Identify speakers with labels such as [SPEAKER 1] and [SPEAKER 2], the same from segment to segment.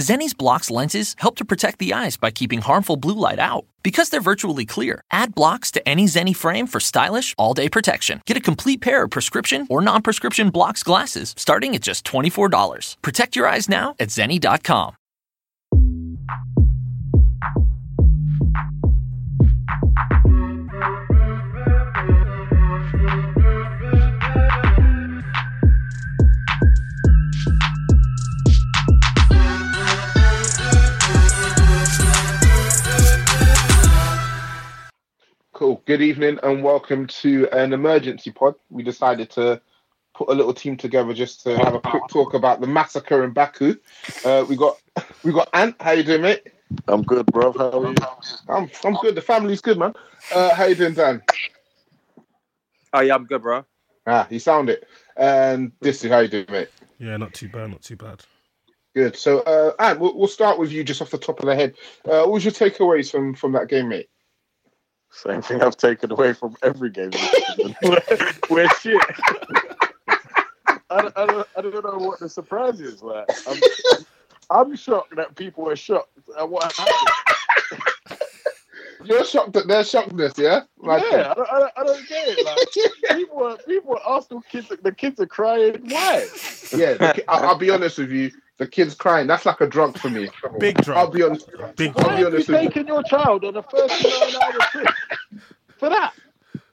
[SPEAKER 1] Zenni's blocks lenses help to protect the eyes by keeping harmful blue light out. Because they're virtually clear, add blocks to any Zenni frame for stylish, all-day protection. Get a complete pair of prescription or non-prescription blocks glasses starting at just $24. Protect your eyes now at zenni.com.
[SPEAKER 2] Cool. Good evening and welcome to an emergency pod. We decided to put a little team together just to have a quick talk about the massacre in Baku. Uh, we got we got Ant. How you doing, mate?
[SPEAKER 3] I'm good, bro. How are you?
[SPEAKER 2] I'm I'm good. The family's good, man. Uh, how you doing, Dan?
[SPEAKER 4] Oh yeah, I'm good, bro.
[SPEAKER 2] Ah, you sound it. And this is how you doing, mate.
[SPEAKER 5] Yeah, not too bad, not too bad.
[SPEAKER 2] Good. So, uh, Ant, we'll, we'll start with you just off the top of the head. Uh, what was your takeaways from from that game, mate?
[SPEAKER 3] Same thing I've taken away from every game. this season. We're shit. I, don't- I, don't, I don't know what the surprise is. Like, I'm, I'm shocked that people were shocked at what happened.
[SPEAKER 2] You're shocked at their shockedness, yeah? Like,
[SPEAKER 3] yeah, I don't, I, don't, I don't get it. Like, people, are, people are Arsenal kids. The kids are crying. Why?
[SPEAKER 2] yeah. the ki- I, I'll be honest with you. The kid's crying. That's like a drug for me.
[SPEAKER 5] Big
[SPEAKER 2] I'll
[SPEAKER 5] drug.
[SPEAKER 2] be honest.
[SPEAKER 5] Big
[SPEAKER 2] I'll be
[SPEAKER 3] Why
[SPEAKER 5] drug.
[SPEAKER 3] are you
[SPEAKER 2] honest with you.
[SPEAKER 3] taking your child on a first nine-hour trip for that?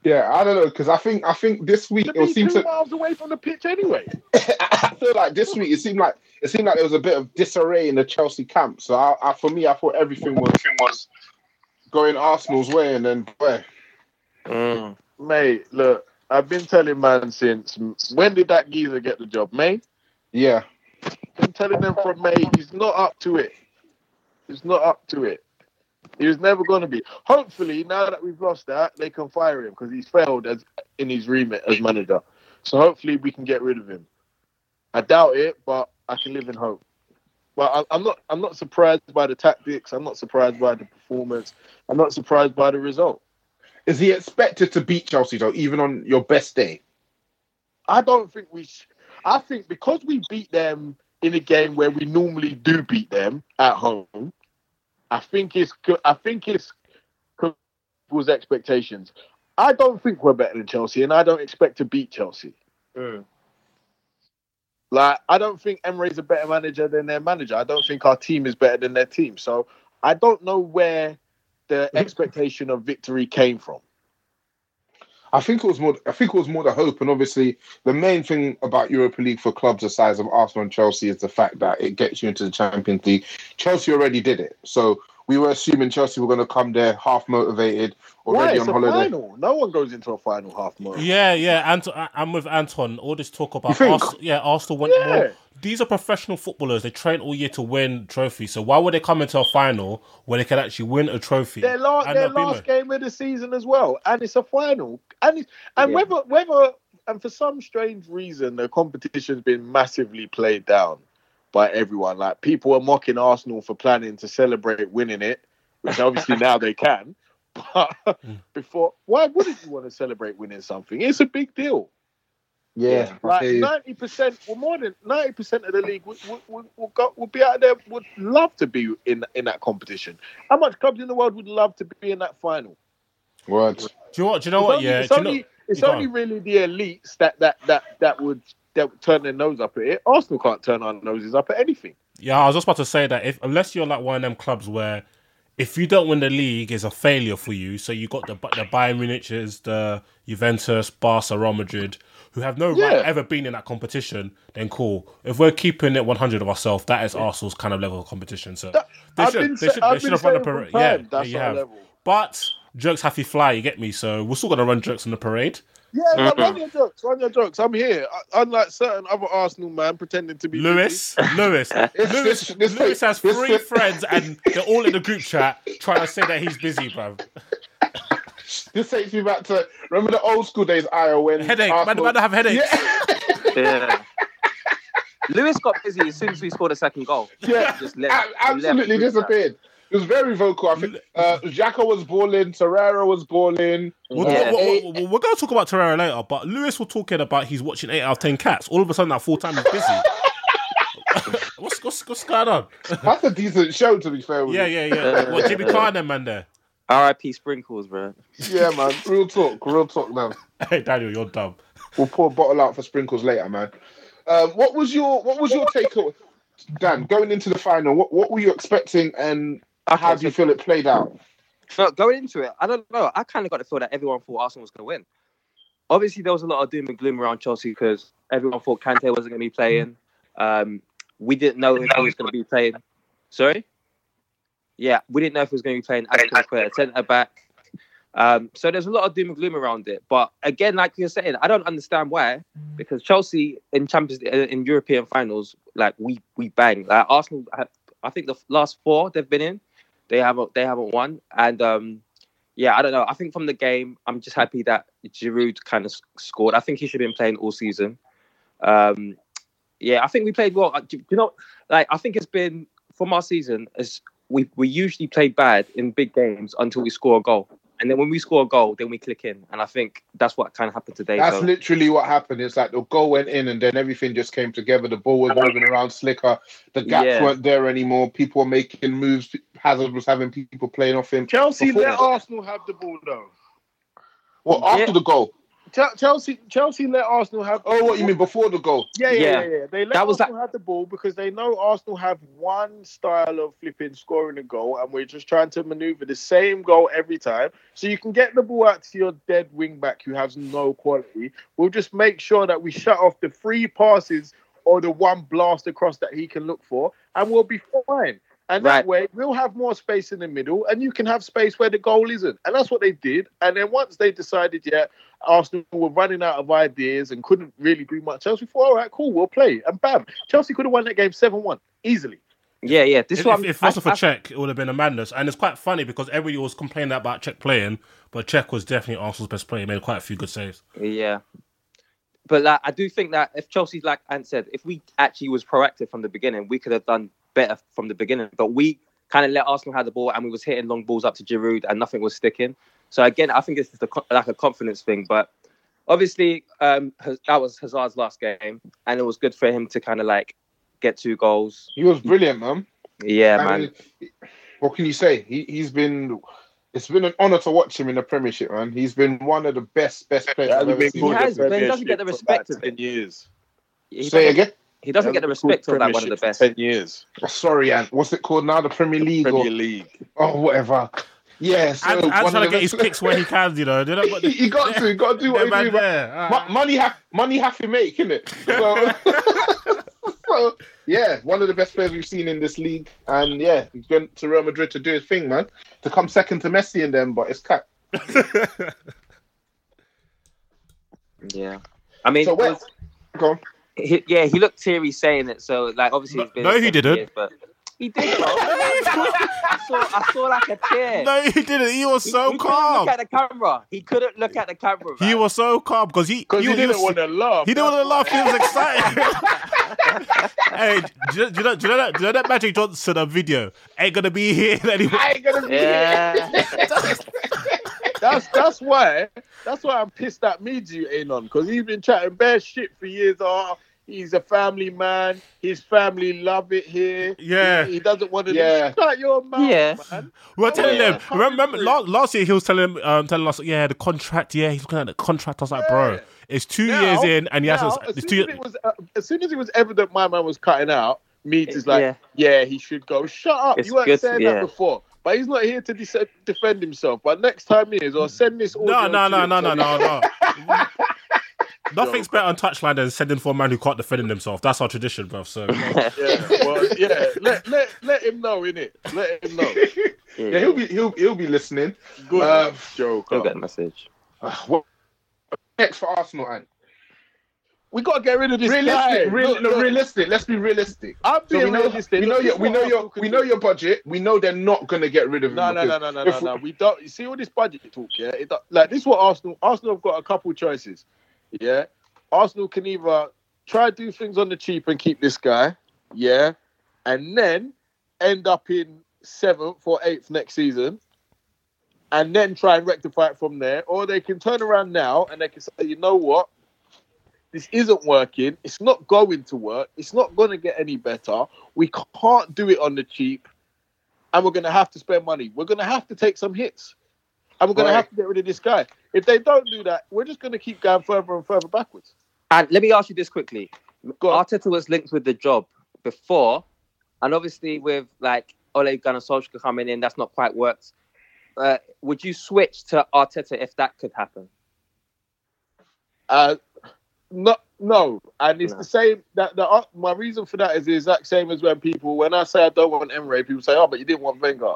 [SPEAKER 2] Yeah, I don't know because I think I think this week
[SPEAKER 3] To
[SPEAKER 2] it
[SPEAKER 3] be two
[SPEAKER 2] seemed to.
[SPEAKER 3] miles away from the pitch anyway.
[SPEAKER 2] I feel like this week it seemed like it seemed like there was a bit of disarray in the Chelsea camp. So I, I for me, I thought everything was, was going Arsenal's way, and then boy,
[SPEAKER 3] Mate, look, I've been telling man since when did that geezer get the job, mate?
[SPEAKER 2] yeah,
[SPEAKER 3] been telling them from May he's not up to it. He's not up to it. He was never going to be. Hopefully, now that we've lost that, they can fire him because he's failed as in his remit as manager. So hopefully, we can get rid of him. I doubt it, but I can live in hope. But I, I'm not. I'm not surprised by the tactics. I'm not surprised by the performance. I'm not surprised by the result.
[SPEAKER 2] is he expected to beat Chelsea though, even on your best day?
[SPEAKER 3] I don't think we. Sh- I think because we beat them in a game where we normally do beat them at home, I think it's. co- I think it's co- people's expectations. I don't think we're better than Chelsea, and I don't expect to beat Chelsea. Like I don't think Emery's a better manager than their manager. I don't think our team is better than their team. So I don't know where the expectation of victory came from.
[SPEAKER 2] I think it was more. I think it was more the hope, and obviously the main thing about Europa League for clubs the size of Arsenal and Chelsea is the fact that it gets you into the Champions League. Chelsea already did it, so we were assuming Chelsea were going to come there half motivated,
[SPEAKER 3] Why?
[SPEAKER 2] already on
[SPEAKER 3] It's a
[SPEAKER 2] holiday.
[SPEAKER 3] final. No one goes into a final half mode.
[SPEAKER 5] Yeah, yeah. Ant- I- I'm with Anton. All this talk
[SPEAKER 2] You
[SPEAKER 5] about
[SPEAKER 2] think?
[SPEAKER 5] Arsenal, yeah, Arsenal want
[SPEAKER 3] Yeah.
[SPEAKER 5] more. These are professional footballers. They train all year to win trophies. So why would they come into a final where they can actually win a trophy?
[SPEAKER 3] Their, la-
[SPEAKER 5] and
[SPEAKER 3] their
[SPEAKER 5] not be
[SPEAKER 3] last
[SPEAKER 5] there?
[SPEAKER 3] game of the season as well, and it's a final, and it's, and
[SPEAKER 2] Yeah.
[SPEAKER 3] whether whether and for some strange reason the competition's been massively played down by everyone. Like people are mocking Arsenal for planning to celebrate winning it, which obviously now they can. But
[SPEAKER 5] Mm.
[SPEAKER 3] before, why wouldn't you want to celebrate winning something? It's a big deal.
[SPEAKER 2] Yeah, I
[SPEAKER 3] Like
[SPEAKER 2] hear you.
[SPEAKER 3] ninety percent, well, more than ninety percent of the league would would, would, would, go, would be out there. Would love to be in in that competition. How much clubs in the world would love to be in that final?
[SPEAKER 2] Words.
[SPEAKER 5] Do you know what? Do you know
[SPEAKER 3] it's
[SPEAKER 5] what?
[SPEAKER 3] only,
[SPEAKER 5] yeah.
[SPEAKER 3] it's
[SPEAKER 5] Do you know-
[SPEAKER 3] only, it's
[SPEAKER 5] you go
[SPEAKER 3] only
[SPEAKER 5] on.
[SPEAKER 3] really the elites that that that that would that would turn their nose up at it. Arsenal can't turn our noses up at anything.
[SPEAKER 5] Yeah, I was just about to say that if unless you're like one of them clubs where if you don't win the league is a failure for you, so you got the the Bayern Munich's, the Juventus, Barca, Real Madrid, who have no
[SPEAKER 3] Yeah.
[SPEAKER 5] right ever been in that competition, then cool. If we're keeping it 100 of ourselves, that is Arsenal's kind of level of competition. So
[SPEAKER 3] That-
[SPEAKER 5] they
[SPEAKER 3] I've
[SPEAKER 5] should,
[SPEAKER 3] been
[SPEAKER 5] they
[SPEAKER 3] sa-
[SPEAKER 5] should,
[SPEAKER 3] I've
[SPEAKER 5] they should
[SPEAKER 3] been
[SPEAKER 5] have run a
[SPEAKER 3] saying
[SPEAKER 5] parade.
[SPEAKER 3] from
[SPEAKER 5] Yeah,
[SPEAKER 3] time, that's
[SPEAKER 5] you
[SPEAKER 3] our
[SPEAKER 5] have.
[SPEAKER 3] level.
[SPEAKER 5] But jerks have to fly. You get me? So we're still gonna run jerks in the parade.
[SPEAKER 3] Yeah, like, run your jokes, run your jokes. I'm here. I- Unlike certain other Arsenal man pretending to be
[SPEAKER 5] Lewis, Lewis, Lewis,
[SPEAKER 2] this- this-
[SPEAKER 5] Lewis has
[SPEAKER 2] this-
[SPEAKER 5] three friends, and they're all in the group chat trying to say that he's busy, bruv.
[SPEAKER 2] This takes me back to remember the old school days, I when
[SPEAKER 5] Headache. Man,
[SPEAKER 2] Arsenal-
[SPEAKER 5] man, I have headaches.
[SPEAKER 4] Yeah. Lewis got busy as soon as we scored the second goal.
[SPEAKER 2] Yeah,
[SPEAKER 4] Just
[SPEAKER 2] a-
[SPEAKER 4] left. He left
[SPEAKER 2] absolutely
[SPEAKER 4] the group chat.
[SPEAKER 2] disappeared. It was very vocal. I think uh, Xhaka was balling, Torreira was balling.
[SPEAKER 5] We'll,
[SPEAKER 4] Yeah.
[SPEAKER 5] we'll- we'll- we'll- we're going to talk about Terrera later, but Lewis was talking about he's watching eight out of ten cats. All of a sudden, that full time is busy. what's, what's what's going on?
[SPEAKER 2] That's a decent show, to be fair. With
[SPEAKER 5] Yeah,
[SPEAKER 2] you.
[SPEAKER 5] yeah, yeah. What Jimmy Carr and them man there?
[SPEAKER 4] R.I.P. Sprinkles, bro.
[SPEAKER 2] yeah, man. Real talk, real talk, man.
[SPEAKER 5] Hey Daniel, you're dumb.
[SPEAKER 2] We'll pour a bottle out for sprinkles later, man. Um, what was your What was your takeaway, Dan? Going into the final, what what were you expecting, and how do you feel it played out?
[SPEAKER 4] No, going into it, I don't know. I kind of got the feel that everyone thought Arsenal was going to win. Obviously, there was a lot of doom and gloom around Chelsea because everyone thought Kante wasn't going to be playing. Um, we didn't know if he was going to be playing. Sorry? Yeah, we didn't know if he was going to be playing Aspilicueta at centre back. Um, so there's a lot of doom and gloom around it. But again, like you're saying, I don't understand why because Chelsea in Champions uh, in European finals, like we we bang. Like Arsenal, I- I think the last four they've been in, they haven't they haven't won. And um, yeah, I don't know. I think from the game, I'm just happy that Giroud kind of scored. I think he should have been playing all season. Um, yeah, I think we played well. Uh, do- do You know, like I think it's been from our season as we we usually play bad in big games until we score a goal. And then when we score a goal, then we click in, and I think that's what kind of happened today.
[SPEAKER 2] That's
[SPEAKER 4] so-
[SPEAKER 2] literally what happened. It's like the goal went in, and then everything just came together. The ball was moving around slicker. The gaps
[SPEAKER 4] Yeah.
[SPEAKER 2] weren't there anymore. People were making moves. Hazard was having people playing off him.
[SPEAKER 3] Chelsea
[SPEAKER 2] Before-
[SPEAKER 3] let Arsenal have the ball though.
[SPEAKER 2] Well, after
[SPEAKER 4] Yeah.
[SPEAKER 2] the goal.
[SPEAKER 3] Chel- Chelsea Chelsea let Arsenal have.
[SPEAKER 2] Oh, what you mean before the goal?
[SPEAKER 3] Yeah, yeah, yeah.
[SPEAKER 4] Yeah.
[SPEAKER 3] yeah, They let
[SPEAKER 4] That was
[SPEAKER 3] Arsenal have the ball because they know Arsenal have one style of flipping scoring a goal, and we're just trying to maneuver the same goal every time. So you can get the ball out to your dead wing back who has no quality. We'll just make sure that we shut off the free passes or the one blast across that he can look for, and we'll be fine. And that
[SPEAKER 4] Right.
[SPEAKER 3] way, we'll have more space in the middle, and you can have space where the goal isn't. And that's what they did. And then once they decided, yeah, Arsenal were running out of ideas and couldn't really do much else. We thought, all right, cool, we'll play. And bam, Chelsea could have won that game 7 1 easily.
[SPEAKER 4] Yeah, yeah.
[SPEAKER 5] if,
[SPEAKER 4] This is what
[SPEAKER 5] if,
[SPEAKER 4] I'm,
[SPEAKER 5] if it wasn't
[SPEAKER 4] I-
[SPEAKER 5] for Czech, it would have been a madness. And it's quite funny because everybody was complaining about Czech playing, but Czech was definitely Arsenal's best player. He made quite a few good saves.
[SPEAKER 4] I- yeah. But like, I do think that if Chelsea, like Ant said, if we actually was proactive from the beginning, we could have done better from the beginning. But we kind of let Arsenal have the ball, and we was hitting long balls up to Giroud, and nothing was sticking. So again, I think it's just a, co- like a confidence thing. But obviously, um, Haz- that was Hazard's last game, and it was good for him to kind of like get two goals.
[SPEAKER 2] He was brilliant, man.
[SPEAKER 4] Yeah,
[SPEAKER 2] I
[SPEAKER 4] man.
[SPEAKER 2] mean, what can you say? He he's been. It's been an honor to watch him in the Premiership, man. He's been one of the best, best players I've ever
[SPEAKER 4] cool.
[SPEAKER 2] seen.
[SPEAKER 4] He has, but he doesn't get the respect of
[SPEAKER 3] in
[SPEAKER 4] it.
[SPEAKER 3] years.
[SPEAKER 4] he,
[SPEAKER 2] Say
[SPEAKER 4] doesn't,
[SPEAKER 2] again.
[SPEAKER 4] he doesn't get the respect of like one of the best.
[SPEAKER 3] Ten years,
[SPEAKER 2] Oh, sorry, Ant. What's it called now? The Premier League
[SPEAKER 3] Premier
[SPEAKER 2] or
[SPEAKER 3] League.
[SPEAKER 2] oh, whatever. Yeah, so
[SPEAKER 5] And, and
[SPEAKER 2] one of
[SPEAKER 5] trying
[SPEAKER 2] the
[SPEAKER 5] to get his
[SPEAKER 2] best-
[SPEAKER 5] kicks where he can, you know. They don't,
[SPEAKER 2] he, he got to, he got to do what
[SPEAKER 5] Them
[SPEAKER 2] he
[SPEAKER 5] man
[SPEAKER 2] do. man.
[SPEAKER 5] there. Ah,
[SPEAKER 2] Mo- money have money have to make, innit? So, so yeah, one of the best players we've seen in this league, and yeah, he's going to Real Madrid to do his thing, man. To come second to Messi and them, but it's cut.
[SPEAKER 4] Yeah. I mean,
[SPEAKER 2] So
[SPEAKER 4] it
[SPEAKER 2] where?
[SPEAKER 4] was-
[SPEAKER 2] Go on.
[SPEAKER 4] He, yeah, he looked teary saying it. So like, obviously,
[SPEAKER 5] No-
[SPEAKER 4] it's been
[SPEAKER 5] no, he
[SPEAKER 4] seven
[SPEAKER 5] didn't.
[SPEAKER 4] years, but he did. Bro. I saw, I saw like a tear.
[SPEAKER 5] No, he didn't. He was
[SPEAKER 4] He-
[SPEAKER 5] so
[SPEAKER 4] he
[SPEAKER 5] calm.
[SPEAKER 4] Couldn't look at the camera. He couldn't look at the camera.
[SPEAKER 5] He
[SPEAKER 4] man.
[SPEAKER 5] was so calm because he,
[SPEAKER 3] Because he, didn't
[SPEAKER 5] was-
[SPEAKER 3] want to laugh.
[SPEAKER 5] He didn't want to laugh. He was excited. hey, do you, do, you know, do, you know that, do you know that Magic Johnson uh, video ain't gonna be here anymore?
[SPEAKER 2] I ain't gonna be.
[SPEAKER 4] Yeah.
[SPEAKER 2] That
[SPEAKER 3] that's that's why that's why I'm pissed at Miju Anon because he's been chatting bare shit for years. Oh, he's a family man. His family love it here.
[SPEAKER 5] Yeah.
[SPEAKER 3] he, he doesn't want to.
[SPEAKER 2] Yeah.
[SPEAKER 3] shut your mouth,
[SPEAKER 4] Yeah.
[SPEAKER 3] man.
[SPEAKER 5] We We're telling
[SPEAKER 3] yeah.
[SPEAKER 5] them. Remember, remember last, last year he was telling um, telling us, yeah, the contract. Yeah, he's looking at the contract. I was like, bro,
[SPEAKER 3] Yeah.
[SPEAKER 5] it's two
[SPEAKER 3] Now-
[SPEAKER 5] years in, and he
[SPEAKER 3] Now,
[SPEAKER 5] hasn't.
[SPEAKER 3] as,
[SPEAKER 5] It's
[SPEAKER 3] soon
[SPEAKER 5] two.
[SPEAKER 3] as, it was, uh, as soon as it was evident my man was cutting out, Meads is like,
[SPEAKER 4] Yeah.
[SPEAKER 3] yeah. he should go. Shut up.
[SPEAKER 4] It's
[SPEAKER 3] you weren't
[SPEAKER 4] good-
[SPEAKER 3] saying
[SPEAKER 4] yeah.
[SPEAKER 3] that before. But he's not here to de- defend himself. But next time he is, or send this
[SPEAKER 5] no,
[SPEAKER 3] audio.
[SPEAKER 5] no,
[SPEAKER 3] to
[SPEAKER 5] no,
[SPEAKER 3] him,
[SPEAKER 5] no, no,
[SPEAKER 3] send
[SPEAKER 5] no,
[SPEAKER 3] it-
[SPEAKER 5] no. Nothing's better on touchline than sending for a man who can't defend himself. That's our tradition, bro. So
[SPEAKER 3] Yeah, well, yeah. Let, let, let him know, innit? Let him know.
[SPEAKER 2] Yeah, he'll be he'll he'll be listening.
[SPEAKER 3] Good
[SPEAKER 2] Uh,
[SPEAKER 3] joke.
[SPEAKER 4] He'll get a message.
[SPEAKER 2] Uh, what next for Arsenal? And
[SPEAKER 3] We gotta get rid of this guy.
[SPEAKER 2] realistic, real,
[SPEAKER 3] Look,
[SPEAKER 2] no,
[SPEAKER 3] look,
[SPEAKER 2] realistic. Let's be realistic.
[SPEAKER 3] I'm
[SPEAKER 2] So
[SPEAKER 3] being
[SPEAKER 2] we know,
[SPEAKER 3] realistic.
[SPEAKER 2] we know
[SPEAKER 3] Look,
[SPEAKER 2] your,
[SPEAKER 3] this
[SPEAKER 2] we
[SPEAKER 3] is
[SPEAKER 2] know
[SPEAKER 3] what
[SPEAKER 2] your,
[SPEAKER 3] Arsenal
[SPEAKER 2] we
[SPEAKER 3] can
[SPEAKER 2] know
[SPEAKER 3] do.
[SPEAKER 2] your budget. We know they're not going to get rid of him.
[SPEAKER 3] No, no, no,
[SPEAKER 2] because
[SPEAKER 3] no, no, no,
[SPEAKER 2] if
[SPEAKER 3] no. We don't you see all this budget talk. Yeah, it, don't- like this. is What Arsenal? Arsenal have got a couple choices. Yeah, Arsenal can either try do things on the cheap and keep this guy. Yeah, and then end up in seventh or eighth next season, and then try and rectify it from there. Or they can turn around now and they can say, you know what, this isn't working. It's not going to work. It's not going to get any better. We can't do it on the cheap, and we're going to have to spend money. We're going to have to take some hits, and we're going
[SPEAKER 2] Right.
[SPEAKER 3] to have to get rid of this guy. If they don't do that, we're just going to keep going further and further backwards.
[SPEAKER 4] And let me ask you this quickly.
[SPEAKER 3] Go on.
[SPEAKER 4] Arteta was linked with the job before, and obviously with like Ole Gunnar Solskjaer coming in, that's not quite worked. Uh, would you switch to Arteta if that could happen?
[SPEAKER 3] Uh, no, no, and it's
[SPEAKER 4] No.
[SPEAKER 3] the same. That the uh, my reason for that is the exact same as when people, when I say I don't want Emre, people say, "Oh, but you didn't want Wenger."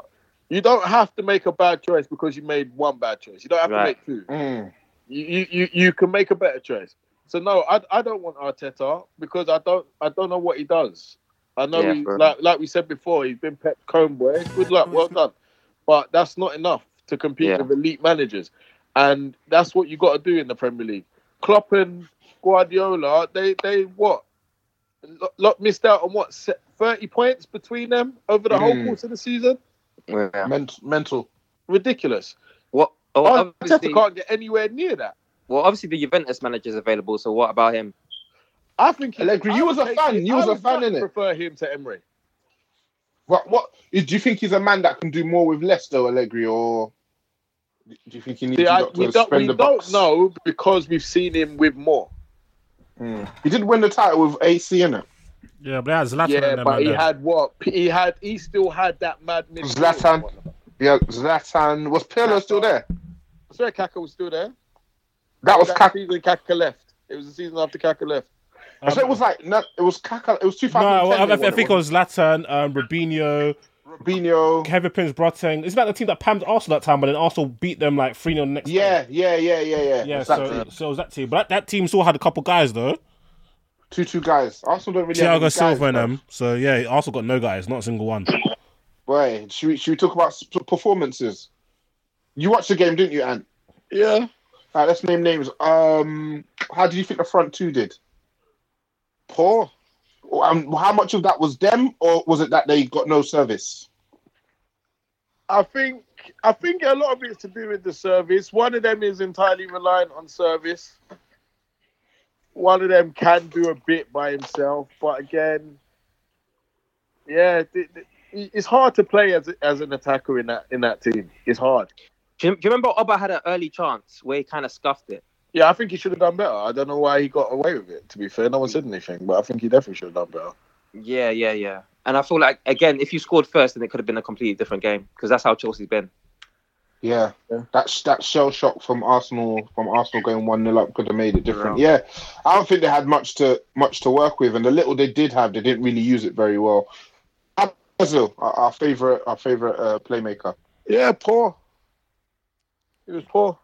[SPEAKER 3] You don't have to make a bad choice because you made one bad choice. You don't have
[SPEAKER 4] Right.
[SPEAKER 3] to make two.
[SPEAKER 2] Mm.
[SPEAKER 3] You- you, you you can make a better choice. So no, I, I don't want Arteta because I don't I don't know what he does. I know
[SPEAKER 4] Yeah,
[SPEAKER 3] he,
[SPEAKER 4] fair
[SPEAKER 3] like like we said before, he's been Pep Comboy. Good luck, well done. But that's not enough to compete
[SPEAKER 4] Yeah.
[SPEAKER 3] with elite managers, and that's what you got to do in the Premier League. Klopp and Guardiola, they they what? Lot- Lot missed out on what se- thirty points between them over the whole
[SPEAKER 2] Mm.
[SPEAKER 3] course of the season.
[SPEAKER 2] Ment- mental.
[SPEAKER 3] Ridiculous.
[SPEAKER 4] What? Oh, obviously,
[SPEAKER 3] Arteta can't get anywhere near that.
[SPEAKER 4] well, obviously the Juventus manager is available. So what about him?
[SPEAKER 3] I think he-
[SPEAKER 2] Allegri, you
[SPEAKER 3] I
[SPEAKER 2] was a
[SPEAKER 3] would
[SPEAKER 2] fan,
[SPEAKER 3] take-
[SPEAKER 2] you
[SPEAKER 3] I
[SPEAKER 2] was a
[SPEAKER 3] would
[SPEAKER 2] fan,
[SPEAKER 3] much
[SPEAKER 2] innit?
[SPEAKER 3] Prefer him to Emery.
[SPEAKER 2] What what do you think he's a man that can do more with less though, Allegri, or do you think he needs
[SPEAKER 3] See, I-
[SPEAKER 2] to,
[SPEAKER 3] we
[SPEAKER 2] to
[SPEAKER 3] don't,
[SPEAKER 2] spend
[SPEAKER 3] we
[SPEAKER 2] the
[SPEAKER 3] don't
[SPEAKER 2] bucks?
[SPEAKER 3] know because we've seen him with more.
[SPEAKER 2] Mm. He did win the title with AC in it.
[SPEAKER 5] yeah, but they had Zlatan and
[SPEAKER 3] yeah,
[SPEAKER 5] them,
[SPEAKER 3] but
[SPEAKER 5] and
[SPEAKER 3] he
[SPEAKER 5] them.
[SPEAKER 3] had what? P- He had. He still had that madness.
[SPEAKER 2] Zlatan. Yeah, Zlatan was Pirlo still there?
[SPEAKER 3] Sorry, Kaka was still there.
[SPEAKER 2] That was
[SPEAKER 3] Kaka.
[SPEAKER 2] Kaka.
[SPEAKER 3] Season Kaka left. It was the season after Kaka left.
[SPEAKER 5] Um,
[SPEAKER 2] so it was like no, it was Kaka. It was two thousand.
[SPEAKER 5] no, I, I, I think it was Zlatan, um, Rubinho,
[SPEAKER 2] Robinho.
[SPEAKER 5] Kevin Prince Boateng. Isn't that the team that pammed Arsenal that time, but then Arsenal beat them like three 0 the next? game?
[SPEAKER 2] Yeah, yeah, yeah, yeah, yeah.
[SPEAKER 5] yeah.
[SPEAKER 2] It's
[SPEAKER 5] So,
[SPEAKER 2] that
[SPEAKER 5] so it was that team, but that, that team still had a couple guys though.
[SPEAKER 2] two two guys. Arsenal don't really. have
[SPEAKER 5] Thiago
[SPEAKER 2] any
[SPEAKER 5] Silva
[SPEAKER 2] guys,
[SPEAKER 5] and
[SPEAKER 2] bro.
[SPEAKER 5] them. So yeah, Arsenal got no guys, not a single one.
[SPEAKER 2] Boy, should we, should we talk about s- performances? You watched the game, didn't you, Ant?
[SPEAKER 3] Yeah.
[SPEAKER 2] All right, let's name names. Um, how do you think the front two did? Poor. Um, how much of that was them, or was it that they got no service?
[SPEAKER 3] I think. I think a lot of it's to do with the service. One of them is entirely reliant on service. One of them can do a bit by himself, but again, yeah, th- th- it's hard to play as a- as an attacker in that in that team. It's hard.
[SPEAKER 4] Do you, do you remember Oba had an early chance where he kind of scuffed it?
[SPEAKER 3] Yeah, I think he should have done better. I don't know why he got away with it. To be fair, no one said anything, but I think he definitely should have done better.
[SPEAKER 4] Yeah, yeah, yeah. And I feel like again, if you scored first, then it could have been a completely different game because that's how Chelsea's been.
[SPEAKER 2] Yeah,
[SPEAKER 3] Yeah.
[SPEAKER 2] that sh- that shell shock from Arsenal from Arsenal going one 0 up could have made it different.
[SPEAKER 4] Yeah.
[SPEAKER 2] Yeah, I don't think they had much to much to work with, and the little they did have, they didn't really use it very well. Brazil, our, our favorite, our favorite uh, playmaker.
[SPEAKER 3] Yeah, poor. He was poor.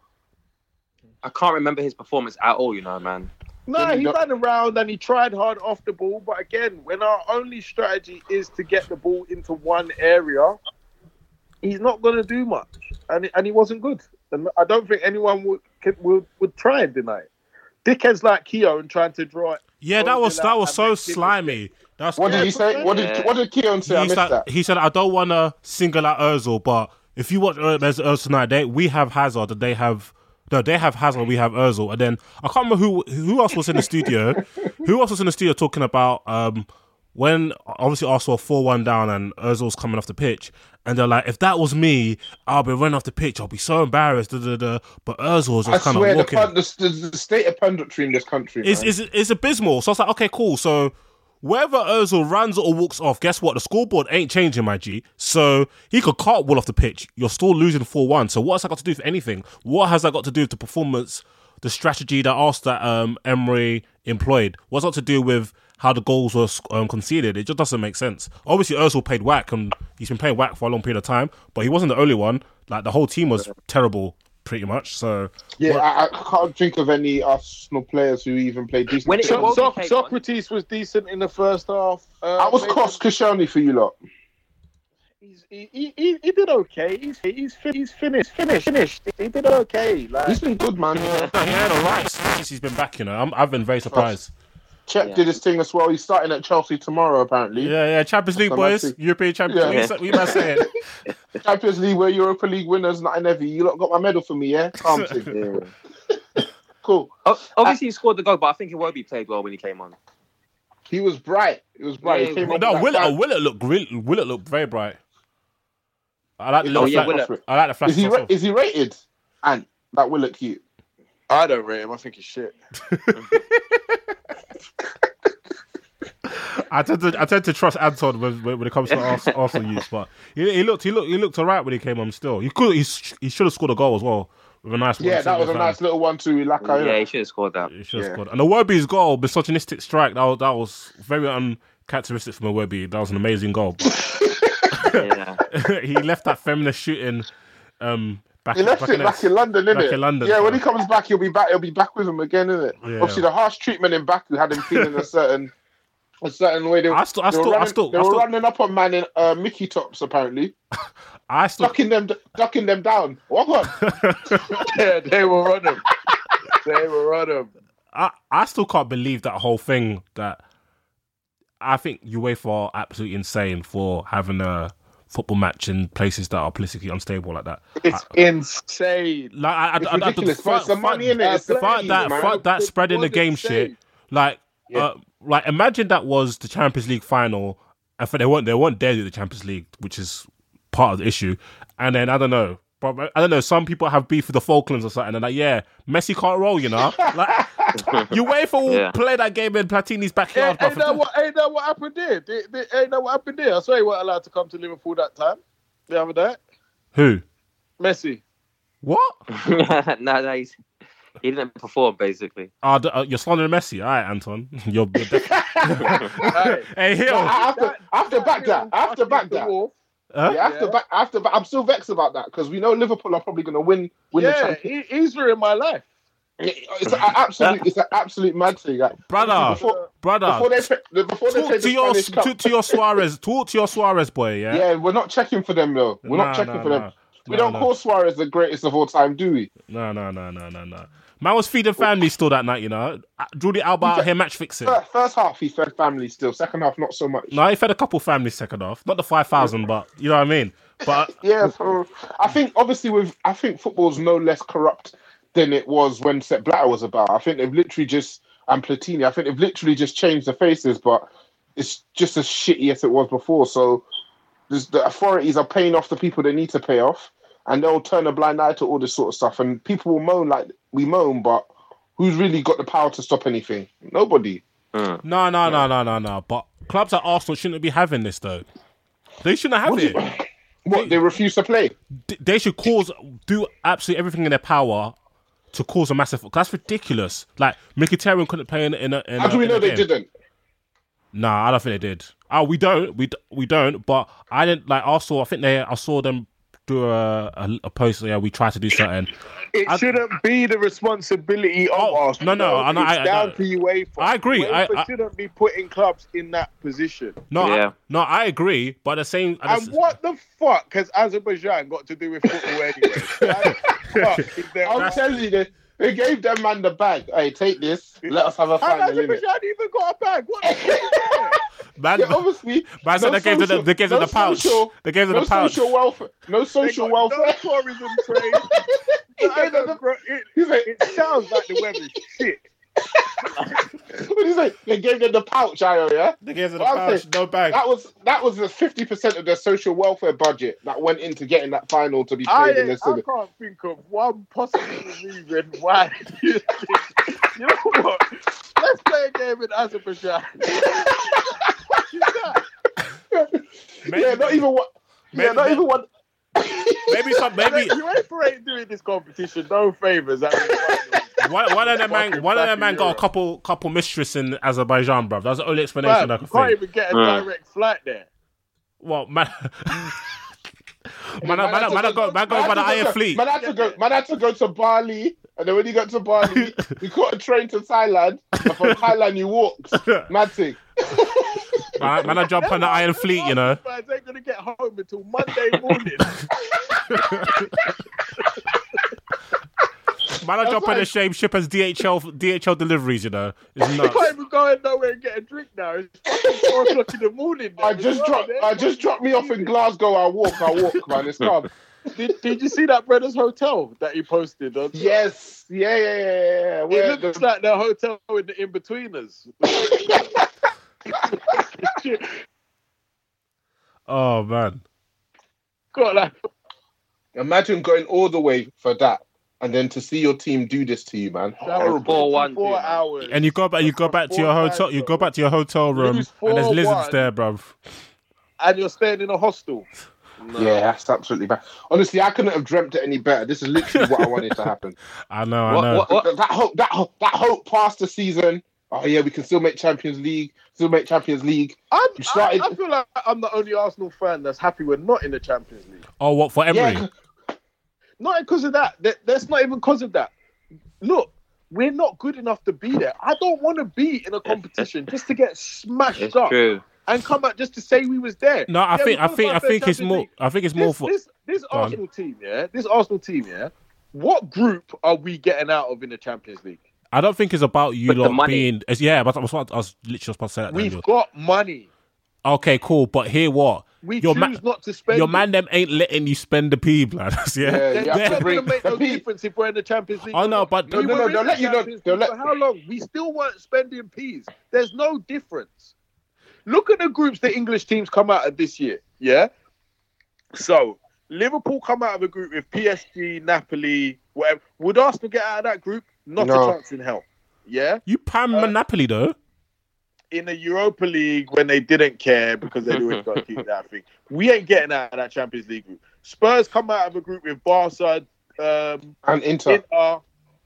[SPEAKER 4] I can't remember his performance at all, you know, man.
[SPEAKER 3] No,
[SPEAKER 2] Then
[SPEAKER 3] he
[SPEAKER 2] you got-
[SPEAKER 3] ran around and he tried hard off the ball, but again, when our only strategy is to get the ball into one area, he's not going to do much, and and he wasn't good. And I don't think anyone would can, would, would try and deny it. Dickhead's like Keogh and trying to draw it.
[SPEAKER 5] Yeah, that
[SPEAKER 3] Those
[SPEAKER 5] was
[SPEAKER 3] are
[SPEAKER 5] that
[SPEAKER 3] like
[SPEAKER 5] was so
[SPEAKER 3] amazing.
[SPEAKER 5] slimy. That's
[SPEAKER 2] What
[SPEAKER 3] Yeah,
[SPEAKER 2] did he say? What did
[SPEAKER 4] yeah.
[SPEAKER 2] what did Keon say? I
[SPEAKER 5] he
[SPEAKER 2] missed
[SPEAKER 5] said,
[SPEAKER 2] that.
[SPEAKER 5] he said, I don't want to single out Özil, but If you watch uh, there's Ozil tonight, they we have Hazard, and they have no, they have Hazard, we have Ozil, and then I can't remember who who else was in the studio. who else was in the studio talking about um when obviously Arsenal four one down and Ozil's coming off the pitch, and they're like, if that was me, I'll be running off the pitch. I'll be so embarrassed. Da, da, da. But Ozil's
[SPEAKER 2] I
[SPEAKER 5] just kind of
[SPEAKER 2] swear, the,
[SPEAKER 5] walking.
[SPEAKER 2] pund- the, the, the state of punditry in this country.
[SPEAKER 5] It's,
[SPEAKER 2] man.
[SPEAKER 5] it's, it's abysmal. So I was like, okay, cool. So whether Ozil runs or walks off, guess what? The scoreboard ain't changing, my G. So he could cartwheel off the pitch. You're still losing 4 1. So what has that got to do with anything? What has that got to do with the performance, the strategy that Arsenal that um, Emery employed? What's that to do with how the goals were um, conceded? It just doesn't make sense. Obviously, Ozil played whack, and he's been playing whack for a long period of time, but he wasn't the only one. Like, the whole team was terrible, pretty much. So
[SPEAKER 2] yeah, I, I can't think of any Arsenal players who even played decent.
[SPEAKER 4] When it
[SPEAKER 2] So-
[SPEAKER 4] was-
[SPEAKER 2] so-
[SPEAKER 3] Soc- Socrates was decent in the first half. Uh,
[SPEAKER 2] I was
[SPEAKER 3] maybe-
[SPEAKER 2] cross Kashani for you lot.
[SPEAKER 3] He's, he, he, he he did okay. He's he's fin- he's finished finished finished. He did okay. Like
[SPEAKER 2] He's been good, man.
[SPEAKER 5] he had a right since he's been back, you know. I'm, I've been very surprised.
[SPEAKER 2] Czech did his thing as well. He's starting at Chelsea tomorrow, apparently.
[SPEAKER 5] Yeah, yeah, Champions League,
[SPEAKER 2] That's what I
[SPEAKER 5] boys.
[SPEAKER 2] see.
[SPEAKER 5] European Champions
[SPEAKER 2] Yeah.
[SPEAKER 5] League. so- We must say it.
[SPEAKER 2] Champions League, we're Europa League winners, not an heavy. You lot got my medal for me, yeah? Calm thing.
[SPEAKER 4] Yeah.
[SPEAKER 2] Cool.
[SPEAKER 4] O- Obviously, he scored the goal, but I think it won't be played well when he came on.
[SPEAKER 2] He was bright. He was bright.
[SPEAKER 4] Yeah,
[SPEAKER 2] he came
[SPEAKER 4] well,
[SPEAKER 2] up
[SPEAKER 5] No,
[SPEAKER 2] with
[SPEAKER 5] will
[SPEAKER 2] that
[SPEAKER 5] it,
[SPEAKER 2] bad-
[SPEAKER 5] will it look real, will it look very bright? I like the
[SPEAKER 2] Oh,
[SPEAKER 5] little
[SPEAKER 2] yeah,
[SPEAKER 5] flash.
[SPEAKER 2] Willock.
[SPEAKER 5] I like the flash.
[SPEAKER 2] Is he,
[SPEAKER 5] shots
[SPEAKER 2] ra-
[SPEAKER 5] off.
[SPEAKER 2] is he rated? And that will look cute.
[SPEAKER 3] I don't rate him. I think he's shit.
[SPEAKER 5] I tend to I tend to trust Anton when, when when it comes to Ars- Arsenal youth, but he, he looked he looked he looked alright when he came on. Still, he could he, sh- he should have scored a goal as well with a nice one.
[SPEAKER 2] Yeah, that was a nice little one to Ilaka.
[SPEAKER 4] Oh, yeah,
[SPEAKER 2] Yeah,
[SPEAKER 4] he should have scored that.
[SPEAKER 5] He should have
[SPEAKER 2] yeah.
[SPEAKER 5] scored. And the Werby's goal, misogynistic strike. That was, that was very uncharacteristic from a Werby. That was an amazing goal. But
[SPEAKER 4] Yeah.
[SPEAKER 5] he left that feminist shooting um, back.
[SPEAKER 2] He left
[SPEAKER 5] back
[SPEAKER 2] it back in London,
[SPEAKER 5] Back
[SPEAKER 2] innit?
[SPEAKER 5] in London,
[SPEAKER 2] yeah, when
[SPEAKER 5] yeah.
[SPEAKER 2] he comes back, he'll be back. He'll be back with him again, innit?
[SPEAKER 5] Yeah.
[SPEAKER 2] Obviously, the harsh treatment in Baku had him feeling a certain, a certain way. They,
[SPEAKER 5] I still- I
[SPEAKER 2] they were
[SPEAKER 5] still- I
[SPEAKER 2] running,
[SPEAKER 5] still-
[SPEAKER 2] they
[SPEAKER 5] I
[SPEAKER 2] were
[SPEAKER 5] still-
[SPEAKER 2] running up on man in uh, Mickey tops apparently,
[SPEAKER 5] I still
[SPEAKER 2] ducking them, ducking them down. Walk on.
[SPEAKER 3] yeah, they were on him. they were on him.
[SPEAKER 5] I, I still can't believe that whole thing that I think UEFA are absolutely insane for having a football match in places that are politically unstable like that.
[SPEAKER 3] It's insane.
[SPEAKER 5] Like I, I,
[SPEAKER 2] It's
[SPEAKER 5] I, I,
[SPEAKER 2] ridiculous, but
[SPEAKER 5] fuck-
[SPEAKER 2] it's the
[SPEAKER 5] fuck-
[SPEAKER 2] money in it. It's the
[SPEAKER 5] fuck
[SPEAKER 2] money,
[SPEAKER 5] that,
[SPEAKER 2] man.
[SPEAKER 5] fuck that,
[SPEAKER 3] The
[SPEAKER 5] spreading the
[SPEAKER 3] money's
[SPEAKER 5] game
[SPEAKER 3] safe.
[SPEAKER 5] shit. Like, uh, like imagine that was the Champions League final. I think they weren't they weren't there to do the Champions League, which is part of the issue. And then I don't know. prob- I don't know. Some people have beef with the Falklands or something. And they're like, yeah, Messi can't roll, you know. Like, you wait for
[SPEAKER 4] Yeah.
[SPEAKER 5] play that game in Platini's backyard,
[SPEAKER 3] Ain't, ain't, that
[SPEAKER 5] bruv.
[SPEAKER 3] what, ain't that what happened there? They, they, ain't that what happened there? I swear he weren't allowed to come to Liverpool that time. The other day,
[SPEAKER 5] Who?
[SPEAKER 3] Messi.
[SPEAKER 5] What?
[SPEAKER 4] no, no, he's, he didn't perform basically.
[SPEAKER 5] Ah, d- uh, you're slandering Messi. All right, Anton. You're, you're def-
[SPEAKER 3] Aye.
[SPEAKER 5] hey, Hill.
[SPEAKER 2] I have to, I have to back that. I have to back
[SPEAKER 3] The
[SPEAKER 2] that.
[SPEAKER 3] wall.
[SPEAKER 5] Huh?
[SPEAKER 2] Yeah, I have to
[SPEAKER 3] Yeah.
[SPEAKER 2] back. I have to back. I'm still vexed about that because we know Liverpool are probably going to win. Win the
[SPEAKER 3] Yeah,
[SPEAKER 2] Champions.
[SPEAKER 3] he, he's ruined my life.
[SPEAKER 2] It's an absolute. it's an absolute mad thing. Like,
[SPEAKER 5] Brother,
[SPEAKER 2] Before-
[SPEAKER 5] brother.
[SPEAKER 2] before they play- before they play
[SPEAKER 5] Talk
[SPEAKER 2] the
[SPEAKER 5] to your
[SPEAKER 2] Spanish Cup.
[SPEAKER 5] to, to your Suarez. Talk to your Suarez boy. Yeah.
[SPEAKER 2] Yeah, we're not checking for them though. We're
[SPEAKER 5] Nah,
[SPEAKER 2] not checking
[SPEAKER 5] nah,
[SPEAKER 2] for
[SPEAKER 5] nah.
[SPEAKER 2] them. We
[SPEAKER 5] Nah,
[SPEAKER 2] don't
[SPEAKER 5] nah.
[SPEAKER 2] call Suarez the greatest of all time, do we?
[SPEAKER 5] No, no, no, no, no, no. Man was feeding family still that night. You know, Uh, Jordi Alba out here match fixing.
[SPEAKER 2] Fir- First half, he fed family still. Second half, not so much.
[SPEAKER 5] No, he fed a couple families second half. Not the five thousand, but you know what I mean. But
[SPEAKER 2] Yeah, so I think obviously with I think football's no less corrupt than it was when Sepp Blatter was about. I think they've literally just and Platini. I think they've literally just changed the faces, but it's just as shitty as it was before. So there's, the authorities are paying off the people they need to pay off, and they'll turn a blind eye to all this sort of stuff. And people will moan like we moan, but who's really got the power to stop anything? Nobody.
[SPEAKER 5] no, no, no, no, no, no. But clubs at Arsenal shouldn't be having this though. They shouldn't have
[SPEAKER 2] What, do
[SPEAKER 5] it.
[SPEAKER 2] you- what they refuse to play.
[SPEAKER 5] d- they should cause do absolutely everything in their power to cause a massive. That's ridiculous. Like Mkhitaryan couldn't play in, in a. In
[SPEAKER 2] How
[SPEAKER 5] a-
[SPEAKER 2] do we
[SPEAKER 5] in
[SPEAKER 2] know
[SPEAKER 5] a
[SPEAKER 2] they
[SPEAKER 5] game.
[SPEAKER 2] didn't?
[SPEAKER 5] Nah, I don't think they did. Oh, we don't. We d- we don't. But I didn't like. Also, I think they. I saw them do a a, a post. Yeah, we tried to do something.
[SPEAKER 3] It
[SPEAKER 5] I-
[SPEAKER 3] shouldn't be the responsibility of
[SPEAKER 5] Oh,
[SPEAKER 3] us.
[SPEAKER 5] no, no, I know,
[SPEAKER 3] it's
[SPEAKER 5] I- I
[SPEAKER 3] down
[SPEAKER 5] know.
[SPEAKER 3] to UEFA.
[SPEAKER 5] I agree, I-
[SPEAKER 3] UEFA
[SPEAKER 5] I-
[SPEAKER 3] shouldn't be putting clubs in that position.
[SPEAKER 5] No, I-
[SPEAKER 4] Yeah.
[SPEAKER 5] no, I agree. But at the same, at the
[SPEAKER 3] And
[SPEAKER 5] s-
[SPEAKER 3] what the fuck has Azerbaijan got to do with football anyway? Like,
[SPEAKER 2] fuck is there? I'm telling you, they, they gave that man the bag. Hey, take this. Let us have a
[SPEAKER 3] How
[SPEAKER 2] final
[SPEAKER 3] imagine
[SPEAKER 2] innit?
[SPEAKER 3] Rashad even got a bag? What the fuck?
[SPEAKER 5] Man,
[SPEAKER 2] Yeah, obviously.
[SPEAKER 5] man said they gave them the- they gave them the pouch.
[SPEAKER 2] Social,
[SPEAKER 5] They gave them
[SPEAKER 2] no
[SPEAKER 5] the pouch.
[SPEAKER 2] social welfare. No
[SPEAKER 3] They
[SPEAKER 2] social
[SPEAKER 3] got
[SPEAKER 2] welfare.
[SPEAKER 3] No tourism trade.
[SPEAKER 2] He
[SPEAKER 3] I
[SPEAKER 2] gave
[SPEAKER 3] know,
[SPEAKER 2] them the-
[SPEAKER 3] bro, it,
[SPEAKER 2] He's like,
[SPEAKER 3] it sounds like the weather's shit.
[SPEAKER 2] what he's like, they gave them the pouch, Io, yeah?
[SPEAKER 5] They gave them
[SPEAKER 2] the Well, I'm pouch,
[SPEAKER 5] no bag.
[SPEAKER 2] That was that was the fifty percent of their social welfare budget that went into getting that final to be
[SPEAKER 3] I,
[SPEAKER 2] played in
[SPEAKER 3] I
[SPEAKER 2] this city.
[SPEAKER 3] can't think of one possible reason why. you know what? Let's play a game in Azerbaijan.
[SPEAKER 5] Maybe,
[SPEAKER 2] yeah, not even one.
[SPEAKER 5] maybe
[SPEAKER 2] Yeah, not
[SPEAKER 5] they-
[SPEAKER 2] even one.
[SPEAKER 5] maybe some, maybe
[SPEAKER 3] you ain't for ain't doing this competition. No favors. I mean,
[SPEAKER 5] one, one of them man,
[SPEAKER 3] Fucking
[SPEAKER 5] one of
[SPEAKER 3] back
[SPEAKER 5] them man
[SPEAKER 3] in
[SPEAKER 5] got a
[SPEAKER 3] Europe.
[SPEAKER 5] couple couple mistress in Azerbaijan, bruv. That's the only explanation I
[SPEAKER 3] Man,
[SPEAKER 5] can
[SPEAKER 3] you
[SPEAKER 5] think.
[SPEAKER 3] can't even get a
[SPEAKER 4] Mm.
[SPEAKER 3] direct flight there.
[SPEAKER 5] Well, man, man, man, man,
[SPEAKER 2] Man had
[SPEAKER 5] man,
[SPEAKER 2] to
[SPEAKER 5] man,
[SPEAKER 2] go-
[SPEAKER 5] go,
[SPEAKER 2] man
[SPEAKER 5] man, go by
[SPEAKER 2] had
[SPEAKER 5] the
[SPEAKER 2] to go
[SPEAKER 5] Iron
[SPEAKER 2] to-
[SPEAKER 5] Fleet.
[SPEAKER 2] Man had to go. Man had to go to Bali, and then when you got to Bali, you caught a train to Thailand, and from Thailand you walked. Mad thing.
[SPEAKER 5] Man, man, I jump on the Iron Fleet, you know.
[SPEAKER 3] Man's ain't gonna get home until Monday morning.
[SPEAKER 5] Man, I jump on the
[SPEAKER 2] like-
[SPEAKER 5] same ship as DHL DHL deliveries, you know. It's
[SPEAKER 3] you can't
[SPEAKER 5] nuts.
[SPEAKER 3] even go in nowhere and get a drink now. It's fucking four o'clock in the morning.
[SPEAKER 2] I
[SPEAKER 3] now.
[SPEAKER 2] just
[SPEAKER 3] It's
[SPEAKER 2] dropped.
[SPEAKER 3] right there.
[SPEAKER 2] I just dropped me off in Glasgow. I walk. I walk, man. It's calm.
[SPEAKER 3] Did, did you see that Brothers Hotel that he posted? On
[SPEAKER 2] Yes. Yeah. Yeah. Yeah. yeah, yeah. Where
[SPEAKER 3] it looks
[SPEAKER 2] the-
[SPEAKER 3] like the hotel in the in betweeners.
[SPEAKER 5] Oh man,
[SPEAKER 3] God, like,
[SPEAKER 2] Imagine going all the way for that, and then to see your team do this to you, man.
[SPEAKER 4] Four one.
[SPEAKER 3] four hours.
[SPEAKER 5] and you go back, you go back to your hotel, you go back to your hotel room,
[SPEAKER 3] Lose
[SPEAKER 5] and there's lizards
[SPEAKER 3] 4-1.
[SPEAKER 5] there, bruv.
[SPEAKER 3] and you're staying in a hostel.
[SPEAKER 2] Yeah, that's absolutely bad. Honestly, I couldn't have dreamt it any better. This is literally what I wanted to happen.
[SPEAKER 5] I know, I
[SPEAKER 4] What-
[SPEAKER 5] know.
[SPEAKER 4] what- what-
[SPEAKER 2] That, that hope, that hope, that hope past the season. Oh yeah, we can still make Champions League. Still make Champions League.
[SPEAKER 3] I'm,
[SPEAKER 2] You
[SPEAKER 3] I,
[SPEAKER 2] started-
[SPEAKER 3] I feel like I'm the only Arsenal fan that's happy we're not in the Champions League.
[SPEAKER 5] Oh, what for Emery?
[SPEAKER 2] Yeah,
[SPEAKER 3] Not because of that. That- That's not even because of that. Look, we're not good enough to be there. I don't want to be in a competition just to get smashed
[SPEAKER 4] It's
[SPEAKER 3] up
[SPEAKER 4] true.
[SPEAKER 3] and come out just to say we was there.
[SPEAKER 5] No, I
[SPEAKER 3] Yeah,
[SPEAKER 5] think,
[SPEAKER 3] we
[SPEAKER 5] I
[SPEAKER 3] qualified
[SPEAKER 5] think, I
[SPEAKER 3] for the
[SPEAKER 5] think it's
[SPEAKER 3] Champions
[SPEAKER 5] more.
[SPEAKER 3] League.
[SPEAKER 5] I think it's
[SPEAKER 3] this,
[SPEAKER 5] more for.
[SPEAKER 3] this, this
[SPEAKER 5] Go on.
[SPEAKER 3] Arsenal team, yeah. This Arsenal team, yeah. What group are we getting out of in the Champions League?
[SPEAKER 5] I don't think it's about you
[SPEAKER 4] But the
[SPEAKER 5] lot
[SPEAKER 4] money.
[SPEAKER 5] being. It's, yeah, but I was, I was literally just about to say that.
[SPEAKER 3] We've
[SPEAKER 5] Daniel.
[SPEAKER 3] got money.
[SPEAKER 5] Okay, cool. But hear what?
[SPEAKER 3] We
[SPEAKER 5] Your
[SPEAKER 3] choose
[SPEAKER 5] ma-
[SPEAKER 3] not to spend.
[SPEAKER 5] Your
[SPEAKER 3] it.
[SPEAKER 5] man them ain't letting you spend the P, blood.
[SPEAKER 2] yeah,
[SPEAKER 5] yeah.
[SPEAKER 3] They're
[SPEAKER 2] you have
[SPEAKER 3] not
[SPEAKER 2] to
[SPEAKER 3] going
[SPEAKER 2] bring
[SPEAKER 3] to make no
[SPEAKER 2] the people-
[SPEAKER 3] difference if we're in the Champions League.
[SPEAKER 5] I
[SPEAKER 3] or
[SPEAKER 5] know,
[SPEAKER 3] not.
[SPEAKER 5] but
[SPEAKER 2] No,
[SPEAKER 3] We
[SPEAKER 2] no,
[SPEAKER 3] were
[SPEAKER 2] no,
[SPEAKER 3] in
[SPEAKER 2] they'll
[SPEAKER 3] the
[SPEAKER 2] let you know-
[SPEAKER 3] Champions
[SPEAKER 2] they'll
[SPEAKER 3] League
[SPEAKER 2] let-
[SPEAKER 3] for how long? We still weren't spending P's. There's no difference. Look at the groups the English teams come out of this year. Yeah. So Liverpool come out of a group with PSG, Napoli, whatever. Would Arsenal get out of that group? Not
[SPEAKER 2] No.
[SPEAKER 3] a chance in hell. Yeah.
[SPEAKER 5] You pam
[SPEAKER 3] Uh,
[SPEAKER 5] Napoli though.
[SPEAKER 3] In the Europa League, when they didn't care because they always got to keep that thing, we ain't getting out of that Champions League group. Spurs come out of a group with Barca, um,
[SPEAKER 2] and Inter,
[SPEAKER 3] Inter,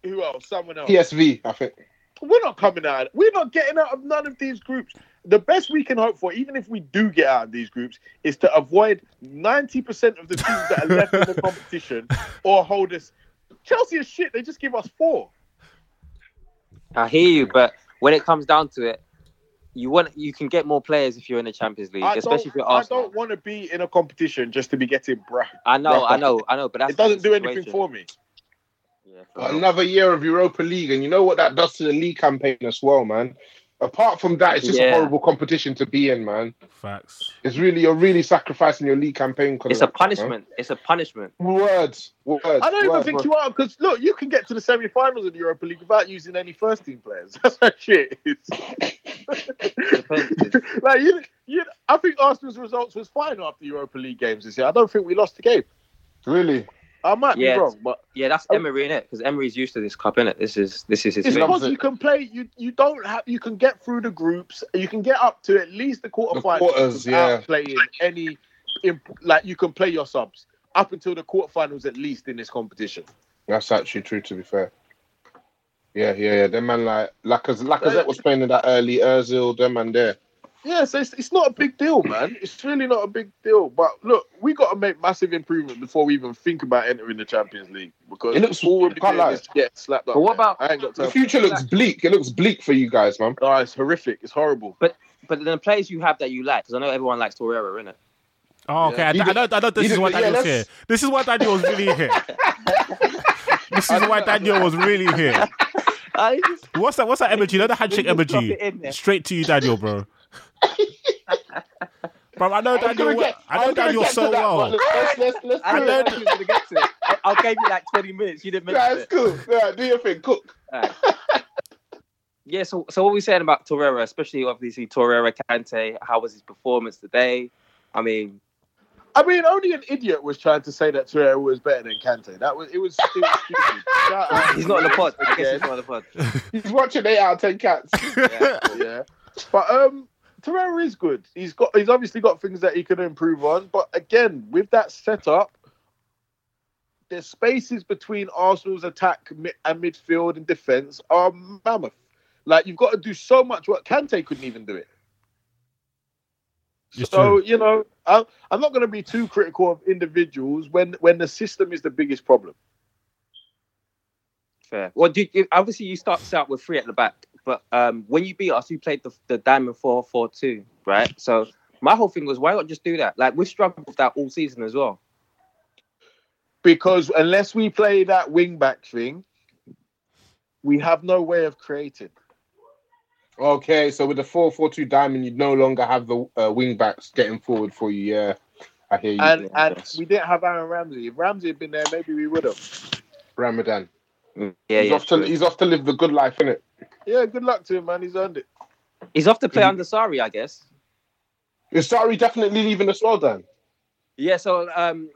[SPEAKER 3] who else? Someone else.
[SPEAKER 2] PSV. I think.
[SPEAKER 3] We're not coming out. We're not getting out of none of these groups. The best we can hope for, even if we do get out of these groups, is to avoid 90% of the teams that are left in the competition or hold us. Chelsea is shit. They just give us four.
[SPEAKER 4] I hear you, but when it comes down to it, you want you can get more players if you're in the Champions League,
[SPEAKER 3] I don't,
[SPEAKER 4] especially if you're
[SPEAKER 3] I
[SPEAKER 4] Arsenal. I,
[SPEAKER 3] don't want to be in a competition just to be getting bruh.
[SPEAKER 4] know, I know, I know, but that's
[SPEAKER 3] It doesn't
[SPEAKER 4] the
[SPEAKER 3] do anything
[SPEAKER 4] situation.
[SPEAKER 3] for me.
[SPEAKER 4] Yeah, for real.
[SPEAKER 2] Another year of Europa League, and you know what that does to the league campaign as well, man. Apart from that, it's just a
[SPEAKER 4] Yeah.
[SPEAKER 2] horrible competition to be in, man.
[SPEAKER 5] Facts.
[SPEAKER 2] It's really you're really sacrificing your league campaign. 'cause
[SPEAKER 4] It's a
[SPEAKER 2] of that, man.
[SPEAKER 4] punishment. It's a punishment.
[SPEAKER 2] Words, words.
[SPEAKER 3] I don't even
[SPEAKER 2] words,
[SPEAKER 3] think
[SPEAKER 2] words.
[SPEAKER 3] you are because look, you can get to the semi-finals of the Europa League without using any first-team players. That's how shit it is.
[SPEAKER 4] Depends.
[SPEAKER 3] like you, you, I think Arsenal's results was fine after Europa League games this year. I don't think we lost the game.
[SPEAKER 2] really.
[SPEAKER 3] I might
[SPEAKER 4] Yes.
[SPEAKER 3] be wrong, but
[SPEAKER 4] yeah, that's Emery in it because Emery's used to this cup, innit? This is this is his
[SPEAKER 3] it's
[SPEAKER 2] Yeah.
[SPEAKER 4] thing.
[SPEAKER 3] because you can play. You you don't have. You can get through the groups. You can get up to at least the quarterfinals
[SPEAKER 2] quarters,
[SPEAKER 3] without
[SPEAKER 2] yeah.
[SPEAKER 3] playing any. imp- Like you can play your subs up until the quarterfinals at least in this competition.
[SPEAKER 2] That's actually true. To be fair, yeah, yeah, yeah. Them man like Lacaz- Lacazette was playing in that early Özil. Them man there.
[SPEAKER 3] Yeah, so it's, it's not a big deal, man. It's really not a big deal. But look, we got to make massive improvement before we even think about entering the Champions League because
[SPEAKER 2] It looks-
[SPEAKER 3] all we're
[SPEAKER 2] can't
[SPEAKER 3] doing
[SPEAKER 2] lie.
[SPEAKER 3] is get slapped up.
[SPEAKER 4] But what
[SPEAKER 3] man.
[SPEAKER 4] about-
[SPEAKER 3] I ain't got
[SPEAKER 2] The
[SPEAKER 3] time.
[SPEAKER 2] future looks bleak. It looks bleak for you guys, man.
[SPEAKER 3] Oh, it's horrific. It's horrible.
[SPEAKER 4] But then the players you have that you like, because I know everyone likes Torreira, innit?
[SPEAKER 5] Oh, okay. I,
[SPEAKER 2] Yeah.
[SPEAKER 5] I know. I know. This
[SPEAKER 2] Either-
[SPEAKER 5] is what
[SPEAKER 2] yeah,
[SPEAKER 5] Daniel's
[SPEAKER 2] let's-
[SPEAKER 5] here. This is what Daniel's really here. This is why Daniel was really here.
[SPEAKER 4] I Ah, just
[SPEAKER 5] What's that? What's that emoji? You know the handshake
[SPEAKER 4] Just drop it in
[SPEAKER 5] emoji.
[SPEAKER 4] there.
[SPEAKER 5] Straight to you, Daniel, bro. bro, I know Daniel. well- I know Daniel so well.
[SPEAKER 2] Let's, let's, let's
[SPEAKER 4] I
[SPEAKER 2] do it.
[SPEAKER 4] don't know to get to it. I, I gave you like 20 minutes. You didn't
[SPEAKER 2] Yeah,
[SPEAKER 4] mention
[SPEAKER 2] it's
[SPEAKER 4] it.
[SPEAKER 2] cool. Yeah, do your thing. Cook.
[SPEAKER 4] Alright. yeah, so so what we saying about Torreira, especially obviously Torreira Kante, how was his performance today? I mean,
[SPEAKER 3] I mean, only an idiot was trying to say that Torreira was better than Kante. That was it was, it was stupid. Shout out
[SPEAKER 4] he's
[SPEAKER 3] to
[SPEAKER 4] not in the
[SPEAKER 3] him
[SPEAKER 4] pod. I guess
[SPEAKER 3] again.
[SPEAKER 4] he's not in the pod.
[SPEAKER 2] He's watching eight out of ten cats.
[SPEAKER 4] Yeah.
[SPEAKER 3] yeah. But um Torreira is good. He's got he's obviously got things that he can improve on. But again, with that setup, the spaces between Arsenal's attack mi- and midfield and defence are mammoth. Like you've got to do so much work. Kante couldn't even do it.
[SPEAKER 5] It's
[SPEAKER 3] so
[SPEAKER 5] true.
[SPEAKER 3] you know, I'm, I'm not going to be too critical of individuals when when the system is the biggest problem.
[SPEAKER 4] Fair. Well, do you, obviously you starts out with three at the back, but um, when you beat us, you played the, the diamond four four two, right? So my whole thing was, why not just do that? Like we've struggled with that all season as well.
[SPEAKER 3] because unless we play that wing back thing, we have no way of creating.
[SPEAKER 2] Okay, so with the four four two diamond, you no longer have the uh, wing backs getting forward for you. Yeah, I hear you.
[SPEAKER 3] And
[SPEAKER 4] Yeah,
[SPEAKER 3] and
[SPEAKER 4] yes.
[SPEAKER 3] we didn't have Aaron Ramsey. If Ramsey had been there, maybe we would have.
[SPEAKER 2] Ramadan.
[SPEAKER 4] Yeah, yeah.
[SPEAKER 2] he's off to
[SPEAKER 4] true.
[SPEAKER 2] he's off to live the good life, innit?
[SPEAKER 3] Yeah, good luck to him, man. He's earned it.
[SPEAKER 4] He's off to play under Sari, I guess.
[SPEAKER 2] Is Sari definitely leaving us well then?
[SPEAKER 4] Yeah, so um,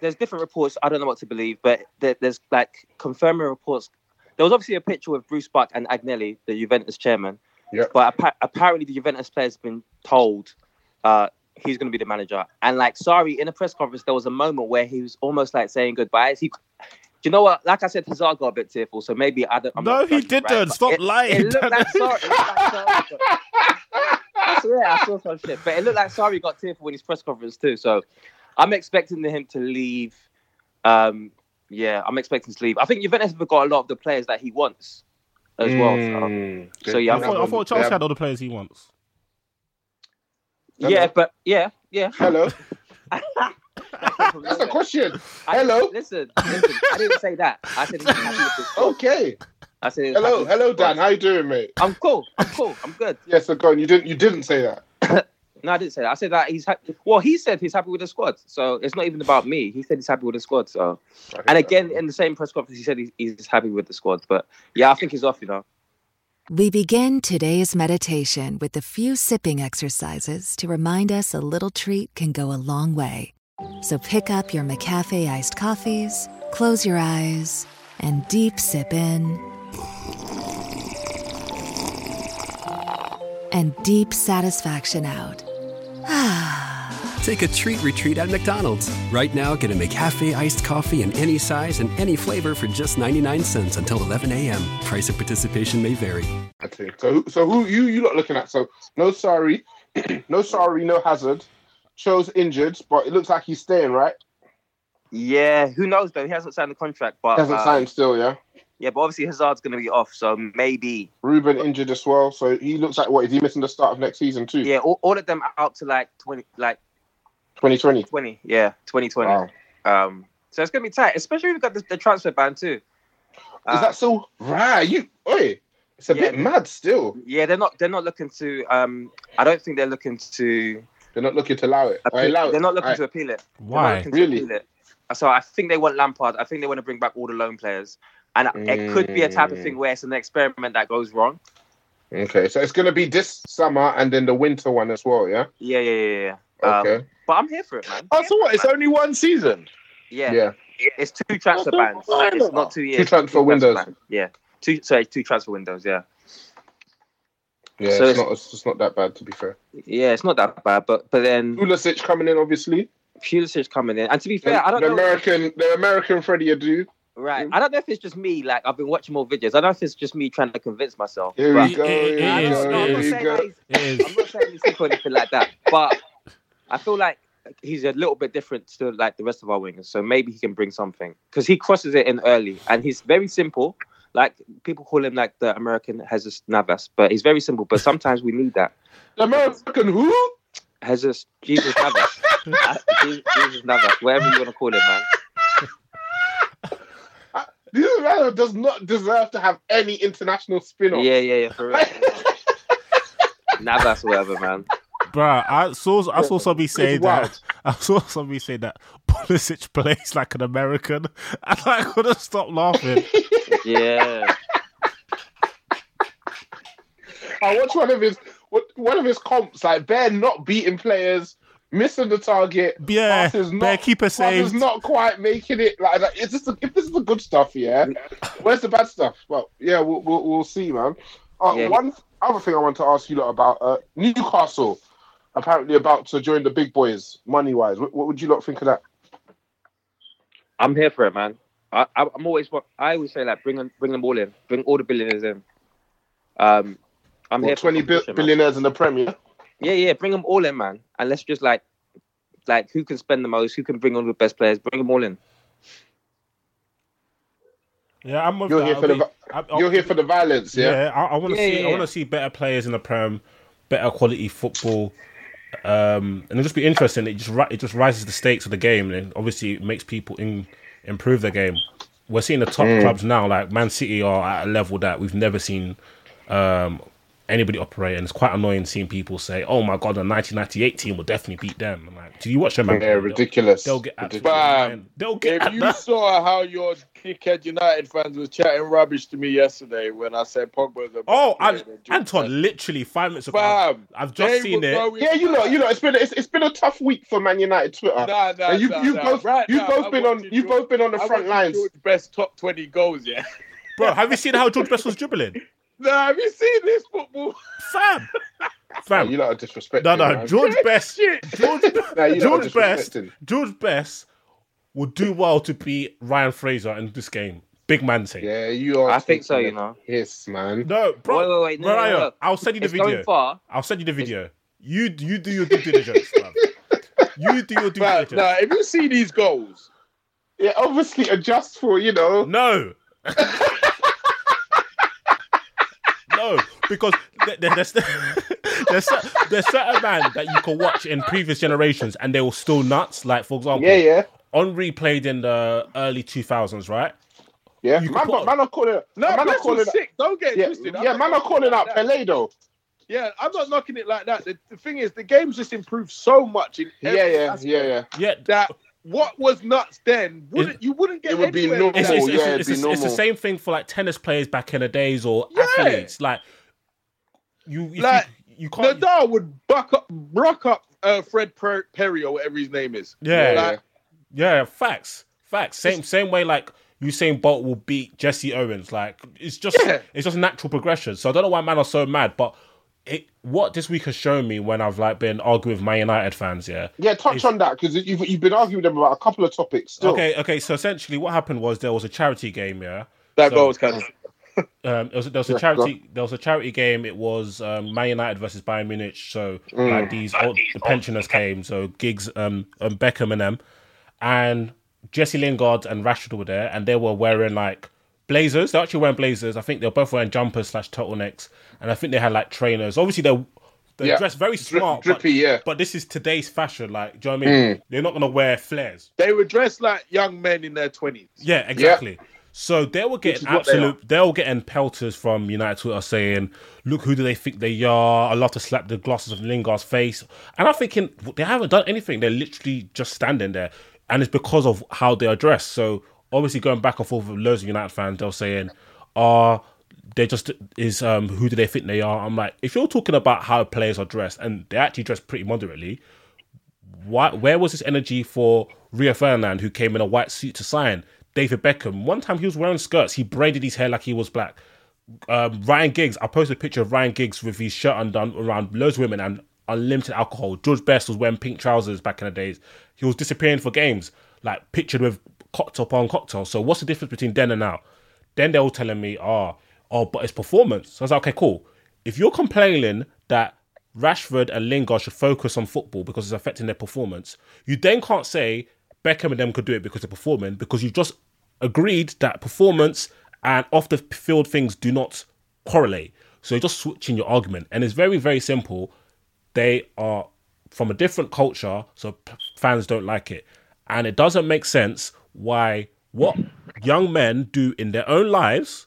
[SPEAKER 4] there's different reports. I don't know what to believe, but there, there's like confirming reports. There was obviously a picture with Bruce Buck and Agnelli, the Juventus chairman.
[SPEAKER 2] Yeah.
[SPEAKER 4] But appa- apparently, the Juventus player has been told uh, he's going to be the manager. And like, sorry, in a press conference, there was a moment where he was almost like saying goodbyes. He, do you know what? Like I said, Hazard got a bit tearful, so maybe I don't. I'm
[SPEAKER 5] No,
[SPEAKER 4] not
[SPEAKER 5] he
[SPEAKER 4] judging,
[SPEAKER 5] didn't.
[SPEAKER 4] but
[SPEAKER 5] Stop
[SPEAKER 4] it-
[SPEAKER 5] lying.
[SPEAKER 4] It looked like sorry. It looked like sorry got- I swear, I saw some shit. But it looked like Sari got tearful in his press conference too. So I'm expecting him to leave. Um, yeah, I'm expecting to leave. I think Juventus have got a lot of the players that he wants as well.
[SPEAKER 2] Mm.
[SPEAKER 4] So, so
[SPEAKER 5] I
[SPEAKER 4] yeah, I'm-
[SPEAKER 5] thought, I thought Chelsea
[SPEAKER 2] Yeah.
[SPEAKER 5] had all the players he wants.
[SPEAKER 2] Hello?
[SPEAKER 4] yeah, but yeah, yeah.
[SPEAKER 2] Hello, that's a question.
[SPEAKER 4] I-
[SPEAKER 2] Hello?
[SPEAKER 4] listen, listen, I didn't say that. I said, he's happy with his job.
[SPEAKER 2] Okay.
[SPEAKER 4] I said, he's happy
[SPEAKER 2] Hello,
[SPEAKER 4] with
[SPEAKER 2] hello,
[SPEAKER 4] his
[SPEAKER 2] Dan.
[SPEAKER 4] job.
[SPEAKER 2] How you doing, mate?
[SPEAKER 4] I'm cool. I'm cool. I'm good.
[SPEAKER 2] Yes, so go on. You didn't. You didn't say that.
[SPEAKER 4] No, I didn't say that. I said that he's happy. Well, he said he's happy with the squad. So it's not even about me. He said he's happy with the squad. So And again, in the same press conference, he said he's, he's happy with the squad. But yeah, I think he's off, you know.
[SPEAKER 6] We begin today's meditation with a few sipping exercises to remind us a little treat can go a long way. So pick up your McCafe iced coffees, close your eyes, and deep sip in. And deep satisfaction out.
[SPEAKER 7] Take a treat retreat at McDonald's. Right now, get a McCafe iced coffee in any size and any flavor for just 99 cents until 11 a.m. Price of participation may vary.
[SPEAKER 2] Okay, So, who- so who you you lot looking at? So, no sorry, no sorry, no hazard. Cho's injured, but it looks like he's staying, right?
[SPEAKER 4] Yeah, who knows though? He hasn't signed the contract, but
[SPEAKER 2] Hasn't
[SPEAKER 4] uh,
[SPEAKER 2] signed still, yeah.
[SPEAKER 4] yeah, but obviously Hazard's going to be off, so maybe
[SPEAKER 2] Ruben injured as well, so he looks like what is he missing the start of next season too?
[SPEAKER 4] yeah, all, all of them out to like twenty, like
[SPEAKER 2] Twenty twenty.
[SPEAKER 4] twenty, yeah, twenty twenty.
[SPEAKER 2] Wow.
[SPEAKER 4] Um, so it's going to be tight, especially if we've got the, the transfer ban too.
[SPEAKER 2] Is
[SPEAKER 4] Uh,
[SPEAKER 2] that still right? You, oi, it's a
[SPEAKER 4] Yeah.
[SPEAKER 2] bit mad still.
[SPEAKER 4] yeah, they're not they're not looking to. Um, I don't think they're looking to.
[SPEAKER 2] They're not looking to allow it.
[SPEAKER 4] Appeal,
[SPEAKER 2] Oi, allow it.
[SPEAKER 4] they're not looking
[SPEAKER 2] Aye.
[SPEAKER 4] to appeal it. They're not
[SPEAKER 5] Why?
[SPEAKER 4] looking
[SPEAKER 2] Really?
[SPEAKER 4] appeal it. So I think they want Lampard. I think they want to bring back all the loan players, and it could be a type of
[SPEAKER 2] Mm.
[SPEAKER 4] thing where it's an experiment that goes wrong.
[SPEAKER 2] Okay, so it's gonna be this summer and then the winter one as well, yeah.
[SPEAKER 4] Yeah, yeah, yeah, yeah. Um,
[SPEAKER 2] Okay.
[SPEAKER 4] But I'm here for it, man.
[SPEAKER 3] Oh, so what? It's only one season.
[SPEAKER 4] Yeah,
[SPEAKER 2] yeah.
[SPEAKER 4] it's two transfer
[SPEAKER 3] That's all
[SPEAKER 4] bans.
[SPEAKER 3] fine,
[SPEAKER 4] It's
[SPEAKER 3] man.
[SPEAKER 4] not two years.
[SPEAKER 2] transfer windows.
[SPEAKER 4] bans. Yeah, two. Sorry, two transfer windows. Yeah,
[SPEAKER 2] Yeah. it's,
[SPEAKER 4] So it's-
[SPEAKER 2] not. It's just not that bad to be fair.
[SPEAKER 4] yeah. It's not that bad, but but then
[SPEAKER 2] Pulisic coming in, obviously.
[SPEAKER 4] Pulisic coming in, and to be
[SPEAKER 2] The-
[SPEAKER 4] fair, I don't
[SPEAKER 2] the
[SPEAKER 4] know.
[SPEAKER 2] American, the American Freddie Adu.
[SPEAKER 4] Right, I don't know if it's just me. Like I've been watching more videos. I don't know if it's just me trying to convince myself.
[SPEAKER 2] Here
[SPEAKER 4] but-
[SPEAKER 2] we go.
[SPEAKER 5] It- it-
[SPEAKER 2] Here
[SPEAKER 4] I'm
[SPEAKER 2] we
[SPEAKER 5] it
[SPEAKER 4] not-
[SPEAKER 5] is,
[SPEAKER 2] go.
[SPEAKER 4] no, I'm
[SPEAKER 2] Here
[SPEAKER 4] not
[SPEAKER 2] we
[SPEAKER 4] saying
[SPEAKER 2] go.
[SPEAKER 4] that he's-
[SPEAKER 5] It is.
[SPEAKER 4] I'm not saying he's sick or anything like that, but I feel like he's a little bit different to like the rest of our wingers. So maybe he can bring something because he crosses it in early and he's very simple. Like people call him like the American Jesus Navas, but he's very simple. But sometimes we need that
[SPEAKER 2] The American who?
[SPEAKER 4] Jesus Jesus Navas, Uh, Jesus, Jesus Navas, whatever you want to call him, man.
[SPEAKER 2] These are Delano does not deserve to have any international spin off.
[SPEAKER 4] Yeah, yeah, yeah. For real. nah, that's whatever, man.
[SPEAKER 5] Bruh, I saw I saw somebody say
[SPEAKER 2] It's
[SPEAKER 5] that
[SPEAKER 2] wild.
[SPEAKER 5] I saw somebody say that Pulisic plays like an American, and I couldn't stop laughing.
[SPEAKER 4] Yeah.
[SPEAKER 2] I watched one of his what- one of his comps, like Bear not beating players, missing the target.
[SPEAKER 5] Yeah,
[SPEAKER 2] passes
[SPEAKER 5] Bear keeper
[SPEAKER 2] passes
[SPEAKER 5] saved.
[SPEAKER 2] not quite making it. Like, like is this the, if this is the good stuff? Yeah, where's the bad stuff? Well, yeah, we'll we'll, we'll see, man. Uh,
[SPEAKER 4] Yeah.
[SPEAKER 2] One other thing I want to ask you lot about uh, Newcastle, apparently about to join the big boys money wise. What, what would you lot think of that?
[SPEAKER 4] I'm here for it, man. I, I, I'm always, wa- I always say like, bring them, bring them all in, bring all the billionaires in. Um, I'm here
[SPEAKER 2] What,
[SPEAKER 4] for
[SPEAKER 2] Twenty bi-
[SPEAKER 4] competition, man.
[SPEAKER 2] billionaires in the Premier.
[SPEAKER 4] Yeah, yeah, bring them all in, man. And let's just like, like who can spend the most, who can bring all the best players, bring them all in.
[SPEAKER 5] Yeah, I'm with
[SPEAKER 2] You're
[SPEAKER 5] that.
[SPEAKER 2] here for
[SPEAKER 5] I'll
[SPEAKER 2] the
[SPEAKER 5] be- I'll-
[SPEAKER 2] You're here for the violence, yeah.
[SPEAKER 5] Oh. Yeah, I, I want to
[SPEAKER 4] Yeah,
[SPEAKER 5] see.
[SPEAKER 4] yeah,
[SPEAKER 5] I
[SPEAKER 4] yeah.
[SPEAKER 5] want to see better players in the prem, better quality football, um, and it'll just be interesting. It just ri- it just rises the stakes of the game, and obviously it makes people in, improve their game. We're seeing the top
[SPEAKER 2] Mm.
[SPEAKER 5] clubs now, like Man City, are at a level that we've never seen um, anybody operate, and it's quite annoying seeing people say, "Oh my god, the 1998 team will definitely beat them." I'm like, do you watch them? man?
[SPEAKER 2] Yeah, ridiculous.
[SPEAKER 5] They'll, they'll get absolutely.
[SPEAKER 3] Ridiculous.
[SPEAKER 5] man. They'll get.
[SPEAKER 3] If you saw how your dickhead United fans was chatting rubbish to me yesterday when I said Pogba's a
[SPEAKER 5] Oh,
[SPEAKER 3] Yeah,
[SPEAKER 5] I,
[SPEAKER 3] they do.
[SPEAKER 5] Anton! Literally five minutes ago,
[SPEAKER 3] Fam,
[SPEAKER 5] I've
[SPEAKER 3] They
[SPEAKER 5] just
[SPEAKER 3] were
[SPEAKER 5] seen it.
[SPEAKER 3] going-
[SPEAKER 2] Yeah, you know, you know, it's been it's, it's been a tough week for Man United Twitter.
[SPEAKER 3] Nah, nah,
[SPEAKER 2] And you
[SPEAKER 3] nah,
[SPEAKER 2] you
[SPEAKER 3] nah.
[SPEAKER 2] both
[SPEAKER 3] Right
[SPEAKER 2] you
[SPEAKER 3] now, I
[SPEAKER 2] both been on
[SPEAKER 3] wanted
[SPEAKER 2] you
[SPEAKER 3] George-
[SPEAKER 2] both been on the
[SPEAKER 3] I
[SPEAKER 2] front
[SPEAKER 3] wanted
[SPEAKER 2] lines.
[SPEAKER 3] George Best top twenty goals, yeah.
[SPEAKER 5] Bro, have you seen how George Best was dribbling?
[SPEAKER 3] Nah, have you seen this football?
[SPEAKER 5] Fam,
[SPEAKER 2] You
[SPEAKER 5] fam.
[SPEAKER 2] lot are disrespecting.
[SPEAKER 5] No, no,
[SPEAKER 2] man.
[SPEAKER 5] George Best,
[SPEAKER 3] Shit.
[SPEAKER 5] George,
[SPEAKER 2] Nah, you lot are
[SPEAKER 5] George Best,
[SPEAKER 2] disrespecting.
[SPEAKER 5] George Best would do well to beat Ryan Fraser in this game. Big man thing.
[SPEAKER 2] Yeah, you are.
[SPEAKER 4] I think so,
[SPEAKER 2] taking
[SPEAKER 4] you know.
[SPEAKER 2] a piss, man.
[SPEAKER 5] No, bro.
[SPEAKER 4] Wait, wait, wait, no, no,
[SPEAKER 5] Mariah,
[SPEAKER 4] no.
[SPEAKER 5] I'll send you the
[SPEAKER 4] It's
[SPEAKER 5] video.
[SPEAKER 4] going far.
[SPEAKER 5] I'll send you the video. You you do your due diligence, fam. You do your due
[SPEAKER 3] Nah,
[SPEAKER 5] diligence.
[SPEAKER 3] nah, if you see these goals,
[SPEAKER 2] Yeah, obviously adjust for you know.
[SPEAKER 5] No. no, because th- th- there's, there's, cer- there's certain man that you can watch in previous generations and they were still nuts. Like, for example,
[SPEAKER 2] Yeah, yeah,
[SPEAKER 5] Henri played in the early 2000s, right?
[SPEAKER 2] yeah.
[SPEAKER 5] You
[SPEAKER 2] Man,
[SPEAKER 5] could put-
[SPEAKER 2] man, are calling.
[SPEAKER 3] no,
[SPEAKER 2] man, are
[SPEAKER 3] Best
[SPEAKER 2] calling.
[SPEAKER 3] was sick. Don't get it
[SPEAKER 2] Yeah,
[SPEAKER 3] twisted. I'm
[SPEAKER 2] yeah,
[SPEAKER 3] not
[SPEAKER 2] man, are
[SPEAKER 3] knocking it
[SPEAKER 2] calling
[SPEAKER 3] like
[SPEAKER 2] out
[SPEAKER 3] that.
[SPEAKER 2] Pele though.
[SPEAKER 3] Yeah, I'm not knocking it like that. The, the thing is, the game's just improved so much in
[SPEAKER 2] Yeah,
[SPEAKER 3] every
[SPEAKER 2] yeah,
[SPEAKER 3] aspect
[SPEAKER 2] yeah, yeah.
[SPEAKER 5] Yeah.
[SPEAKER 3] that what was nuts then wouldn't you wouldn't get
[SPEAKER 2] It would be
[SPEAKER 3] anywhere
[SPEAKER 2] normal,
[SPEAKER 5] It's,
[SPEAKER 3] now.
[SPEAKER 5] it's,
[SPEAKER 2] Oh, yeah,
[SPEAKER 5] it's,
[SPEAKER 2] it'd
[SPEAKER 5] it's,
[SPEAKER 2] be
[SPEAKER 5] it's the
[SPEAKER 2] normal.
[SPEAKER 5] same thing for like tennis players back in the days or
[SPEAKER 3] Yeah.
[SPEAKER 5] athletes. Like, you, if
[SPEAKER 3] Like,
[SPEAKER 5] you, you can't.
[SPEAKER 3] Nadal would buck up, rock up uh, Fred per- Perry or whatever his name is.
[SPEAKER 5] Yeah.
[SPEAKER 3] Like,
[SPEAKER 5] Yeah, facts, facts. Same same way like Usain Bolt will beat Jesse Owens. Like it's just
[SPEAKER 3] Yeah.
[SPEAKER 5] it's just natural progression. So I don't know why man are so mad, but it what this week has shown me when I've like been arguing with my United fans. Yeah.
[SPEAKER 2] Yeah, touch
[SPEAKER 5] It's-
[SPEAKER 2] on that because you've you've been arguing with them about a couple of topics. Still.
[SPEAKER 5] Okay, okay. So essentially, what happened was there was a charity game. Yeah.
[SPEAKER 3] that
[SPEAKER 5] So-
[SPEAKER 3] goal was kind of
[SPEAKER 5] Um, there was, there was a
[SPEAKER 2] Yeah,
[SPEAKER 5] charity. There was a charity game. It was um, Man United versus Bayern Munich. So
[SPEAKER 2] Mm.
[SPEAKER 5] like these old, the pensioners came. So gigs, um, and Beckham and them, and Jesse Lingard and Rashford were there, and they were wearing like blazers. They're actually wearing blazers. I think they were both wearing jumpers slash turtlenecks, and I think they had like trainers. Obviously they they
[SPEAKER 2] Yeah.
[SPEAKER 5] dressed very
[SPEAKER 2] Dri-
[SPEAKER 5] smart,
[SPEAKER 2] drippy,
[SPEAKER 5] but,
[SPEAKER 2] yeah. Mm.
[SPEAKER 5] But this is today's fashion. Like, do you know what I mean? They're not gonna wear flares.
[SPEAKER 3] they were dressed like young men in their twenties.
[SPEAKER 5] Yeah, exactly. So they were
[SPEAKER 3] is
[SPEAKER 5] getting
[SPEAKER 3] what they
[SPEAKER 5] absolute. They, were getting pelters from United Twitter saying, "Look, who do they think they are?" I love to slap the glasses of Lingard's face, and I'm thinking they haven't done anything. They're literally just standing there, and it's because of how they are dressed. So obviously, going back and forth with loads of United fans, they're saying, "Ah." they just is um who do they think they are? I'm like, if you're talking about how players are dressed and they actually dress pretty moderately, why, where was this energy for Rio Ferdinand, who came in a white suit to sign? David Beckham. One time he was wearing skirts. He braided his hair like he was black. Um, Ryan Giggs. I posted a picture of Ryan Giggs with his shirt undone around loads of women and unlimited alcohol. George Best was wearing pink trousers back in the days. He was disappearing for games, like pictured with cocktail upon cocktail. So what's the difference between then and now? Then they were telling me, oh, oh, but it's performance. So I was like, okay, cool. If you're complaining that Rashford and Lingard should focus on football because it's affecting their performance, you then can't say Beckham and them could do it because they're performing because you just agreed that performance and off the field things do not correlate. So you're just switching your argument. And it's very, very simple. They are from a different culture, so p- fans don't like it. And it doesn't make sense why what young men do in their own lives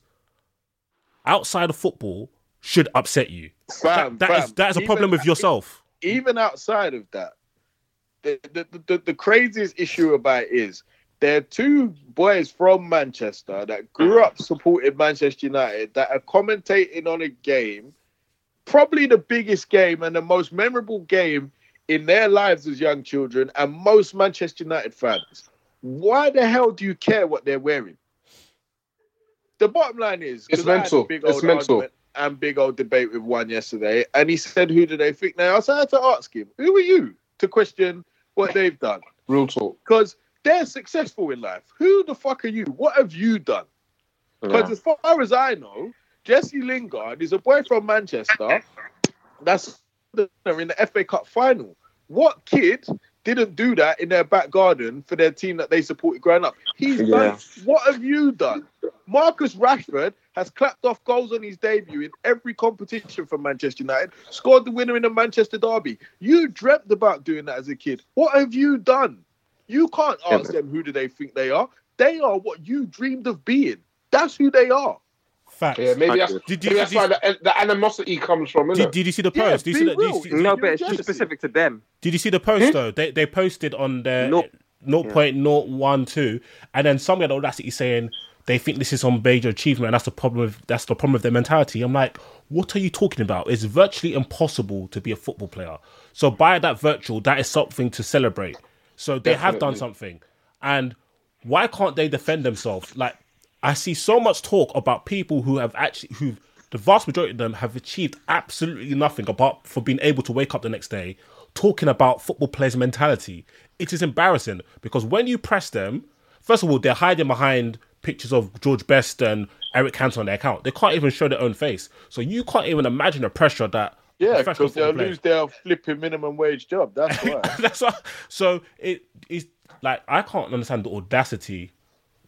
[SPEAKER 5] outside of football should upset you.
[SPEAKER 3] Fam,
[SPEAKER 5] That
[SPEAKER 3] fam,
[SPEAKER 5] is that is a
[SPEAKER 3] even-
[SPEAKER 5] problem with yourself.
[SPEAKER 3] even outside of that, the the, the, the the craziest issue about it is there are two boys from Manchester that grew up supporting Manchester United that are commentating on a game, probably the biggest game and the most memorable game in their lives as young children, and most Manchester United fans. Why the hell do you care what they're wearing? The bottom line is 'cause
[SPEAKER 2] It's
[SPEAKER 3] I had a
[SPEAKER 2] mental.
[SPEAKER 3] big
[SPEAKER 2] It's
[SPEAKER 3] old
[SPEAKER 2] mental.
[SPEAKER 3] argument and big old debate with one yesterday, and he said, "Who do they think?" Now I said, "I had to ask him, who are you to question what they've done?
[SPEAKER 2] Real talk.
[SPEAKER 3] Because they're successful in life. Who the fuck are you? What have you done?" Because as far as I know, Jesse Lingard is a boy from Manchester. That's the winner in the FA Cup final. What kid didn't do that in their back garden for their team that they supported growing up? He's
[SPEAKER 4] Yeah.
[SPEAKER 3] done. What have you done? Marcus Rashford has clapped off goals on his debut in every competition for Manchester United. Scored the winner in the Manchester derby. You dreamt about doing that as a kid. What have you done? You can't ask them who do they think they are. They are what you dreamed of being. That's who they are.
[SPEAKER 5] Facts.
[SPEAKER 2] Yeah, maybe that's,
[SPEAKER 5] Did you-
[SPEAKER 2] maybe that's
[SPEAKER 5] did you-
[SPEAKER 2] where the, the animosity comes from, isn't
[SPEAKER 5] Did,
[SPEAKER 2] it?
[SPEAKER 5] did you see the
[SPEAKER 3] Yeah,
[SPEAKER 5] post? did, you see
[SPEAKER 3] be
[SPEAKER 5] the, did, you
[SPEAKER 3] real.
[SPEAKER 5] see,
[SPEAKER 4] No, but it's
[SPEAKER 3] You're
[SPEAKER 4] too
[SPEAKER 3] Chelsea.
[SPEAKER 4] specific to them.
[SPEAKER 5] did you see the post though? They they posted on their
[SPEAKER 4] Nope.
[SPEAKER 5] 0.012 and then some had the audacity saying they think this is some major achievement and that's the problem with that's the problem with their mentality. I'm like, what are you talking about? It's virtually impossible to be a football player. So by that virtual, that is something to celebrate. So they have done something. And why can't they defend themselves? Like I see so much talk about people who have actually who the vast majority of them have achieved absolutely nothing apart from being able to wake up the next day talking about football players' mentality. It is embarrassing because when you press them, first of all, they're hiding behind pictures of George Best and Eric Cantona on their account. They can't even show their own face. So you can't even imagine the pressure that
[SPEAKER 3] Yeah,
[SPEAKER 5] professional
[SPEAKER 3] because they'll
[SPEAKER 5] football players-
[SPEAKER 3] lose their flipping minimum wage job. That's why.
[SPEAKER 5] that's why. So it is like I can't understand the audacity.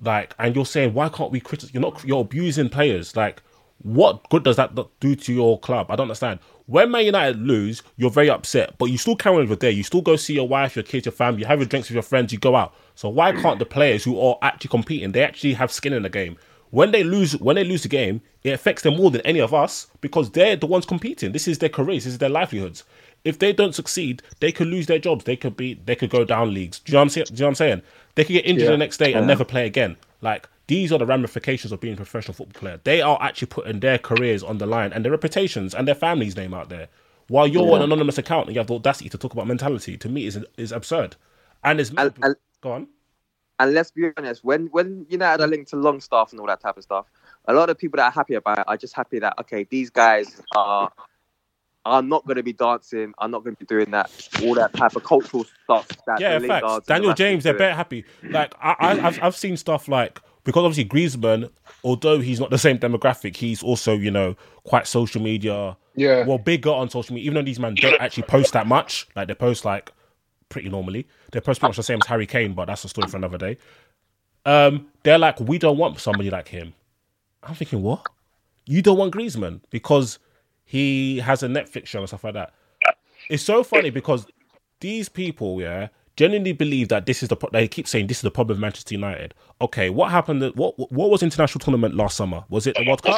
[SPEAKER 5] Like, and you're saying why can't we criticize? You're not. You're abusing players. Like, what good does that do to your club? I don't understand. When Man United lose, you're very upset, but you still carry on with your day. You still go see your wife, your kids, your family. You have your drinks with your friends. You go out. So why can't the players who are actually competing, they actually have skin in the game? When they lose, when they lose the game, it affects them more than any of us because they're the ones competing. This is their careers. This is their livelihoods if they don't succeed, they could lose their jobs. They could be they could go down leagues. Do you know what I'm saying? Do you know what I'm saying? They could get injured the next day and never play again. Like these are the ramifications of being a professional football player. They are actually putting their careers on the line and their reputations and their family's name out there. While you're an anonymous account and you have the audacity to talk about mentality, to me is is absurd. And it's
[SPEAKER 4] And- and-
[SPEAKER 5] go on.
[SPEAKER 4] And let's be honest, when when United are linked to Longstaff and all that type of stuff, a lot of people that are happy about it are just happy that okay, these guys are are not going to be dancing, are not going to be doing that, all that type of cultural stuff. That
[SPEAKER 5] Yeah,
[SPEAKER 4] the Lingards and
[SPEAKER 5] facts.
[SPEAKER 4] the
[SPEAKER 5] Daniel
[SPEAKER 4] Rashfords
[SPEAKER 5] James, they're
[SPEAKER 4] do.
[SPEAKER 5] better happy. Like I, I, I've, I've seen stuff like because obviously Griezmann, although he's not the same demographic, he's also you know quite social media.
[SPEAKER 2] Yeah.
[SPEAKER 5] Well, bigger on social media, even though these men don't actually post that much. Like they post like pretty normally. They post pretty much the same as Harry Kane, but that's a story for another day. Um, they're like, we don't want somebody like him. I'm thinking, what? You don't want Griezmann because he has a Netflix show and stuff like that. It's so funny because these people, yeah, genuinely believe that this is the. Pro- they keep saying this is the problem with Manchester United. Okay, what happened? that- What what was international tournament last summer? Was it the World Cup?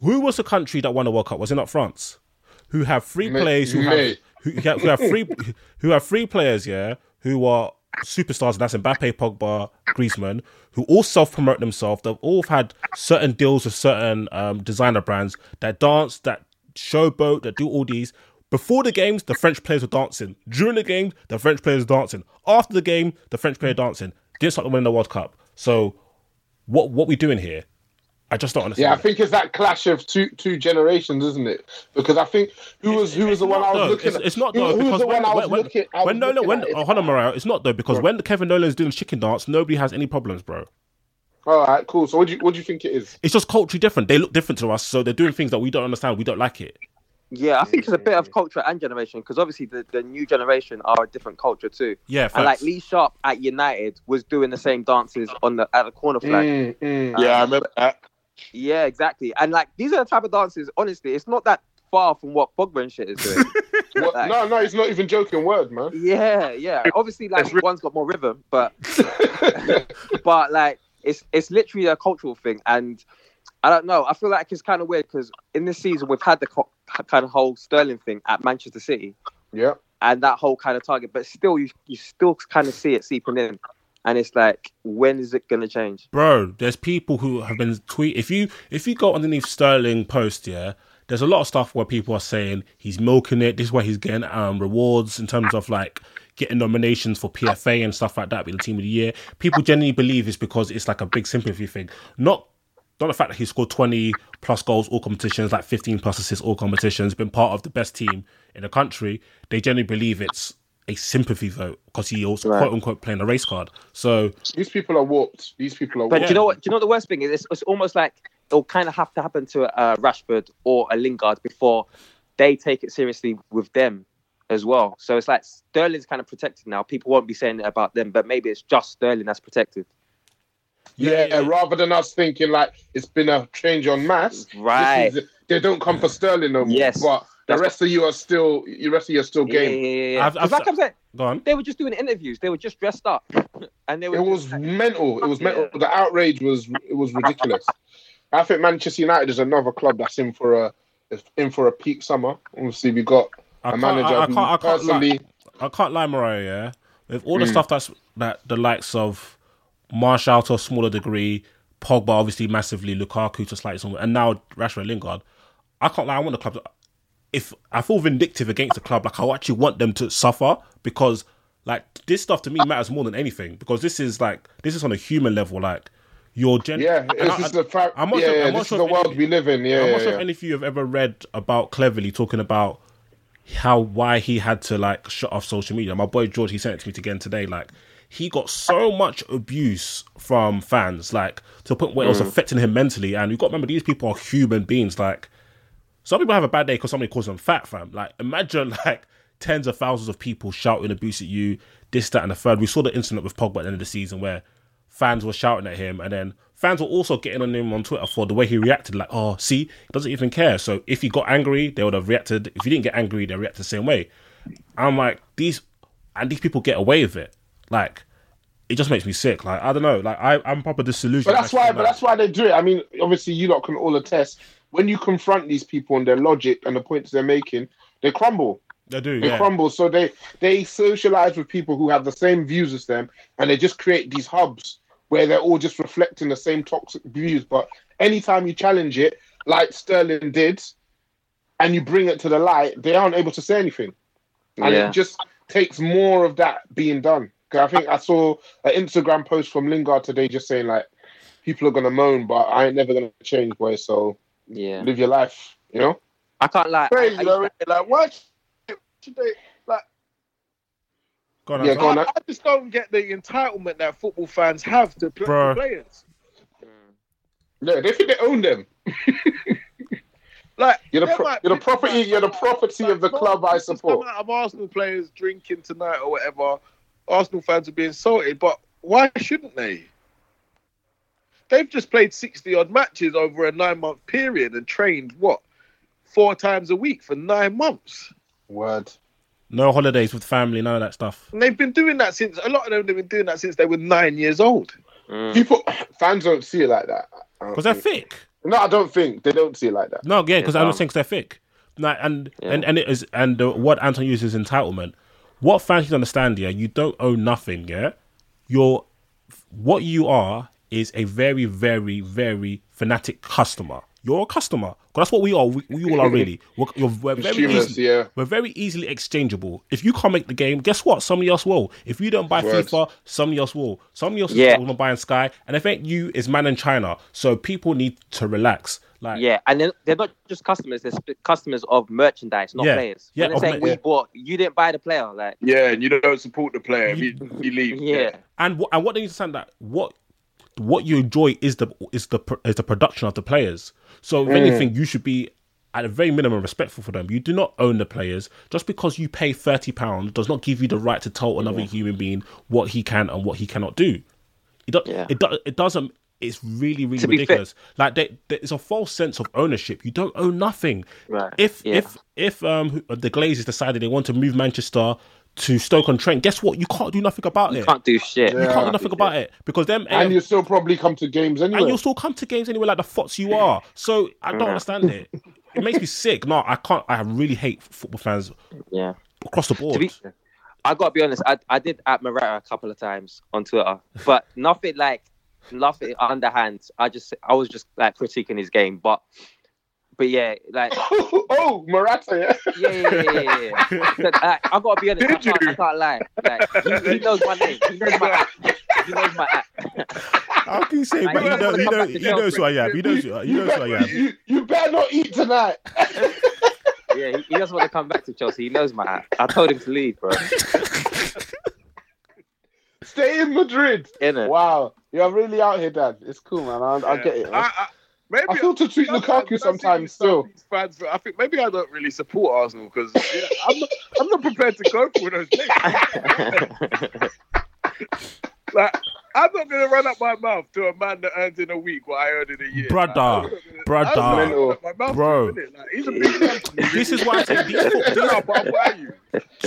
[SPEAKER 5] Who was the country that won the World Cup? Was it not France? Who have three
[SPEAKER 2] Me-
[SPEAKER 5] players who have,
[SPEAKER 2] me.
[SPEAKER 5] who have who have three who have three players, yeah, who are superstars, and that's Mbappe, Pogba, Griezmann, who all self promote themselves. They've all had certain deals with certain um, designer brands that dance, that showboat, that do all these. Before the games, the French players were dancing. During the game, the French players were dancing. After the game, the French player dancing. Didn't stop them winning the World Cup. So, what what we doing here? I just don't understand.
[SPEAKER 2] Yeah, I
[SPEAKER 5] it.
[SPEAKER 2] think it's that clash of two two generations, isn't it? Because I think who was who was the one I was
[SPEAKER 5] No,
[SPEAKER 2] looking
[SPEAKER 5] it's,
[SPEAKER 2] at?
[SPEAKER 5] it's not
[SPEAKER 2] who,
[SPEAKER 5] though
[SPEAKER 2] who was
[SPEAKER 5] because
[SPEAKER 2] the
[SPEAKER 5] when,
[SPEAKER 2] one I was
[SPEAKER 5] when, when,
[SPEAKER 2] looking. I was
[SPEAKER 5] when Nolan,
[SPEAKER 2] looking
[SPEAKER 5] when
[SPEAKER 2] at?
[SPEAKER 5] oh, hold on, Mariah, it's not though because when Kevin Nolan's doing the chicken dance, nobody has any problems, bro.
[SPEAKER 2] All right, cool. So what do you what do you think it is?
[SPEAKER 5] It's just culturally different. They look different to us, so they're doing things that we don't understand. We don't like it.
[SPEAKER 4] Yeah, I think it's a bit of culture and generation because obviously the, the new generation are a different culture too.
[SPEAKER 5] Yeah,
[SPEAKER 4] And like
[SPEAKER 5] facts.
[SPEAKER 4] Lee Sharp at United was doing the same dances on the at the corner flag.
[SPEAKER 2] Mm, mm.
[SPEAKER 3] yeah, I remember that.
[SPEAKER 4] Yeah, exactly. And like these are the type of dances. Honestly, it's not that far from what Pogba and shit is doing.
[SPEAKER 2] What-
[SPEAKER 4] Like-
[SPEAKER 2] no, no, he's not even joking. Word, man.
[SPEAKER 4] yeah, yeah. Obviously, like one's got more rhythm, but but like it's it's literally a cultural thing, and I don't know. I feel like it's kind of weird because in this season we've had the co- kind of whole Sterling thing at Manchester City,
[SPEAKER 2] Yeah.
[SPEAKER 4] and that whole kind of target, but still you you still kind of see it seeping in, and it's like when is it gonna change?
[SPEAKER 5] bro. There's people who have been tweet. If you if you go underneath Sterling post, yeah, there's a lot of stuff where people are saying he's milking it. This is where he's getting um, rewards in terms of like getting nominations for PFA and stuff like that, being the team of the year. People generally believe it's because it's like a big sympathy thing, not. Not the fact that he scored 20 plus goals all competitions, like 15 plus assists all competitions, been part of the best team in the country. They generally believe it's a sympathy vote because he also, quote unquote, playing a race card. So
[SPEAKER 2] These people are warped. These people are warped.
[SPEAKER 4] But do you know what? Do you know what the worst thing is? It's, it's almost like it'll kind of have to happen to a Rashford or a Lingard before they take it seriously with them as well. So it's like Sterling's kind of protected now. People won't be saying it about them, but maybe it's just Sterling that's protected.
[SPEAKER 2] Yeah,
[SPEAKER 5] Yeah.
[SPEAKER 2] rather than us thinking like it's been a change on mass,
[SPEAKER 4] Right.
[SPEAKER 2] they don't come for Sterling no more.
[SPEAKER 4] Yes.
[SPEAKER 2] but the
[SPEAKER 4] That's-
[SPEAKER 2] rest of you are still, the rest of you are still
[SPEAKER 4] Yeah, yeah,
[SPEAKER 2] game.
[SPEAKER 4] yeah, yeah.
[SPEAKER 5] I've- I've-
[SPEAKER 4] 'Cause like I'm saying,
[SPEAKER 5] go on.
[SPEAKER 4] they were just doing interviews. They were just dressed up, and they were.
[SPEAKER 2] It was
[SPEAKER 4] just like-
[SPEAKER 2] mental. It was
[SPEAKER 4] Yeah.
[SPEAKER 2] mental. The outrage was it was ridiculous. I think Manchester United is another club that's in for a is in for a peak summer. Obviously, we got
[SPEAKER 5] I
[SPEAKER 2] a
[SPEAKER 5] can't-
[SPEAKER 2] manager
[SPEAKER 5] I- I
[SPEAKER 2] who
[SPEAKER 5] can't- I can't
[SPEAKER 2] personally.
[SPEAKER 5] lie. I can't lie, Mariah. Yeah, with all the
[SPEAKER 2] Mm.
[SPEAKER 5] stuff that's that the likes of Marshall to a smaller degree, Pogba obviously massively, Lukaku to slightly smaller, and now Rashford and Lingard. I can't lie. I want the club. To, if I feel vindictive against the club, like I actually want them to suffer because like this stuff to me matters more than anything because this is like this is on a human level. Like your gen-
[SPEAKER 2] yeah,
[SPEAKER 5] and
[SPEAKER 2] it's,
[SPEAKER 5] I-
[SPEAKER 2] just the fact.
[SPEAKER 5] I'm
[SPEAKER 2] Yeah,
[SPEAKER 5] not sure-
[SPEAKER 2] yeah,
[SPEAKER 5] I'm not
[SPEAKER 2] this
[SPEAKER 5] sure
[SPEAKER 2] is the
[SPEAKER 5] if
[SPEAKER 2] world
[SPEAKER 5] any-
[SPEAKER 2] we live in. Yeah,
[SPEAKER 5] I'm not
[SPEAKER 2] yeah,
[SPEAKER 5] sure
[SPEAKER 2] yeah.
[SPEAKER 5] if any of you have ever read about Cleverly talking about how why he had to like shut off social media. My boy George, he sent it to me again today. Like he got so much abuse from fans, like to the point where it
[SPEAKER 2] Mm.
[SPEAKER 5] was affecting him mentally. And you got to remember, these people are human beings. Like some people have a bad day because somebody calls them fat, fam. Like imagine like tens of thousands of people shouting abuse at you, this, that, and the third. We saw the incident with Pogba at the end of the season where fans were shouting at him, and then fans were also getting on him on Twitter for the way he reacted. Like, oh, see, he doesn't even care. So if he got angry, they would have reacted. If he didn't get angry, they react the same way. I'm like these, and these people get away with it. Like it just makes me sick. Like I don't know. Like I, I'm proper disillusioned.
[SPEAKER 2] But that's
[SPEAKER 5] I
[SPEAKER 2] why.
[SPEAKER 5] feel
[SPEAKER 2] But
[SPEAKER 5] like-
[SPEAKER 2] that's why they do it. I mean, obviously, you lot can all attest when you confront these people and their logic and the points they're making, they crumble.
[SPEAKER 5] they do.
[SPEAKER 2] They
[SPEAKER 5] Yeah.
[SPEAKER 2] crumble. So they they socialize with people who have the same views as them, and they just create these hubs where they're all just reflecting the same toxic views. But anytime you challenge it, like Sterling did, and you bring it to the light, they aren't able to say anything and
[SPEAKER 4] Yeah.
[SPEAKER 2] it just takes more of that being done. 'Cause I think I saw an Instagram post from Lingard today just saying like, people are gonna moan, but I ain't never gonna change, boy. So
[SPEAKER 4] yeah.
[SPEAKER 2] live your life, you know.
[SPEAKER 4] I can't lie. I- I
[SPEAKER 3] Crazy,
[SPEAKER 4] used to-
[SPEAKER 3] though, innit? like why should should they? Like
[SPEAKER 5] Go on,
[SPEAKER 2] Yeah,
[SPEAKER 5] Anton.
[SPEAKER 2] go on.
[SPEAKER 3] I, I just don't get the entitlement that football fans have to play
[SPEAKER 5] Bruh.
[SPEAKER 3] players.
[SPEAKER 2] Yeah, they think they own them.
[SPEAKER 3] Like
[SPEAKER 2] You're the
[SPEAKER 3] there
[SPEAKER 2] pro-
[SPEAKER 3] might
[SPEAKER 2] you're the
[SPEAKER 3] be-
[SPEAKER 2] property-
[SPEAKER 3] like,
[SPEAKER 2] you're the property of the
[SPEAKER 3] no,
[SPEAKER 2] club I
[SPEAKER 3] there's some
[SPEAKER 2] support.
[SPEAKER 3] amount of Arsenal players drinking tonight or whatever. Arsenal fans are being insulted, but why shouldn't they? They've just played sixty odd matches over a nine month period and trained what four times a week for nine months.
[SPEAKER 2] Word.
[SPEAKER 5] No holidays with family, none of that stuff.
[SPEAKER 3] And they've been doing that since a lot of them have been doing that since they were nine years old. Hmm.
[SPEAKER 2] People, fans don't see it like that. I don't
[SPEAKER 5] Because they're
[SPEAKER 2] think.
[SPEAKER 5] thick.
[SPEAKER 2] no, I don't think they don't see it like that.
[SPEAKER 5] No, yeah, because
[SPEAKER 4] Yeah,
[SPEAKER 5] I don't
[SPEAKER 4] um,
[SPEAKER 5] think they're thick. Like, and,
[SPEAKER 4] Yeah.
[SPEAKER 5] and and it is and the, what Anton uses is entitlement. What fans should understand, yeah, you don't own nothing, yeah. You're what you are is a very, very, very fanatic customer. You're a customer. 'Cause that's what we are. We, we all are really. We're, you're, we're very
[SPEAKER 2] Consumers,
[SPEAKER 5] easily,
[SPEAKER 2] yeah.
[SPEAKER 5] we're very easily exchangeable. If you can't make the game, guess what? Somebody else will. If you don't buy
[SPEAKER 2] Word.
[SPEAKER 5] FIFA, somebody else will. Somebody else
[SPEAKER 4] Yeah.
[SPEAKER 5] will buy in Sky. And if ain't you, it's man in China. So people need to relax. Like
[SPEAKER 4] Yeah, and they're, they're not just customers; they're sp- customers of merchandise, not
[SPEAKER 5] Yeah,
[SPEAKER 4] players.
[SPEAKER 5] yeah,
[SPEAKER 4] when
[SPEAKER 5] of
[SPEAKER 4] they're saying
[SPEAKER 5] mer-
[SPEAKER 4] we
[SPEAKER 5] yeah.
[SPEAKER 4] bought, you didn't buy the player. Like,
[SPEAKER 3] Yeah, and you don't support the player if
[SPEAKER 5] You-
[SPEAKER 3] he leaves.
[SPEAKER 4] yeah,
[SPEAKER 5] and what and what they need to understand that what what you enjoy is the is the pr- is the production of the players. So
[SPEAKER 4] Mm.
[SPEAKER 5] if anything, you should be at a very minimum respectful for them. You do not own the players. Just because you pay thirty pounds does not give you the right to tell another human being what he can and what he cannot do. It do,
[SPEAKER 4] Yeah.
[SPEAKER 5] it, do, it doesn't. It's really really
[SPEAKER 4] To be fair-
[SPEAKER 5] ridiculous. Like they, there is a false sense of ownership. You don't own nothing.
[SPEAKER 4] Right,
[SPEAKER 5] If uh,
[SPEAKER 4] yeah.
[SPEAKER 5] if if um who- the Glazers decided they want to move Manchester to Stoke on Trent, guess what? You can't do nothing about
[SPEAKER 4] You
[SPEAKER 5] it.
[SPEAKER 4] can't do shit.
[SPEAKER 5] You can't
[SPEAKER 2] Yeah.
[SPEAKER 5] do nothing about it because them
[SPEAKER 2] and
[SPEAKER 5] AM
[SPEAKER 2] you still probably come to games anyway.
[SPEAKER 5] and you'll still Mm. come to games anyway, like the fots you are. So I don't understand it. It makes me sick. No, I can't. I really hate football fans
[SPEAKER 4] Yeah.
[SPEAKER 5] across the board.
[SPEAKER 4] To be, I gotta be honest. I, I did at Morata a couple of times on Twitter, but nothing like nothing underhand. I just I was just like critiquing his game, but but yeah, like
[SPEAKER 2] oh, Morata, yeah.
[SPEAKER 4] yeah, yeah, yeah, yeah. yeah. But, like, I gotta be honest. I
[SPEAKER 2] Did
[SPEAKER 4] can't,
[SPEAKER 2] you?
[SPEAKER 4] I can't lie. Like he, he knows my name. He knows my act. He knows my act.
[SPEAKER 5] How can you say?
[SPEAKER 4] Like,
[SPEAKER 5] But
[SPEAKER 4] you
[SPEAKER 5] you know,
[SPEAKER 4] wanna
[SPEAKER 5] you
[SPEAKER 4] come
[SPEAKER 5] know,
[SPEAKER 4] back to
[SPEAKER 5] you knows who I am. You knows,
[SPEAKER 2] You-
[SPEAKER 5] Uh, you knows who I
[SPEAKER 2] you,
[SPEAKER 5] am.
[SPEAKER 2] you, you better not eat tonight.
[SPEAKER 4] Yeah, he, he doesn't want to come back to Chelsea. He knows my act. I told him to leave, bro.
[SPEAKER 2] Stay in Madrid.
[SPEAKER 4] Innit?
[SPEAKER 2] Wow, you're really out here, Dad. It's cool, man. I, I get it.
[SPEAKER 3] I,
[SPEAKER 2] I,
[SPEAKER 3] I, maybe
[SPEAKER 2] feel to treat Lukaku
[SPEAKER 3] Ah, That's- that's
[SPEAKER 2] sometimes
[SPEAKER 3] even
[SPEAKER 2] still.
[SPEAKER 3] Southeast Fans, I think maybe I don't really support Arsenal because I'm, not, I'm not prepared to go for those things. like, I'm not going to run up my mouth to a man that earns in a week what I earned in a year.
[SPEAKER 5] Brother,
[SPEAKER 3] Like, I'm not gonna- I'm not gonna
[SPEAKER 5] brother.
[SPEAKER 3] run up my mouth to
[SPEAKER 5] Bro.
[SPEAKER 3] him, innit? Like, he's a big man.
[SPEAKER 5] This is why I say these, fo-
[SPEAKER 3] No, but I buy you.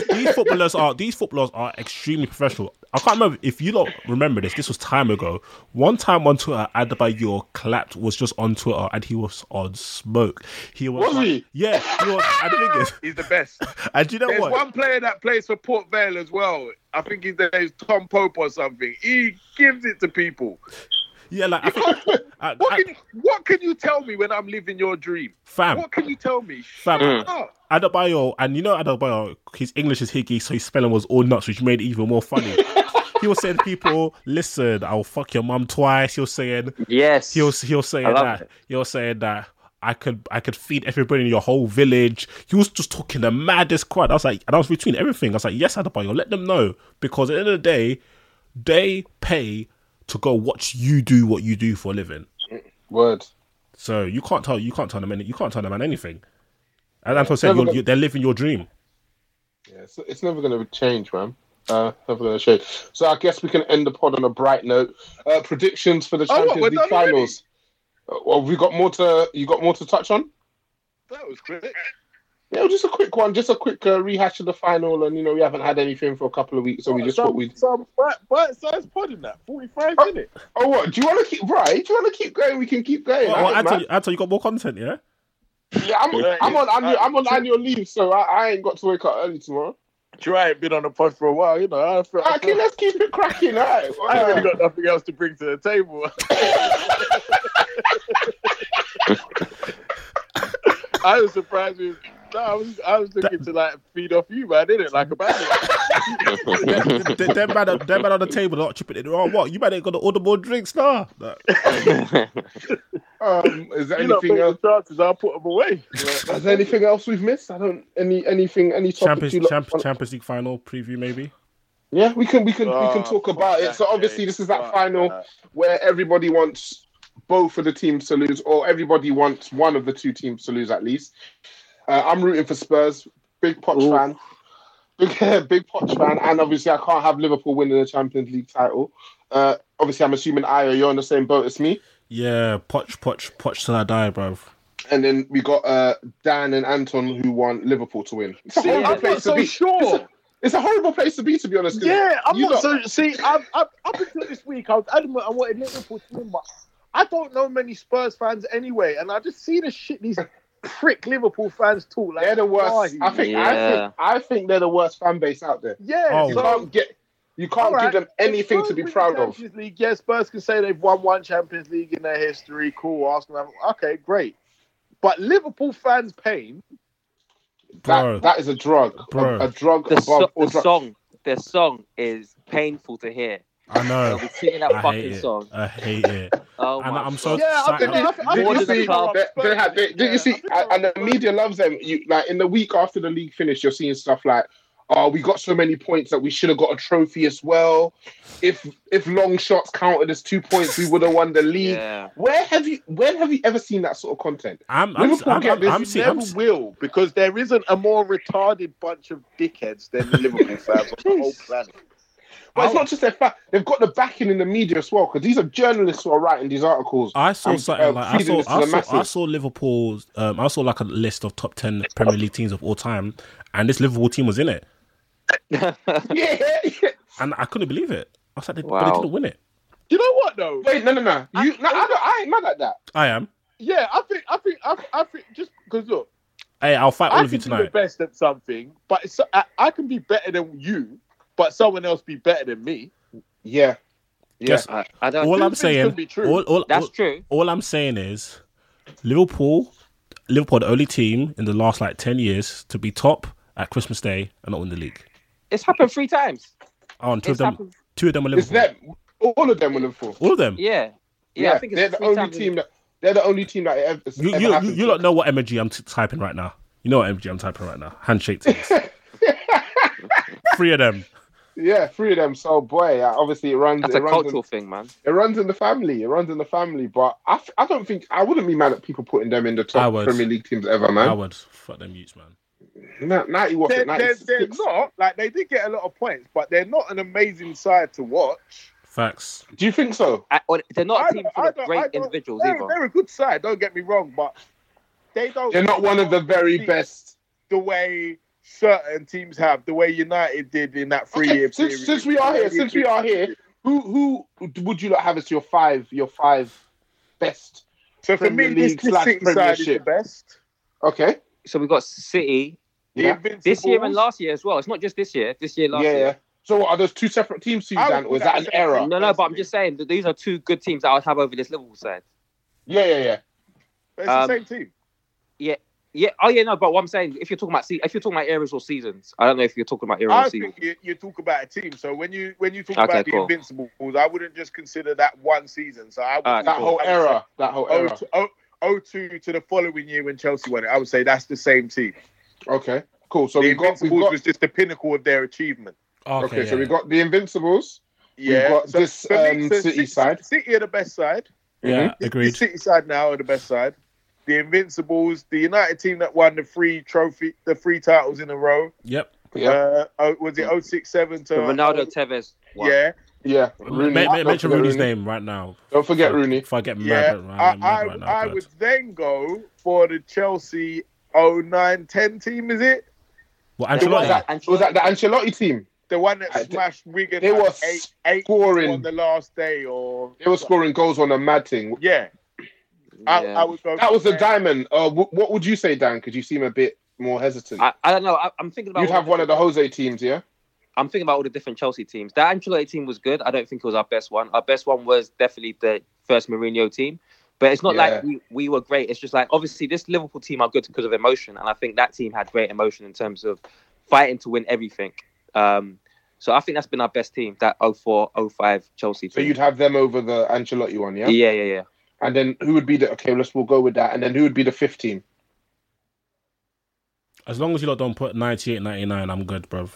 [SPEAKER 5] these footballers are these footballers are extremely professional. I can't remember if you lot remember this. This was time ago. One time on Twitter, Adebayor clapped was just on Twitter and he was on smoke. He was,
[SPEAKER 2] Was
[SPEAKER 5] like-
[SPEAKER 2] he?
[SPEAKER 5] yeah. He was, I think it's,
[SPEAKER 3] He's the best.
[SPEAKER 5] and do you know
[SPEAKER 3] There's
[SPEAKER 5] what?
[SPEAKER 3] one player that plays for Port Vale as well. I think his name is Tom Pope or something. He gives it to people.
[SPEAKER 5] Yeah, like I think, I-
[SPEAKER 3] What
[SPEAKER 5] I-
[SPEAKER 3] can you, what can you tell me when I'm living your dream?
[SPEAKER 5] fam.
[SPEAKER 3] What can you tell me?
[SPEAKER 5] Fam,
[SPEAKER 4] Mm.
[SPEAKER 3] Shut
[SPEAKER 5] Adebayo, and you know Adebayo, his English is higgy, so his spelling was all nuts, which made it even more funny. he was saying to people, listen, I'll fuck your mum twice. He was saying,
[SPEAKER 4] Yes.
[SPEAKER 5] he was, he was saying
[SPEAKER 4] I love
[SPEAKER 5] that,
[SPEAKER 4] it.
[SPEAKER 5] he was saying that I could, I could feed everybody in your whole village. He was just talking the maddest crud. I was like, and I was between everything. I was like, yes, Adebayo, let them know. Because at the end of the day, they pay to go watch you do what you do for a living.
[SPEAKER 2] Word.
[SPEAKER 5] So you can't tell, you can't tell them any, you can't tell them anything. And that's what I said, you're, you they're living your dream.
[SPEAKER 2] Yeah, so it's never going to change, man. Uh, never going to change. So I guess we can end the pod on a bright note. Uh, predictions for the
[SPEAKER 3] Oh, what,
[SPEAKER 2] Champions
[SPEAKER 3] we're
[SPEAKER 2] League
[SPEAKER 3] done already?
[SPEAKER 2] finals. Uh, well, we got more to you got more to touch on.
[SPEAKER 3] That was quick.
[SPEAKER 2] Yeah, just a quick one, just a quick uh, rehash of the final, and you know we haven't had anything for a couple of weeks, so we just thought we.
[SPEAKER 3] So, but, but so it's podding that 45
[SPEAKER 2] Oh.
[SPEAKER 3] minutes.
[SPEAKER 2] Oh, what? Do you want to keep right? Do you want to keep going? We can keep going.
[SPEAKER 5] Well, well,
[SPEAKER 2] I ain't
[SPEAKER 5] Anton,
[SPEAKER 2] mad.
[SPEAKER 5] Anton, you got more content, yeah?
[SPEAKER 2] yeah, I'm,
[SPEAKER 3] Yeah,
[SPEAKER 2] I'm on
[SPEAKER 3] yeah.
[SPEAKER 2] annual, I'm on annual leave, so I, I ain't got to wake up early tomorrow.
[SPEAKER 3] Dry ain't been on the pod for a while, you know. I, feel, I,
[SPEAKER 2] Alright, okay,
[SPEAKER 3] feel,
[SPEAKER 2] let's keep it cracking. All right.
[SPEAKER 3] I ain't really got nothing else to bring to the table. I was surprised with. No, I was I was looking to like feed off you, man. Didn't it? like about it.
[SPEAKER 5] Them- them man, them man on the table not chipping it. Oh, what? You man ain't gonna order more drinks, nah. Nah.
[SPEAKER 2] Um, is there
[SPEAKER 3] You know,
[SPEAKER 2] anything else?
[SPEAKER 3] the chances I'll put them away.
[SPEAKER 2] Is there anything else we've missed? I don't any anything any topic
[SPEAKER 5] Champions,
[SPEAKER 2] you lot
[SPEAKER 5] champ,
[SPEAKER 2] want-
[SPEAKER 5] Champions League final preview, maybe.
[SPEAKER 2] Yeah, we can we can we can
[SPEAKER 3] Oh,
[SPEAKER 2] talk about it. So
[SPEAKER 3] okay.
[SPEAKER 2] obviously this is that
[SPEAKER 3] Fuck
[SPEAKER 2] final
[SPEAKER 3] that.
[SPEAKER 2] where everybody wants both of the teams to lose, or everybody wants one of the two teams to lose at least. Uh, I'm rooting for Spurs, big Poch fan, big big Poch fan, and obviously I can't have Liverpool winning the Champions League title. Uh, obviously I'm assuming Io, you're on the same boat as me.
[SPEAKER 5] Yeah, potch, potch, potch till I die, bro.
[SPEAKER 2] And then we got uh, Dan and Anton who want Liverpool to win. It's a
[SPEAKER 3] See,
[SPEAKER 2] horrible
[SPEAKER 3] Oh, I'm
[SPEAKER 2] place
[SPEAKER 3] not
[SPEAKER 2] to
[SPEAKER 3] so
[SPEAKER 2] be. It's
[SPEAKER 3] sure.
[SPEAKER 2] a, it's a horrible place to be, to be honest. 'cause
[SPEAKER 3] Yeah, I'm
[SPEAKER 2] you
[SPEAKER 3] not
[SPEAKER 2] lot-
[SPEAKER 3] so. See, I've, I've, up until this week, I was adamant I wanted Liverpool to win, but I don't know many Spurs fans anyway, and I just see the shit these prick Liverpool fans talk. Like,
[SPEAKER 2] They're the
[SPEAKER 3] why?
[SPEAKER 2] worst. I think, I
[SPEAKER 4] Yeah.
[SPEAKER 2] think I think they're the worst fan base out there.
[SPEAKER 3] Yeah,
[SPEAKER 5] Oh.
[SPEAKER 2] You
[SPEAKER 3] so-
[SPEAKER 2] can't get you can't
[SPEAKER 3] Alright,
[SPEAKER 2] give them anything
[SPEAKER 3] if
[SPEAKER 2] to be
[SPEAKER 3] Spurs
[SPEAKER 2] proud
[SPEAKER 3] win the
[SPEAKER 2] of.
[SPEAKER 3] Champions League, yeah, Spurs can say they've won one Champions League in their history. Cool, Arsenal. Have, okay, great. But Liverpool fans' pain.
[SPEAKER 5] Bro.
[SPEAKER 2] That, that is a drug. A-
[SPEAKER 5] Bro.
[SPEAKER 2] A, drug
[SPEAKER 4] the,
[SPEAKER 2] above
[SPEAKER 4] so-
[SPEAKER 2] all
[SPEAKER 4] the
[SPEAKER 2] drugs.
[SPEAKER 4] song, the song is painful to hear.
[SPEAKER 5] I know.
[SPEAKER 4] They'll be singing that
[SPEAKER 5] I hate
[SPEAKER 4] fucking
[SPEAKER 5] it.
[SPEAKER 4] song.
[SPEAKER 5] I hate it.
[SPEAKER 4] Oh
[SPEAKER 5] And
[SPEAKER 4] my
[SPEAKER 5] I'm so
[SPEAKER 4] God.
[SPEAKER 3] Yeah, I think
[SPEAKER 5] excited.
[SPEAKER 3] I think- I
[SPEAKER 2] Did
[SPEAKER 3] think
[SPEAKER 4] More
[SPEAKER 2] you
[SPEAKER 3] Liverpool
[SPEAKER 4] than
[SPEAKER 2] see?
[SPEAKER 4] the
[SPEAKER 3] are
[SPEAKER 4] club.
[SPEAKER 2] They, they had, they, did
[SPEAKER 3] Yeah,
[SPEAKER 2] you see?
[SPEAKER 3] I think
[SPEAKER 2] And, and the
[SPEAKER 3] Liverpool-
[SPEAKER 2] media loves them. You like in the week after the league finished, you're seeing stuff like, "Oh, we got so many points that we should have got a trophy as well. If if long shots counted as two points, we would have won the league."
[SPEAKER 4] Yeah.
[SPEAKER 2] Where have you? When have you ever seen that sort of content?
[SPEAKER 5] I'm, I'm,
[SPEAKER 2] Liverpool
[SPEAKER 5] I'm,
[SPEAKER 2] get
[SPEAKER 5] I'm,
[SPEAKER 2] this,
[SPEAKER 5] I'm,
[SPEAKER 3] you
[SPEAKER 5] see-
[SPEAKER 3] never
[SPEAKER 5] I'm,
[SPEAKER 3] will because there isn't a more retarded bunch of dickheads than the Liverpool fans on the whole planet.
[SPEAKER 2] But it's not just their fact; they've got the backing in the media as well, because these are journalists who are writing these articles.
[SPEAKER 5] I saw
[SPEAKER 2] I'm,
[SPEAKER 5] something
[SPEAKER 2] uh,
[SPEAKER 5] like I
[SPEAKER 2] feeding
[SPEAKER 5] saw
[SPEAKER 2] this to
[SPEAKER 5] I
[SPEAKER 2] the
[SPEAKER 5] saw, I
[SPEAKER 2] masses.
[SPEAKER 5] saw Liverpool's um, I saw like a list of top ten Premier League teams of all time, and this Liverpool team was in it.
[SPEAKER 2] yeah, yeah.
[SPEAKER 5] And I couldn't believe it. I was like, they, but
[SPEAKER 4] Wow.
[SPEAKER 5] they didn't win it.
[SPEAKER 3] You know what though?
[SPEAKER 2] Wait, no, no, no. You, no, I, don't, I ain't mad at that.
[SPEAKER 5] I am.
[SPEAKER 3] Yeah, I think I think I, I think just because look,
[SPEAKER 5] Hey, I'll fight all
[SPEAKER 3] I
[SPEAKER 5] of you
[SPEAKER 3] can be the
[SPEAKER 5] tonight.
[SPEAKER 3] best at something, but it's, I, I can be better than you, but someone else be better than me.
[SPEAKER 2] Yeah, yeah.
[SPEAKER 5] Guess-
[SPEAKER 4] I, I don't.
[SPEAKER 5] all
[SPEAKER 3] two
[SPEAKER 5] I'm
[SPEAKER 3] things
[SPEAKER 5] saying,
[SPEAKER 3] could be true.
[SPEAKER 5] all, all,
[SPEAKER 4] that's
[SPEAKER 5] all,
[SPEAKER 4] true.
[SPEAKER 5] all I'm saying is, Liverpool, Liverpool, are the only team in the last like ten years to be top at Christmas Day and not win the league.
[SPEAKER 4] It's happened three times.
[SPEAKER 5] Oh, and two
[SPEAKER 4] It's
[SPEAKER 5] of them,
[SPEAKER 4] happened.
[SPEAKER 5] two of them are
[SPEAKER 2] it's
[SPEAKER 5] Liverpool.
[SPEAKER 2] them. All of them were Liverpool.
[SPEAKER 5] All of them.
[SPEAKER 4] Yeah. Yeah, I think it's
[SPEAKER 2] they're
[SPEAKER 4] three
[SPEAKER 2] the only
[SPEAKER 4] times in-
[SPEAKER 2] team that they're the only team that it ever.
[SPEAKER 5] You
[SPEAKER 2] ever
[SPEAKER 5] you, you,
[SPEAKER 2] happened
[SPEAKER 5] you
[SPEAKER 2] to.
[SPEAKER 5] lot know what emoji I'm t- typing right now. You know what emoji I'm typing right now. Handshake teams. Three of them.
[SPEAKER 2] Yeah, three of them. So boy, yeah, obviously it runs.
[SPEAKER 4] That's
[SPEAKER 2] it
[SPEAKER 4] a
[SPEAKER 2] runs in-
[SPEAKER 4] cultural thing, man.
[SPEAKER 2] It runs in the family. It runs in the family. But I, f- I don't think I wouldn't be mad at people putting them in the
[SPEAKER 5] I
[SPEAKER 2] top
[SPEAKER 5] would.
[SPEAKER 2] Premier League teams ever,
[SPEAKER 5] I
[SPEAKER 2] man.
[SPEAKER 5] would fuck them Utes, man.
[SPEAKER 2] Na- Ninety what?
[SPEAKER 3] They're, they're, they're
[SPEAKER 2] 96.
[SPEAKER 3] not like they did get a lot of points, but they're not an amazing side to watch.
[SPEAKER 5] Facts.
[SPEAKER 2] Do you think so?
[SPEAKER 4] I, or they're not
[SPEAKER 3] I
[SPEAKER 4] a team
[SPEAKER 3] don't-
[SPEAKER 4] full
[SPEAKER 3] I
[SPEAKER 4] of
[SPEAKER 3] don't- I
[SPEAKER 4] great
[SPEAKER 3] don't-
[SPEAKER 4] individuals
[SPEAKER 3] They're,
[SPEAKER 4] either.
[SPEAKER 3] they're a good side. Don't get me wrong, but they don't.
[SPEAKER 2] They're not one of the very
[SPEAKER 3] compete
[SPEAKER 2] best.
[SPEAKER 3] The way certain teams have, the way United did in that
[SPEAKER 2] Okay,
[SPEAKER 3] three-year period.
[SPEAKER 2] since, since we are here, since we are here, who who would you lot have as your five? Your five best.
[SPEAKER 3] So for
[SPEAKER 2] Premier
[SPEAKER 3] me, this,
[SPEAKER 2] League
[SPEAKER 3] this
[SPEAKER 2] slash
[SPEAKER 3] six side is the
[SPEAKER 2] Premiership.
[SPEAKER 3] best.
[SPEAKER 2] Okay.
[SPEAKER 4] So we've got City
[SPEAKER 3] The
[SPEAKER 2] Yeah.
[SPEAKER 3] Invincibles.
[SPEAKER 4] this year and last year as well. It's not just this year. This year, last
[SPEAKER 2] yeah, yeah.
[SPEAKER 4] year.
[SPEAKER 2] So what, are those two separate teams,
[SPEAKER 3] I would
[SPEAKER 2] Sudan, or
[SPEAKER 3] put
[SPEAKER 2] is that
[SPEAKER 3] that
[SPEAKER 2] an
[SPEAKER 3] as a-
[SPEAKER 2] error?
[SPEAKER 4] No, no, but I'm just saying that these are two good teams that I would have over this Liverpool side.
[SPEAKER 2] Yeah, yeah, yeah.
[SPEAKER 3] But It's
[SPEAKER 4] Um,
[SPEAKER 3] the same team.
[SPEAKER 4] Yeah. Oh, yeah. No, but what I'm saying, if you're talking about se- if you're talking about eras or seasons, I don't know if you're talking about eras
[SPEAKER 3] I
[SPEAKER 4] or seasons.
[SPEAKER 3] think you, you talk about a team. So when you when you talk
[SPEAKER 4] Okay,
[SPEAKER 3] about the
[SPEAKER 4] cool.
[SPEAKER 3] Invincibles, I wouldn't just consider that one season. So I would
[SPEAKER 4] Alright,
[SPEAKER 2] That
[SPEAKER 4] cool.
[SPEAKER 2] whole era. That whole
[SPEAKER 3] Oh,
[SPEAKER 2] era.
[SPEAKER 3] t- oh, oh, 02 to the following year when Chelsea won it. I would say that's the same team.
[SPEAKER 2] Okay. Cool. So
[SPEAKER 3] the
[SPEAKER 2] we've got, we've
[SPEAKER 3] Invincibles
[SPEAKER 2] got
[SPEAKER 3] was just the pinnacle of their achievement.
[SPEAKER 5] Okay,
[SPEAKER 2] Okay, so
[SPEAKER 5] yeah.
[SPEAKER 2] we got the Invincibles.
[SPEAKER 3] Yeah,
[SPEAKER 2] got this,
[SPEAKER 3] for me,
[SPEAKER 2] um,
[SPEAKER 3] so
[SPEAKER 2] City
[SPEAKER 3] Ci-
[SPEAKER 2] side.
[SPEAKER 3] City are the best side.
[SPEAKER 5] yeah,
[SPEAKER 3] The-
[SPEAKER 5] agreed.
[SPEAKER 3] The City side now are the best side. The Invincibles, the United team that won the three trophy, the three titles in a row.
[SPEAKER 5] Yep.
[SPEAKER 2] Yeah,
[SPEAKER 3] Uh, oh, was it 067 to oh-
[SPEAKER 4] The Ronaldo Tevez. one.
[SPEAKER 3] Yeah,
[SPEAKER 2] yeah.
[SPEAKER 5] Ma-
[SPEAKER 2] Rooney.
[SPEAKER 5] ma-
[SPEAKER 2] Don't
[SPEAKER 5] mention
[SPEAKER 2] forget
[SPEAKER 5] Rooney's
[SPEAKER 2] Rooney.
[SPEAKER 5] name right now.
[SPEAKER 2] Don't forget Rooney.
[SPEAKER 5] If I get mad,
[SPEAKER 3] yeah.
[SPEAKER 5] right,
[SPEAKER 3] I,
[SPEAKER 5] I'm mad right now,
[SPEAKER 3] I, I
[SPEAKER 5] but-
[SPEAKER 3] would then go for the Chelsea 09-10 team. Is it
[SPEAKER 5] Well,
[SPEAKER 2] It was,
[SPEAKER 5] Ancelotti.
[SPEAKER 2] that, it was that the Ancelotti team?
[SPEAKER 3] the one that
[SPEAKER 2] I- they-
[SPEAKER 3] smashed Wigan?
[SPEAKER 2] they
[SPEAKER 3] like
[SPEAKER 2] were
[SPEAKER 3] eight, eight
[SPEAKER 2] scoring.
[SPEAKER 3] on the last day, or
[SPEAKER 2] They were scoring goals on a mad thing.
[SPEAKER 3] Yeah, I, I would go.
[SPEAKER 2] That was the
[SPEAKER 3] for-
[SPEAKER 2] diamond. Uh, w- what would you say, Dan? Because you seem a bit more hesitant.
[SPEAKER 4] I, I don't know. I, I'm thinking about.
[SPEAKER 2] You'd
[SPEAKER 4] all
[SPEAKER 2] have one of the
[SPEAKER 4] different-
[SPEAKER 2] Jose teams, yeah?
[SPEAKER 4] I'm thinking about all the different Chelsea teams. That Ancelotti team was good. I don't think it was our best one. Our best one was definitely the first Mourinho team. But it's not
[SPEAKER 2] Yeah.
[SPEAKER 4] like we, we were great. It's just like obviously this Liverpool team are good because of emotion, and I think that team had great emotion in terms of fighting to win everything. Um, so I think that's been our best team. That 04, 05 Chelsea team.
[SPEAKER 2] So you'd have them over the Ancelotti one, yeah?
[SPEAKER 4] yeah, yeah, yeah.
[SPEAKER 2] And then who would be the okay? Let's we'll go with that. And then who would be the fifth team?
[SPEAKER 5] As long as you lot don't put 98, 99, I'm good, bruv.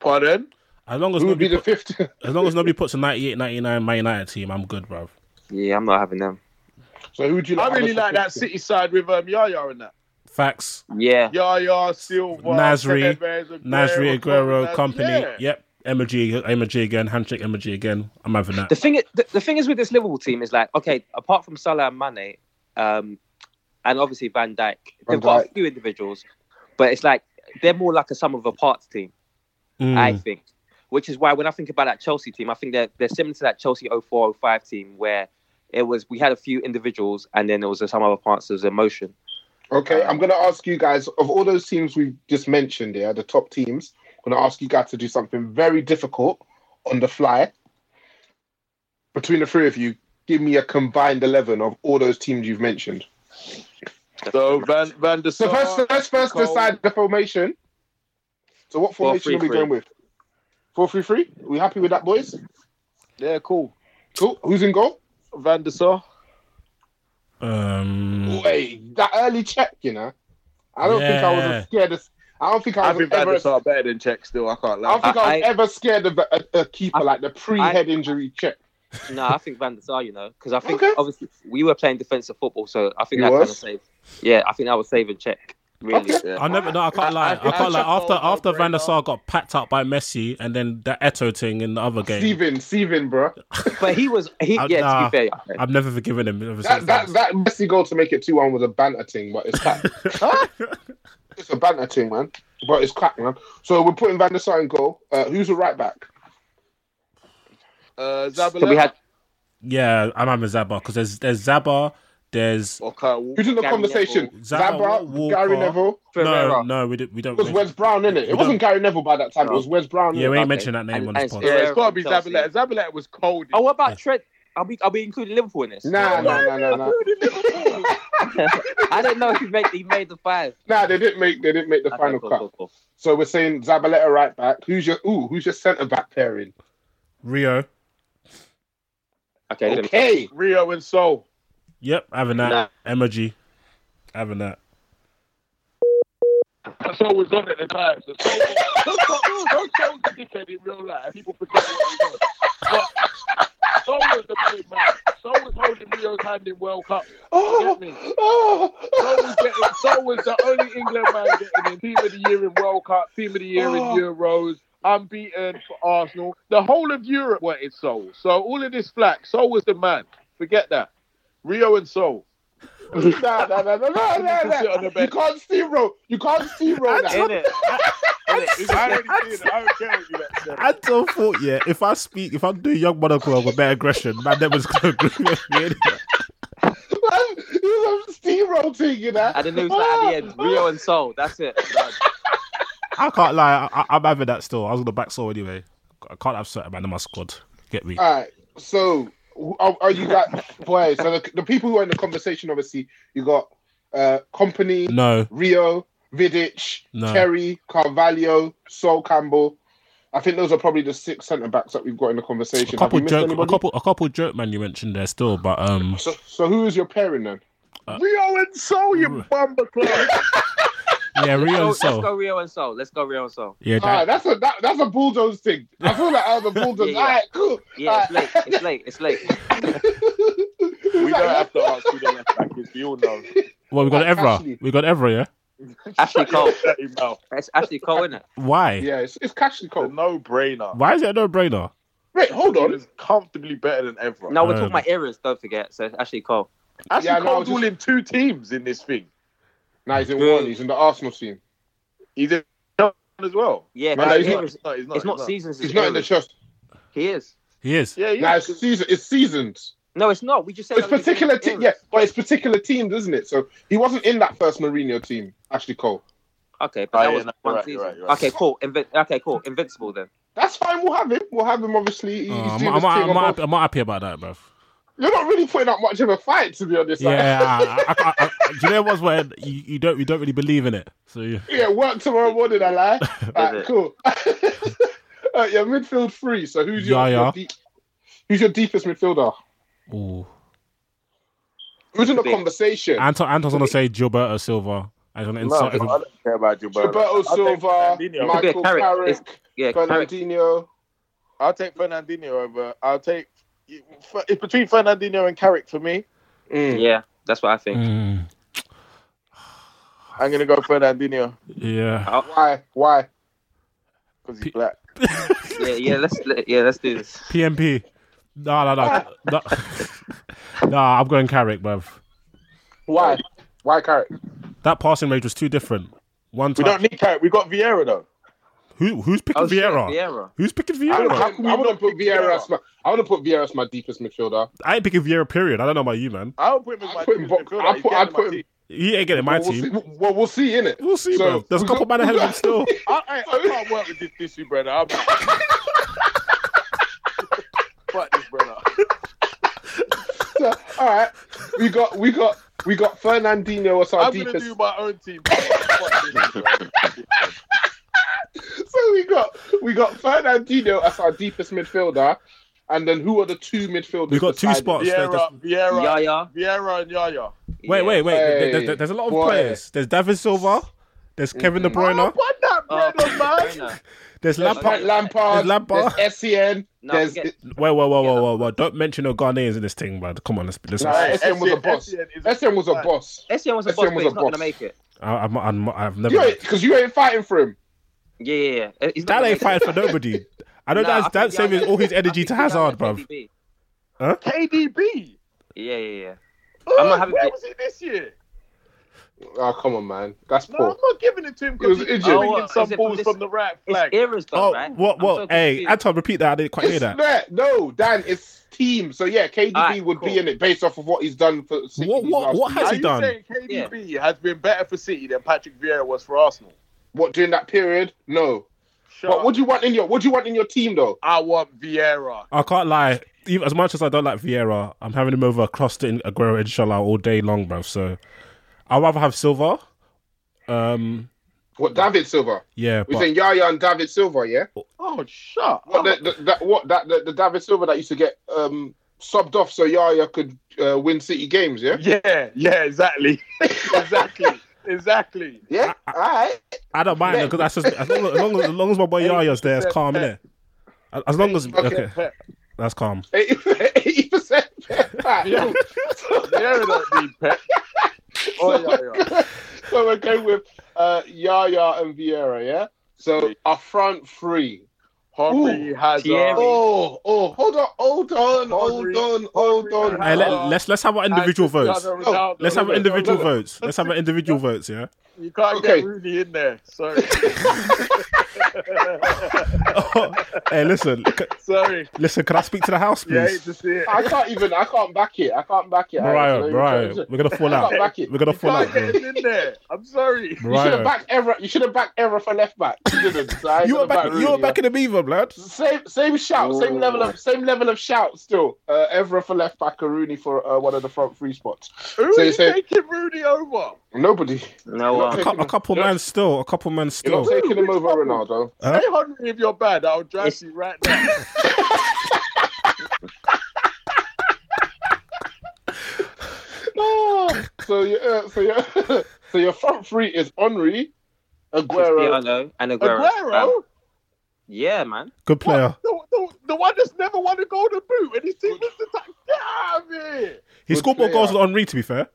[SPEAKER 3] Pardon?
[SPEAKER 5] As long as
[SPEAKER 2] Who would be
[SPEAKER 5] nobody,
[SPEAKER 2] the
[SPEAKER 5] put,
[SPEAKER 2] fifth?
[SPEAKER 5] as long as nobody puts a 98, 99 Man United team, I'm good, bruv.
[SPEAKER 4] Yeah, I'm not having them.
[SPEAKER 2] so who would you?
[SPEAKER 3] I
[SPEAKER 2] like
[SPEAKER 3] really
[SPEAKER 2] as the
[SPEAKER 3] like that
[SPEAKER 2] fifth team?
[SPEAKER 3] City side with um, Yaya in that.
[SPEAKER 5] Facts.
[SPEAKER 4] Yeah,
[SPEAKER 3] Yaya, Silva,
[SPEAKER 5] Nasri,
[SPEAKER 3] Tevez, Aguero,
[SPEAKER 5] Nasri, Aguero,
[SPEAKER 3] Nas-
[SPEAKER 5] company.
[SPEAKER 3] Yeah.
[SPEAKER 5] Yep. Emoji, emoji again. Handshake, emoji again. I'm having that.
[SPEAKER 4] the thing the, the thing is with this Liverpool team is like okay, apart from Salah and Mane, um, and obviously Van Dijk,
[SPEAKER 2] Van
[SPEAKER 4] they've got a
[SPEAKER 2] Dijk.
[SPEAKER 4] few individuals, but it's like they're more like a sum of the parts team,
[SPEAKER 2] Hmm.
[SPEAKER 5] Mm.
[SPEAKER 4] I think. Which is why when I think about that Chelsea team, I think they're they're similar to that Chelsea 0405 team where it was we had a few individuals and then there was a sum of the parts, there was emotion.
[SPEAKER 2] Okay, I'm going to ask you guys of all those teams we've just mentioned here, the top teams. I'm going to ask you guys to do something very difficult on the fly. Between the three of you, give me a combined eleven of all those teams you've mentioned.
[SPEAKER 3] So Van Van der
[SPEAKER 2] So
[SPEAKER 3] Sar,
[SPEAKER 2] first, let's first
[SPEAKER 3] Cole.
[SPEAKER 2] decide the formation. So what
[SPEAKER 4] Four,
[SPEAKER 2] formation
[SPEAKER 4] three,
[SPEAKER 2] are we
[SPEAKER 4] three.
[SPEAKER 2] going with? Four three three. We happy with that, boys?
[SPEAKER 3] Yeah, cool.
[SPEAKER 2] Cool. Who's in goal?
[SPEAKER 3] Van der Sar.
[SPEAKER 5] Um,
[SPEAKER 2] Wait, that early check, you know. I don't think I
[SPEAKER 5] Yeah.
[SPEAKER 2] was scared. Of, I don't think I
[SPEAKER 3] I
[SPEAKER 2] was
[SPEAKER 3] think Van
[SPEAKER 2] ever
[SPEAKER 3] der Sar better than Czech still. I can't
[SPEAKER 2] I
[SPEAKER 3] lie. Uh,
[SPEAKER 2] don't think I, was
[SPEAKER 4] I-
[SPEAKER 2] ever scared of a, a, a keeper
[SPEAKER 4] I-
[SPEAKER 2] like the pre-head injury check.
[SPEAKER 4] No, I think Van der Sar, you know, because I think
[SPEAKER 2] Okay.
[SPEAKER 4] obviously we were playing defensive football, so I think
[SPEAKER 2] You
[SPEAKER 4] that
[SPEAKER 2] was?
[SPEAKER 4] kind of saved. Yeah, I think that was save and check. Really,
[SPEAKER 2] Okay.
[SPEAKER 4] yeah.
[SPEAKER 5] I never. No, I can't lie. I,
[SPEAKER 3] I think
[SPEAKER 5] can't lie.
[SPEAKER 3] that's a
[SPEAKER 5] After
[SPEAKER 3] goal,
[SPEAKER 5] after
[SPEAKER 3] no
[SPEAKER 5] Van der
[SPEAKER 3] brainer.
[SPEAKER 5] Sar got packed up by Messi, and then that Eto thing in the other game,
[SPEAKER 2] Steven, Steven, bro.
[SPEAKER 4] But he was he
[SPEAKER 5] Uh,
[SPEAKER 4] yeah,
[SPEAKER 5] nah.
[SPEAKER 4] to be fair. yeah.
[SPEAKER 5] I've never forgiven him. Ever
[SPEAKER 2] That
[SPEAKER 5] since
[SPEAKER 2] that that Messi goal to make it two one was a banter thing, but it's that. It's a banter thing, man. But it's crack, man. So we're putting Van der Sar in goal. Uh, who's the right back?
[SPEAKER 3] Uh, Zabaleta
[SPEAKER 4] So we had
[SPEAKER 5] Yeah, I'm having Zaba because there's there's Zaba, there's
[SPEAKER 3] or Kyle Walker.
[SPEAKER 2] Who's in the
[SPEAKER 4] Gary
[SPEAKER 2] conversation?
[SPEAKER 5] Neville. Zaba,
[SPEAKER 2] Zabra,
[SPEAKER 5] Walker.
[SPEAKER 2] Gary Neville.
[SPEAKER 5] no
[SPEAKER 4] Ferreira.
[SPEAKER 5] no we, don't we don't.
[SPEAKER 2] It was Wes Brown, innit? It
[SPEAKER 5] No.
[SPEAKER 2] wasn't Gary Neville by that time. It was Wes Brown.
[SPEAKER 5] Oh. yeah,
[SPEAKER 2] innit?
[SPEAKER 5] we ain't
[SPEAKER 4] Okay.
[SPEAKER 5] mentioned that name
[SPEAKER 4] And-
[SPEAKER 5] on this
[SPEAKER 4] and
[SPEAKER 5] podcast.
[SPEAKER 3] Yeah, it's got to be
[SPEAKER 4] Chelsea.
[SPEAKER 3] Zabaleta. Zabaleta was cold.
[SPEAKER 4] Oh, what about Trent? Are we are we including Liverpool in this?
[SPEAKER 2] Nah, nah, nah, nah, nah.
[SPEAKER 4] I didn't know he made he made the five.
[SPEAKER 2] Nah, they didn't make they didn't make the
[SPEAKER 4] Okay,
[SPEAKER 2] final
[SPEAKER 4] cool,
[SPEAKER 2] cut.
[SPEAKER 4] cool, cool.
[SPEAKER 2] So we're saying Zabaleta right back. Who's your ooh? Who's your centre back pairing?
[SPEAKER 5] Rio.
[SPEAKER 4] Okay, then.
[SPEAKER 2] Okay,
[SPEAKER 3] Rio and Sol.
[SPEAKER 5] Yep, having
[SPEAKER 4] Nah.
[SPEAKER 5] that. Emma G. Having that.
[SPEAKER 3] That's all was on at the time. So Sol- don't tell don't tell the dickhead in real life. People forget what he was. But Sol was the big man. Sol was holding Rio's hand in World Cup.
[SPEAKER 2] Oh,
[SPEAKER 3] Get me. Sol
[SPEAKER 2] oh,
[SPEAKER 3] was, getting, Sol was the only England man getting in team of the year in World Cup, team of the year in
[SPEAKER 2] Oh.
[SPEAKER 3] Euros, unbeaten for Arsenal. The whole of Europe wanted Sol. So all of this flack, Sol was the man. Forget that. Rio and Sol.
[SPEAKER 2] nah, nah, nah, nah, nah, nah,
[SPEAKER 3] You can sit on
[SPEAKER 2] nah.
[SPEAKER 3] the
[SPEAKER 2] You
[SPEAKER 3] bench.
[SPEAKER 2] can't steamroll. You can't steamroll that.
[SPEAKER 4] In it.
[SPEAKER 3] I already did. I don't care what you let say.
[SPEAKER 5] I don't thought, yeah, if I speak, if I do Young Monaco with better aggression, man, that was going to agree with me. innit?
[SPEAKER 2] Man, It's a steamroll thing, you know.
[SPEAKER 4] And the news that at the end, Rio and Sol. That's it. Done.
[SPEAKER 5] I can't lie, I, I, I'm having that still. I was going to back so anyway. I can't have certain man in my squad. Get me.
[SPEAKER 2] All right. So, who- are, are you got boy? So the, the people who are in the conversation, obviously, you got uh company,
[SPEAKER 5] No,
[SPEAKER 2] Rio, Vidic,
[SPEAKER 5] No.
[SPEAKER 2] Terry, Carvalho, Sol Campbell. I think those are probably the six centre backs that we've got in the
[SPEAKER 5] a
[SPEAKER 2] conversation. Have
[SPEAKER 5] couple
[SPEAKER 2] we missed
[SPEAKER 5] joke, a
[SPEAKER 2] anybody?
[SPEAKER 5] couple, a couple joke man you mentioned there still, but um,
[SPEAKER 2] So, so who is your pairing then?
[SPEAKER 5] Uh,
[SPEAKER 3] Rio and Sol, you bumper club.
[SPEAKER 5] yeah, Rio and
[SPEAKER 4] Let's go- Let's go
[SPEAKER 5] Sol.
[SPEAKER 4] Rio and Sol. Let's go Rio and Sol.
[SPEAKER 5] Yeah,
[SPEAKER 2] Ah,
[SPEAKER 5] that,
[SPEAKER 2] that's a that, that's a bulldoze thing. I feel like I was a bulldoze.
[SPEAKER 4] Yeah, yeah.
[SPEAKER 2] All right, cool.
[SPEAKER 4] Yeah, it's late. It's late. It's late.
[SPEAKER 3] We don't have to ask who the left back is. We all know.
[SPEAKER 5] well, we got
[SPEAKER 2] Like,
[SPEAKER 5] Evra.
[SPEAKER 2] actually-
[SPEAKER 5] We got Evra, yeah?
[SPEAKER 4] Ashley Cole.
[SPEAKER 3] Shut him out.
[SPEAKER 4] It's Ashley Cole, isn't it?
[SPEAKER 5] Why?
[SPEAKER 2] Yeah, it's, it's Cashley
[SPEAKER 3] A
[SPEAKER 2] Cole.
[SPEAKER 3] no-brainer.
[SPEAKER 5] Why is it a no brainer?
[SPEAKER 2] Wait, hold
[SPEAKER 3] He
[SPEAKER 2] on.
[SPEAKER 3] was comfortably better than Evra.
[SPEAKER 4] No, we're
[SPEAKER 5] Uh,
[SPEAKER 4] talking about eras. Don't forget. So it's Ashley Cole.
[SPEAKER 3] Ashley
[SPEAKER 2] Yeah, no,
[SPEAKER 3] Cole's
[SPEAKER 2] I was
[SPEAKER 3] all
[SPEAKER 2] just-
[SPEAKER 3] in two teams in this thing.
[SPEAKER 2] Nah, he's in
[SPEAKER 4] Good.
[SPEAKER 2] one. He's in the Arsenal team.
[SPEAKER 3] He's in as well.
[SPEAKER 4] Yeah,
[SPEAKER 2] Man,
[SPEAKER 4] but
[SPEAKER 2] he's not-
[SPEAKER 4] eras-
[SPEAKER 3] No, he's
[SPEAKER 4] it's not
[SPEAKER 3] he's
[SPEAKER 4] seasons.
[SPEAKER 2] He's
[SPEAKER 4] It's
[SPEAKER 2] not in the
[SPEAKER 4] eras.
[SPEAKER 2] chest.
[SPEAKER 4] He is.
[SPEAKER 5] He is.
[SPEAKER 3] Yeah,
[SPEAKER 2] Nah,
[SPEAKER 3] yeah.
[SPEAKER 2] it's season. It's seasons.
[SPEAKER 4] No, it's not. We just said
[SPEAKER 2] It's
[SPEAKER 4] that was
[SPEAKER 2] particular
[SPEAKER 4] eras.
[SPEAKER 2] team, yeah, but it's particular teams, isn't it? So he wasn't in that first Mourinho team, Ashley Cole.
[SPEAKER 4] Okay, but
[SPEAKER 3] Oh,
[SPEAKER 4] that
[SPEAKER 3] yeah,
[SPEAKER 4] was
[SPEAKER 3] no, you're
[SPEAKER 4] one
[SPEAKER 3] right, you're
[SPEAKER 4] season.
[SPEAKER 3] right, you're right.
[SPEAKER 4] Okay, cool. Invin- okay, cool. Invincible then.
[SPEAKER 2] That's fine. We'll have him. We'll have him. Obviously, he's
[SPEAKER 5] Uh,
[SPEAKER 2] doing his
[SPEAKER 5] I'm,
[SPEAKER 2] thing.
[SPEAKER 5] I'm, I'm,
[SPEAKER 2] on
[SPEAKER 5] I'm,
[SPEAKER 2] both-
[SPEAKER 5] happy- I'm not happy about that, bruv.
[SPEAKER 2] You're not really putting up much of a fight, to be honest. like-
[SPEAKER 5] Yeah, I, I, I, I, do you know what's where you, you don't you don't really believe in it? So you-
[SPEAKER 2] yeah. Work tomorrow morning. I lie. Alright,
[SPEAKER 4] it?
[SPEAKER 2] cool. uh, your midfield free. So who's your,
[SPEAKER 5] Yeah, yeah.
[SPEAKER 2] your deep, who's your deepest midfielder?
[SPEAKER 5] Ooh.
[SPEAKER 2] Who's in the
[SPEAKER 4] Big.
[SPEAKER 2] conversation?
[SPEAKER 5] Anton Anton's gonna say Gilberto Silva. I'm gonna
[SPEAKER 3] No, I
[SPEAKER 5] insult
[SPEAKER 3] don't
[SPEAKER 5] everybody.
[SPEAKER 3] care about you, bro.
[SPEAKER 2] Roberto Silva,
[SPEAKER 3] I'll take Fernandinho.
[SPEAKER 4] Could be
[SPEAKER 2] Michael
[SPEAKER 4] a carrot.
[SPEAKER 2] Carrick,
[SPEAKER 4] It's- Yeah, Carrick.
[SPEAKER 2] Fernandinho.
[SPEAKER 3] I'll take Fernandinho over. I'll take. It's between Fernandinho and Carrick for me.
[SPEAKER 2] Mm.
[SPEAKER 4] Yeah, that's what I think.
[SPEAKER 5] Mm,
[SPEAKER 3] I'm gonna go Fernandinho
[SPEAKER 5] yeah.
[SPEAKER 2] Why? Why?
[SPEAKER 3] because he's black.
[SPEAKER 4] Yeah, yeah. Let's let- yeah, let's do this.
[SPEAKER 5] PMP. No, no, no. no. nah, I'm going Carrick, bruv.
[SPEAKER 2] Why? Why Carrick?
[SPEAKER 5] That passing range was too different. One
[SPEAKER 3] We
[SPEAKER 5] time.
[SPEAKER 3] don't need Carrick. We got Vieira though.
[SPEAKER 5] Who who's picking
[SPEAKER 4] Oh, shit,
[SPEAKER 5] Vieira?
[SPEAKER 4] Vieira.
[SPEAKER 5] Who's picking
[SPEAKER 2] I wouldn't,
[SPEAKER 5] Vieira?
[SPEAKER 2] I, I wouldn't put Vieira as my. I wouldn't put Vieira as my deepest midfielder.
[SPEAKER 5] I ain't picking Vieira. Period. I don't know about you, man.
[SPEAKER 3] I'll put him in
[SPEAKER 2] I'd
[SPEAKER 3] my
[SPEAKER 2] put him
[SPEAKER 3] team.
[SPEAKER 2] bo- I'd
[SPEAKER 3] He's
[SPEAKER 2] put-
[SPEAKER 3] getting
[SPEAKER 2] I'd
[SPEAKER 3] in my
[SPEAKER 2] put him-
[SPEAKER 3] team.
[SPEAKER 5] He ain't getting my
[SPEAKER 2] well,
[SPEAKER 5] team.
[SPEAKER 2] We'll see, well, we'll see in it.
[SPEAKER 5] We'll see,
[SPEAKER 2] So-
[SPEAKER 5] bruv. There's a couple man ahead of him still.
[SPEAKER 3] I, I, I can't work with this tissue, brother. I'm fuck this, brother.
[SPEAKER 2] all right, we got we got we got Fernandinho as our
[SPEAKER 3] I'm gonna
[SPEAKER 2] deepest.
[SPEAKER 3] do my own team. Fuck this, brother.
[SPEAKER 2] So we got we got Fernandinho as our deepest midfielder, and then who are the two midfielders?
[SPEAKER 5] We got two
[SPEAKER 2] beside him?
[SPEAKER 5] spots. There's- there's-
[SPEAKER 3] Vieira, Vieira,
[SPEAKER 4] Yaya.
[SPEAKER 3] Vieira, and Yaya.
[SPEAKER 5] Wait, wait, wait. There- there-
[SPEAKER 2] Hey,
[SPEAKER 5] there's a lot of
[SPEAKER 2] boy.
[SPEAKER 5] players. There's David Silva. There's Kevin De
[SPEAKER 3] Oh,
[SPEAKER 5] Bruyne.
[SPEAKER 3] put that
[SPEAKER 4] Oh,
[SPEAKER 3] bread on man.
[SPEAKER 4] Vieira.
[SPEAKER 5] There's
[SPEAKER 2] There's
[SPEAKER 5] Lampard.
[SPEAKER 2] Pat Lampard,
[SPEAKER 5] There's Lampard.
[SPEAKER 2] there's Sen,
[SPEAKER 4] No,
[SPEAKER 2] there's
[SPEAKER 4] forget-
[SPEAKER 5] Wait, wait, wait, wait, wait, wait. Don't mention no Ghanaians in this thing, man. Come on, let's listen.
[SPEAKER 2] Nah,
[SPEAKER 3] Right,
[SPEAKER 2] Essien was a
[SPEAKER 3] Essien-
[SPEAKER 2] boss.
[SPEAKER 3] Essien is a-
[SPEAKER 2] Essien was a boss.
[SPEAKER 4] Essien was a
[SPEAKER 2] Essien was a
[SPEAKER 4] boss, but he's not
[SPEAKER 2] boss.
[SPEAKER 4] gonna make it.
[SPEAKER 5] I, I'm, I'm, I've never.
[SPEAKER 2] You because you ain't fighting for him.
[SPEAKER 4] Yeah, yeah, yeah. Uh, He's
[SPEAKER 5] that
[SPEAKER 4] not gonna
[SPEAKER 5] ain't
[SPEAKER 4] make it.
[SPEAKER 5] fighting for nobody. I know
[SPEAKER 4] Nah,
[SPEAKER 5] that's
[SPEAKER 4] I
[SPEAKER 5] that's
[SPEAKER 4] think
[SPEAKER 5] saving
[SPEAKER 4] Yaya-
[SPEAKER 5] all his
[SPEAKER 4] I
[SPEAKER 5] energy
[SPEAKER 4] think
[SPEAKER 5] to
[SPEAKER 4] Yaya's
[SPEAKER 5] Hazard,
[SPEAKER 4] gonna
[SPEAKER 5] bruv.
[SPEAKER 4] KDB.
[SPEAKER 3] KDB.
[SPEAKER 4] Yeah, yeah, yeah.
[SPEAKER 3] Oh,
[SPEAKER 4] not having
[SPEAKER 3] where
[SPEAKER 4] to-
[SPEAKER 3] was he this year?
[SPEAKER 2] Oh, come on, man. That's
[SPEAKER 3] No,
[SPEAKER 2] poor.
[SPEAKER 3] I'm not giving it to him
[SPEAKER 2] He was
[SPEAKER 3] because
[SPEAKER 2] injured.
[SPEAKER 3] he's
[SPEAKER 2] Oh,
[SPEAKER 3] bringing
[SPEAKER 4] what,
[SPEAKER 3] some
[SPEAKER 4] is it-
[SPEAKER 3] balls
[SPEAKER 4] this-
[SPEAKER 3] from the right
[SPEAKER 4] It's
[SPEAKER 3] flag.
[SPEAKER 4] eras though,
[SPEAKER 5] Oh,
[SPEAKER 4] right?
[SPEAKER 5] what?
[SPEAKER 4] I'm
[SPEAKER 5] What?
[SPEAKER 4] so
[SPEAKER 5] hey,
[SPEAKER 4] confused.
[SPEAKER 5] Anton, repeat that. I didn't quite hear
[SPEAKER 2] It's
[SPEAKER 5] that.
[SPEAKER 2] not- no, Dan, it's team. So yeah, KDB
[SPEAKER 4] Alright,
[SPEAKER 2] would
[SPEAKER 4] cool.
[SPEAKER 2] be in it based off of what he's done for. City
[SPEAKER 5] What-
[SPEAKER 2] these
[SPEAKER 5] what-
[SPEAKER 2] last
[SPEAKER 5] what
[SPEAKER 2] few
[SPEAKER 5] has
[SPEAKER 3] Are
[SPEAKER 2] years.
[SPEAKER 5] he
[SPEAKER 3] you
[SPEAKER 5] done?
[SPEAKER 3] saying KDB has been better for City than Patrick Vieira was for Arsenal?
[SPEAKER 2] What during that period? No.
[SPEAKER 3] Shut
[SPEAKER 2] But
[SPEAKER 3] up.
[SPEAKER 2] what do you want in your What do you want in your team though?
[SPEAKER 3] I want Vieira.
[SPEAKER 5] I can't lie. Even as much as I don't like Vieira, I'm having him over across to Aguero inshallah all day long, bruv. So I'd rather have Silva. Um,
[SPEAKER 2] What David Silva?
[SPEAKER 5] yeah,
[SPEAKER 2] We're
[SPEAKER 5] but
[SPEAKER 2] saying Yaya and David Silva, yeah.
[SPEAKER 3] Oh, shut
[SPEAKER 2] What
[SPEAKER 3] up.
[SPEAKER 2] the, the, that what that the, the David Silva that used to get um subbed off so Yaya could uh, win City games, yeah.
[SPEAKER 3] Yeah, yeah, exactly. exactly. Exactly.
[SPEAKER 2] Yeah, all right.
[SPEAKER 5] I don't mind because that's just as long as, as long as, as long as my boy Yaya's there, it's calm in there. As long as okay, that's calm.
[SPEAKER 2] Eighty percent.
[SPEAKER 3] Yeah. Vieira don't need Pep. Oh, yeah, yeah.
[SPEAKER 2] so we're going with uh, Yaya and Vieira, yeah. So our front three.
[SPEAKER 3] Henry
[SPEAKER 2] Ooh,
[SPEAKER 3] Hazard.
[SPEAKER 4] Thierry.
[SPEAKER 2] Oh, oh, hold on, hold on, hold on, hold on.
[SPEAKER 5] Hey, let, let's let's have our individual
[SPEAKER 3] And
[SPEAKER 5] votes. Oh,
[SPEAKER 3] Cristiano Ronaldo.
[SPEAKER 5] Let's have our individual
[SPEAKER 2] no, no.
[SPEAKER 5] votes. Let's have our individual votes. Yeah.
[SPEAKER 3] You can't
[SPEAKER 2] Okay.
[SPEAKER 3] get Rooney in there. Sorry.
[SPEAKER 5] hey, listen, c-
[SPEAKER 3] Sorry.
[SPEAKER 5] listen. Can I speak to the house,
[SPEAKER 3] Yeah, I hate
[SPEAKER 5] please?
[SPEAKER 3] to see it.
[SPEAKER 2] I can't even. I can't back it. I can't back it.
[SPEAKER 5] Mariah,
[SPEAKER 2] Alex.
[SPEAKER 5] Mariah, we're gonna fall
[SPEAKER 2] I
[SPEAKER 5] out.
[SPEAKER 2] can't back it.
[SPEAKER 5] We're gonna fall out.
[SPEAKER 3] can't
[SPEAKER 5] Bro.
[SPEAKER 3] get him in there. I'm sorry.
[SPEAKER 2] You should have
[SPEAKER 5] Mariah,
[SPEAKER 2] backed Era. You should have backed Era for left back. You didn't. So I ain't
[SPEAKER 5] you were
[SPEAKER 2] gonna
[SPEAKER 5] back.
[SPEAKER 2] Rooney,
[SPEAKER 5] You were
[SPEAKER 2] yeah.
[SPEAKER 5] back in the beaver, blood.
[SPEAKER 2] Same, same shout, same level of, same level of shout. Still, uh, Evra for left back, and Rooney for uh, one of the front three spots.
[SPEAKER 3] Who
[SPEAKER 2] So
[SPEAKER 3] so
[SPEAKER 2] you say-
[SPEAKER 3] taking Rooney over?
[SPEAKER 2] Nobody,
[SPEAKER 4] No,
[SPEAKER 2] You're
[SPEAKER 4] uh,
[SPEAKER 2] not
[SPEAKER 5] A, cou- a couple
[SPEAKER 2] You're-
[SPEAKER 5] men still. A couple men
[SPEAKER 2] you're not
[SPEAKER 5] still.
[SPEAKER 2] taking him
[SPEAKER 3] Who's
[SPEAKER 2] over
[SPEAKER 3] couple?
[SPEAKER 2] Ronaldo.
[SPEAKER 5] Huh?
[SPEAKER 3] Say Henry if you're bad, I'll drive
[SPEAKER 4] It's-
[SPEAKER 3] you right now.
[SPEAKER 2] No. so yeah, uh, so yeah, so your front three is Henri, Aguero.
[SPEAKER 4] Cristiano and Aguero.
[SPEAKER 3] Aguero,
[SPEAKER 4] Um, yeah, man.
[SPEAKER 5] Good player.
[SPEAKER 3] the, the, the one that's never won a golden boot, and his team was the top. Get out of here!
[SPEAKER 5] He
[SPEAKER 2] Good
[SPEAKER 5] scored more
[SPEAKER 2] player.
[SPEAKER 5] goals than Henri. To be fair,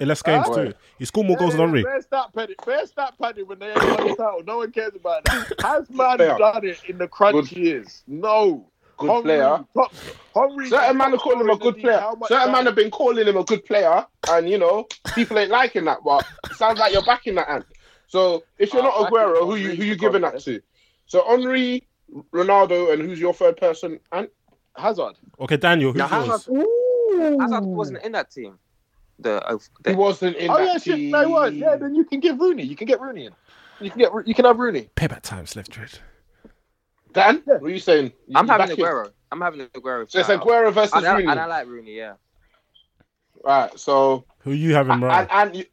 [SPEAKER 5] in less games
[SPEAKER 2] Huh?
[SPEAKER 5] too. He scored more goals than Henri.
[SPEAKER 3] Fair stop padding. Fair stop padding when they ain't won the title. No one cares about that. Has man
[SPEAKER 2] player.
[SPEAKER 3] done it in the crunch
[SPEAKER 2] Good-
[SPEAKER 3] years? No.
[SPEAKER 2] Good player.
[SPEAKER 3] Top, Henry,
[SPEAKER 2] Certain man are calling him a good player. Certain man have been calling him a good player, and you know people ain't liking that. But it sounds like you're backing that ant. So if you're
[SPEAKER 3] Uh,
[SPEAKER 2] not
[SPEAKER 3] I think
[SPEAKER 2] Aguero, who you
[SPEAKER 3] Henry's
[SPEAKER 2] who you
[SPEAKER 3] the
[SPEAKER 2] giving Ah, that
[SPEAKER 3] process.
[SPEAKER 2] to? So Henri, Ronaldo, and who's your third person? Ant.
[SPEAKER 3] Hazard.
[SPEAKER 5] Okay, Daniel, who's
[SPEAKER 4] Now,
[SPEAKER 5] yours?
[SPEAKER 4] Hazard, Hazard wasn't in that team. The, uh,
[SPEAKER 2] He
[SPEAKER 4] the
[SPEAKER 2] wasn't in
[SPEAKER 3] Oh
[SPEAKER 2] that
[SPEAKER 3] yeah, shit.
[SPEAKER 2] team.
[SPEAKER 3] No one. Yeah, then you can give Rooney. You can get Rooney in. You can get. Ro- You can have Rooney.
[SPEAKER 5] Payback time, Sliftred.
[SPEAKER 2] Dan, what are you saying? You
[SPEAKER 4] I'm having
[SPEAKER 2] back it?
[SPEAKER 4] Aguero. I'm having Aguero.
[SPEAKER 2] So it's
[SPEAKER 4] Nah,
[SPEAKER 2] Aguero versus
[SPEAKER 4] I, I,
[SPEAKER 2] Rooney.
[SPEAKER 4] I, I like Rooney. Yeah.
[SPEAKER 2] Right, so
[SPEAKER 5] Who you having, right?
[SPEAKER 2] and, and you-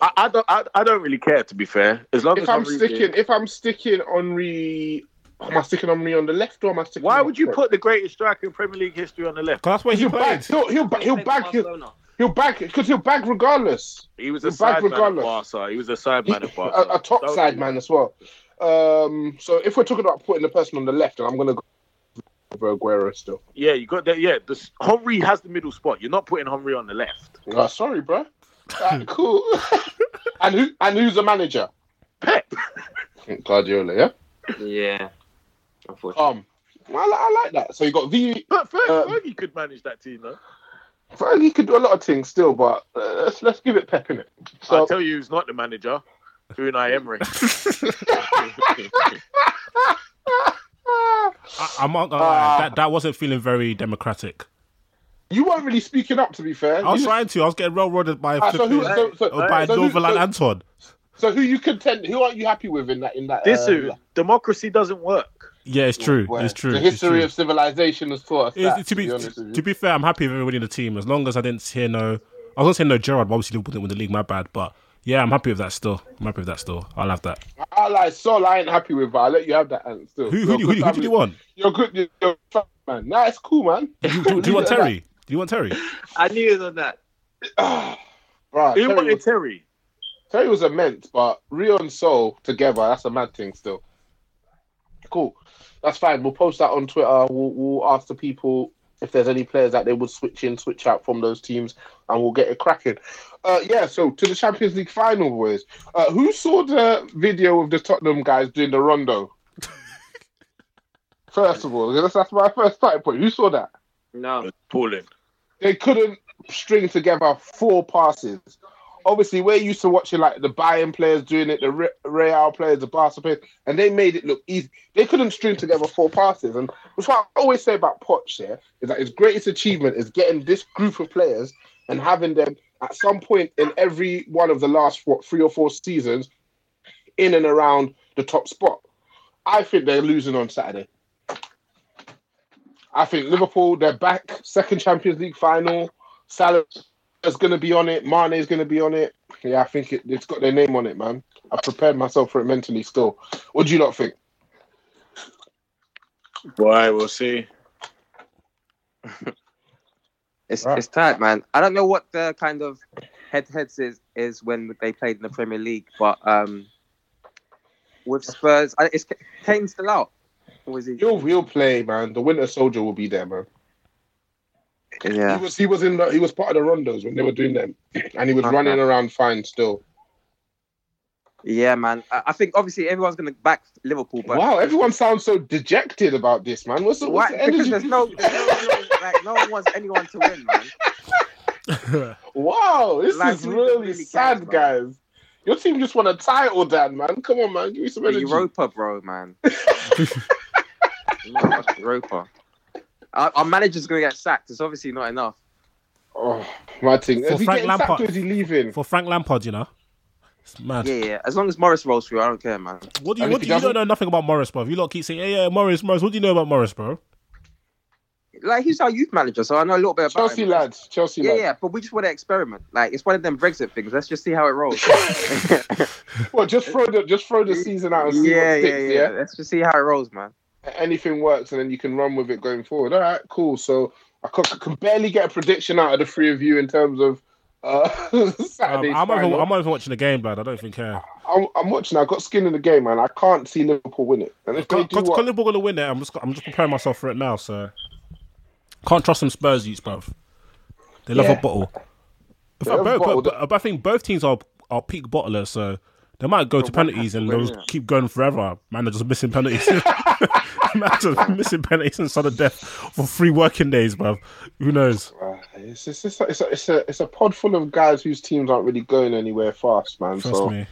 [SPEAKER 3] I, I don't. I, I don't really care to be fair. As long
[SPEAKER 2] if
[SPEAKER 3] as
[SPEAKER 2] I'm
[SPEAKER 3] Henry's
[SPEAKER 2] sticking,
[SPEAKER 3] in.
[SPEAKER 2] if I'm sticking Henri, am I sticking Henri on the left or am I sticking?
[SPEAKER 3] Why
[SPEAKER 2] on
[SPEAKER 3] would you
[SPEAKER 2] the
[SPEAKER 3] put the greatest striker in Premier League history on the left?
[SPEAKER 5] Cause that's where he
[SPEAKER 2] He'll bag.
[SPEAKER 5] played.
[SPEAKER 2] He'll, he'll, ba- he'll
[SPEAKER 4] Played for
[SPEAKER 2] bag. He'll,
[SPEAKER 4] Barcelona.
[SPEAKER 2] he'll bag because he'll bag regardless.
[SPEAKER 3] He was a
[SPEAKER 2] You're back
[SPEAKER 3] side man at
[SPEAKER 2] regardless.
[SPEAKER 3] Barca. He was a side man at Barca.
[SPEAKER 2] a, a top
[SPEAKER 3] Don't-
[SPEAKER 2] side man as well. Um, so if we're talking about putting the person on the left, and I'm gonna go over Aguero still.
[SPEAKER 3] Yeah, you got that. Yeah, this, Henry has the middle spot. You're not putting Henry on the left.
[SPEAKER 2] Oh, sorry, bro. Alright, cool. and who and who's the manager?
[SPEAKER 3] Pep.
[SPEAKER 2] Guardiola, yeah.
[SPEAKER 4] Yeah. Unfortunately.
[SPEAKER 2] Um, I, li- I like that. So you got V.
[SPEAKER 3] But Fer-
[SPEAKER 2] Um,
[SPEAKER 3] Fergie could manage that team, though.
[SPEAKER 2] He could do a lot of things still, but uh, let's let's give it Pep in it. So
[SPEAKER 3] I'll tell you who's not the manager. Unai Emery.
[SPEAKER 2] ah,
[SPEAKER 5] I, I'm not gonna lie.
[SPEAKER 2] Ah.
[SPEAKER 5] That that wasn't feeling very democratic.
[SPEAKER 2] you weren't really speaking up, to be fair.
[SPEAKER 5] I was
[SPEAKER 2] You-
[SPEAKER 5] trying to. I was getting railroaded by
[SPEAKER 2] Ah, so who?
[SPEAKER 5] flipping-
[SPEAKER 2] So, so,
[SPEAKER 5] uh, by
[SPEAKER 2] so who-
[SPEAKER 5] Novalan
[SPEAKER 2] so-
[SPEAKER 5] Anton.
[SPEAKER 2] so who you contend? Who aren't you happy with in that? In that
[SPEAKER 3] this
[SPEAKER 2] uh,
[SPEAKER 3] is democracy doesn't work.
[SPEAKER 5] Yeah, it's true.
[SPEAKER 2] where
[SPEAKER 5] It's true.
[SPEAKER 2] The
[SPEAKER 5] it's
[SPEAKER 2] history
[SPEAKER 5] true.
[SPEAKER 2] of civilization has taught us
[SPEAKER 5] It's-
[SPEAKER 2] that.
[SPEAKER 5] to be
[SPEAKER 2] honest with you.
[SPEAKER 5] to be fair, I'm happy with everybody in the team as long as I didn't hear no. I was gonna say no Gerard, but obviously Liverpool didn't win the league. My bad, but yeah, I'm happy with that still. I'm happy with that still. I'll have that.
[SPEAKER 2] I like Sol. I ain't happy with, but I let you have that. And still,
[SPEAKER 5] Who
[SPEAKER 2] You're
[SPEAKER 5] who
[SPEAKER 2] a
[SPEAKER 5] do,
[SPEAKER 2] good
[SPEAKER 5] who, do- who do
[SPEAKER 2] family-
[SPEAKER 5] you want?
[SPEAKER 2] You're good. You're a fam- man. Nah, it's cool, man.
[SPEAKER 5] Do, do- do you want Terry? Do you want Terry?
[SPEAKER 4] I knew it was on that.
[SPEAKER 2] Right,
[SPEAKER 3] Who
[SPEAKER 2] Terry,
[SPEAKER 3] wanted
[SPEAKER 2] was,
[SPEAKER 3] Terry?
[SPEAKER 2] Terry was immense, but Rio and Sol together—that's a mad thing. Still, cool. That's fine. We'll post that on Twitter. We'll, we'll ask the people if there's any players that they would switch in, switch out from those teams, and we'll get it cracking. Uh, yeah. So to the Champions League final, boys. Uh, who saw the video of the Tottenham guys doing the rondo? first of all, that's, that's my first starting point. Who saw that?
[SPEAKER 4] No.
[SPEAKER 3] Appalling.
[SPEAKER 2] they couldn't string together four passes. obviously we're used to watching like the Bayern players doing it, the Re- Real players, the Barca players, and they made it look easy. They couldn't string together four passes, and which I always say about Poch there is that his greatest achievement is getting this group of players and having them at some point in every one of the last what three or four seasons in and around the top spot. I think they're losing on Saturday. I think Liverpool, they're back, second Champions League final. Salah's going to be on it. Mane's going to be on it. Yeah, I think it, it's got their name on it, man. I prepared myself for it mentally still. What do you not think?
[SPEAKER 3] Why? We'll see.
[SPEAKER 4] It's
[SPEAKER 2] Right.
[SPEAKER 4] it's tight, man. I don't know what the kind of head heads is is when they played in the Premier League, but um, with Spurs, I, is Kane still out? Or is he?
[SPEAKER 2] He'll, he'll play, man. The Winter Soldier will be there, man.
[SPEAKER 4] Yeah.
[SPEAKER 2] He was he was in the, he was part of the rondos when they were doing them, and he was
[SPEAKER 4] Okay.
[SPEAKER 2] running around fine still.
[SPEAKER 4] Yeah, man. I, I think obviously everyone's going to back Liverpool, but
[SPEAKER 2] wow, everyone sounds so dejected about this, man. What's the, what's
[SPEAKER 4] why?
[SPEAKER 2] the
[SPEAKER 4] Because
[SPEAKER 2] energy?
[SPEAKER 4] there's no, there's no, no, like, no one wants anyone to win, man.
[SPEAKER 2] Wow, this
[SPEAKER 4] Like,
[SPEAKER 2] is
[SPEAKER 4] who
[SPEAKER 2] really,
[SPEAKER 4] really cares,
[SPEAKER 2] sad,
[SPEAKER 4] bro?
[SPEAKER 2] guys. Your team just won a title, Dan, man. Come on, man. Give me some
[SPEAKER 4] The
[SPEAKER 2] energy.
[SPEAKER 4] Europa, bro, man. Not much Europa. Our, our manager's going to get sacked. It's obviously not enough.
[SPEAKER 2] Oh, my thing.
[SPEAKER 5] For
[SPEAKER 2] Is he
[SPEAKER 5] Frank
[SPEAKER 2] getting sacked
[SPEAKER 5] Lampard.
[SPEAKER 2] or is he leaving?
[SPEAKER 5] For Frank Lampard, you know. It's mad.
[SPEAKER 4] Yeah, yeah. As long as Morris rolls through, I don't care, man.
[SPEAKER 5] What do you,
[SPEAKER 2] And if he
[SPEAKER 5] what do you, you don't
[SPEAKER 2] doesn't-
[SPEAKER 5] know nothing about Morris, bro? You lot keep saying, yeah, yeah, Morris, Morris. What do you know about Morris, bro?
[SPEAKER 4] Like he's our youth manager, so I know a little bit about
[SPEAKER 2] Chelsea
[SPEAKER 4] him.
[SPEAKER 2] lads. Chelsea
[SPEAKER 4] Yeah,
[SPEAKER 2] lads.
[SPEAKER 4] yeah, but we just want to experiment. Like it's one of them Brexit things. Let's just see how it rolls.
[SPEAKER 2] Well, just throw the just throw the season out and see
[SPEAKER 4] yeah,
[SPEAKER 2] what
[SPEAKER 4] yeah,
[SPEAKER 2] sticks, yeah,
[SPEAKER 4] yeah. Let's just see how it rolls, man.
[SPEAKER 2] Anything works and then you can run with it going forward. All right, cool. So I can, I can barely get a prediction out of the three of you in terms of uh,
[SPEAKER 5] Um,
[SPEAKER 2] Saturday's
[SPEAKER 5] I'm, not even,
[SPEAKER 2] final.
[SPEAKER 5] I'm not even watching the game, blood. I don't even care.
[SPEAKER 2] I'm, I'm watching. I've got skin in the game, man. I can't see Liverpool win it. And if they do
[SPEAKER 5] Because
[SPEAKER 2] what,
[SPEAKER 5] Liverpool going to win it. I'm just, I'm just preparing myself for it now, so. Can't trust them Spurs youths, bro. They love
[SPEAKER 2] Yeah.
[SPEAKER 5] a bottle. In
[SPEAKER 2] They
[SPEAKER 5] fact,
[SPEAKER 2] love a
[SPEAKER 5] both,
[SPEAKER 2] bottle.
[SPEAKER 5] but- but I think both teams are, are peak bottlers, so they might go to
[SPEAKER 4] one has
[SPEAKER 5] penalties
[SPEAKER 4] to
[SPEAKER 5] and
[SPEAKER 4] win,
[SPEAKER 5] they'll
[SPEAKER 4] innit?
[SPEAKER 5] keep going forever. Man, they're just missing penalties. Man, just missing penalties and sudden death for three working days, bruv. Who knows?
[SPEAKER 2] Uh, it's, it's, it's, a, it's, a, it's, a, it's a pod full of guys whose teams aren't really going anywhere fast, man.
[SPEAKER 5] Trust
[SPEAKER 2] so
[SPEAKER 5] me.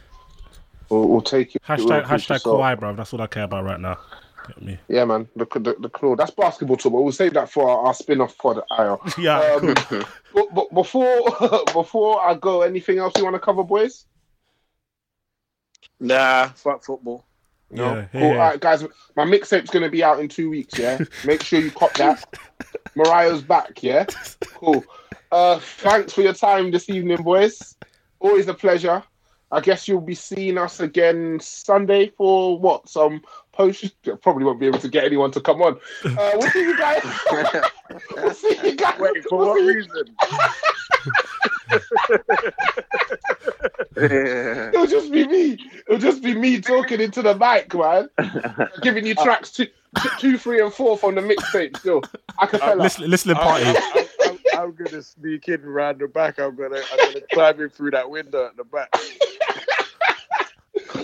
[SPEAKER 2] We'll, we'll take it. with a
[SPEAKER 5] Hashtag,
[SPEAKER 2] pinch of
[SPEAKER 5] hashtag
[SPEAKER 2] salt.
[SPEAKER 5] Kawhi, bruv. That's all I care about right now. Get me.
[SPEAKER 2] Yeah, man. The, the, the claw. That's basketball talk, but we'll save that for our, our spin off pod. IR.
[SPEAKER 5] Yeah.
[SPEAKER 2] Um, but, but before before I go, anything else you want to cover, boys?
[SPEAKER 3] Nah, fuck football.
[SPEAKER 2] No.
[SPEAKER 5] Yeah,
[SPEAKER 2] cool.
[SPEAKER 5] yeah,
[SPEAKER 2] All
[SPEAKER 5] yeah.
[SPEAKER 2] right, guys. My mixtape's going to be out in two weeks. Yeah. Make sure you cop that. Mariah's back. Yeah. Cool. Uh, thanks for your time this evening, boys. Always a pleasure. I guess you'll be seeing us again Sunday for what? Some post. Probably won't be able to get anyone to come on. Uh, we'll see you guys. we'll see you guys.
[SPEAKER 3] Wait, for
[SPEAKER 2] we'll
[SPEAKER 3] what
[SPEAKER 2] see you-
[SPEAKER 3] reason?
[SPEAKER 4] yeah,
[SPEAKER 2] It'll just be me. It'll just be me talking into the mic, man. Giving you tracks two, two, three, and four from the mixtape. Still, acapella.
[SPEAKER 5] Listen, listening party.
[SPEAKER 3] I'm, I'm, I'm, I'm gonna sneak in round the back. I'm gonna, I'm gonna climb in through that window at the back.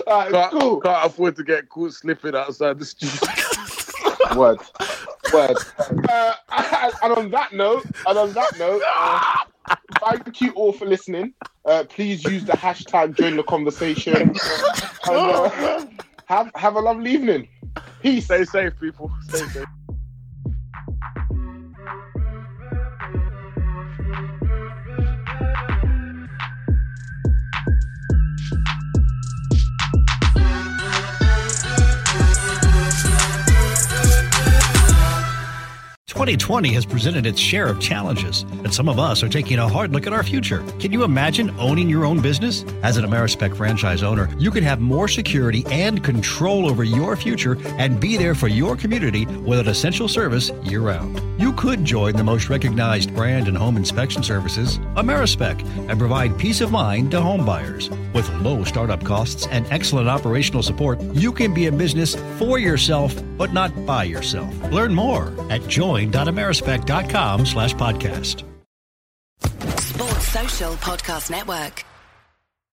[SPEAKER 2] All right,
[SPEAKER 3] Can't,
[SPEAKER 2] cool.
[SPEAKER 3] can't afford to get caught slipping outside the street.
[SPEAKER 2] Word, word. Uh, and on that note, and on that note, uh, thank you all for listening. Uh, please use the hashtag during the conversation. And, uh, have have a lovely evening. Peace.
[SPEAKER 3] Stay safe, people. Stay safe.
[SPEAKER 8] Sports Social Podcast Network.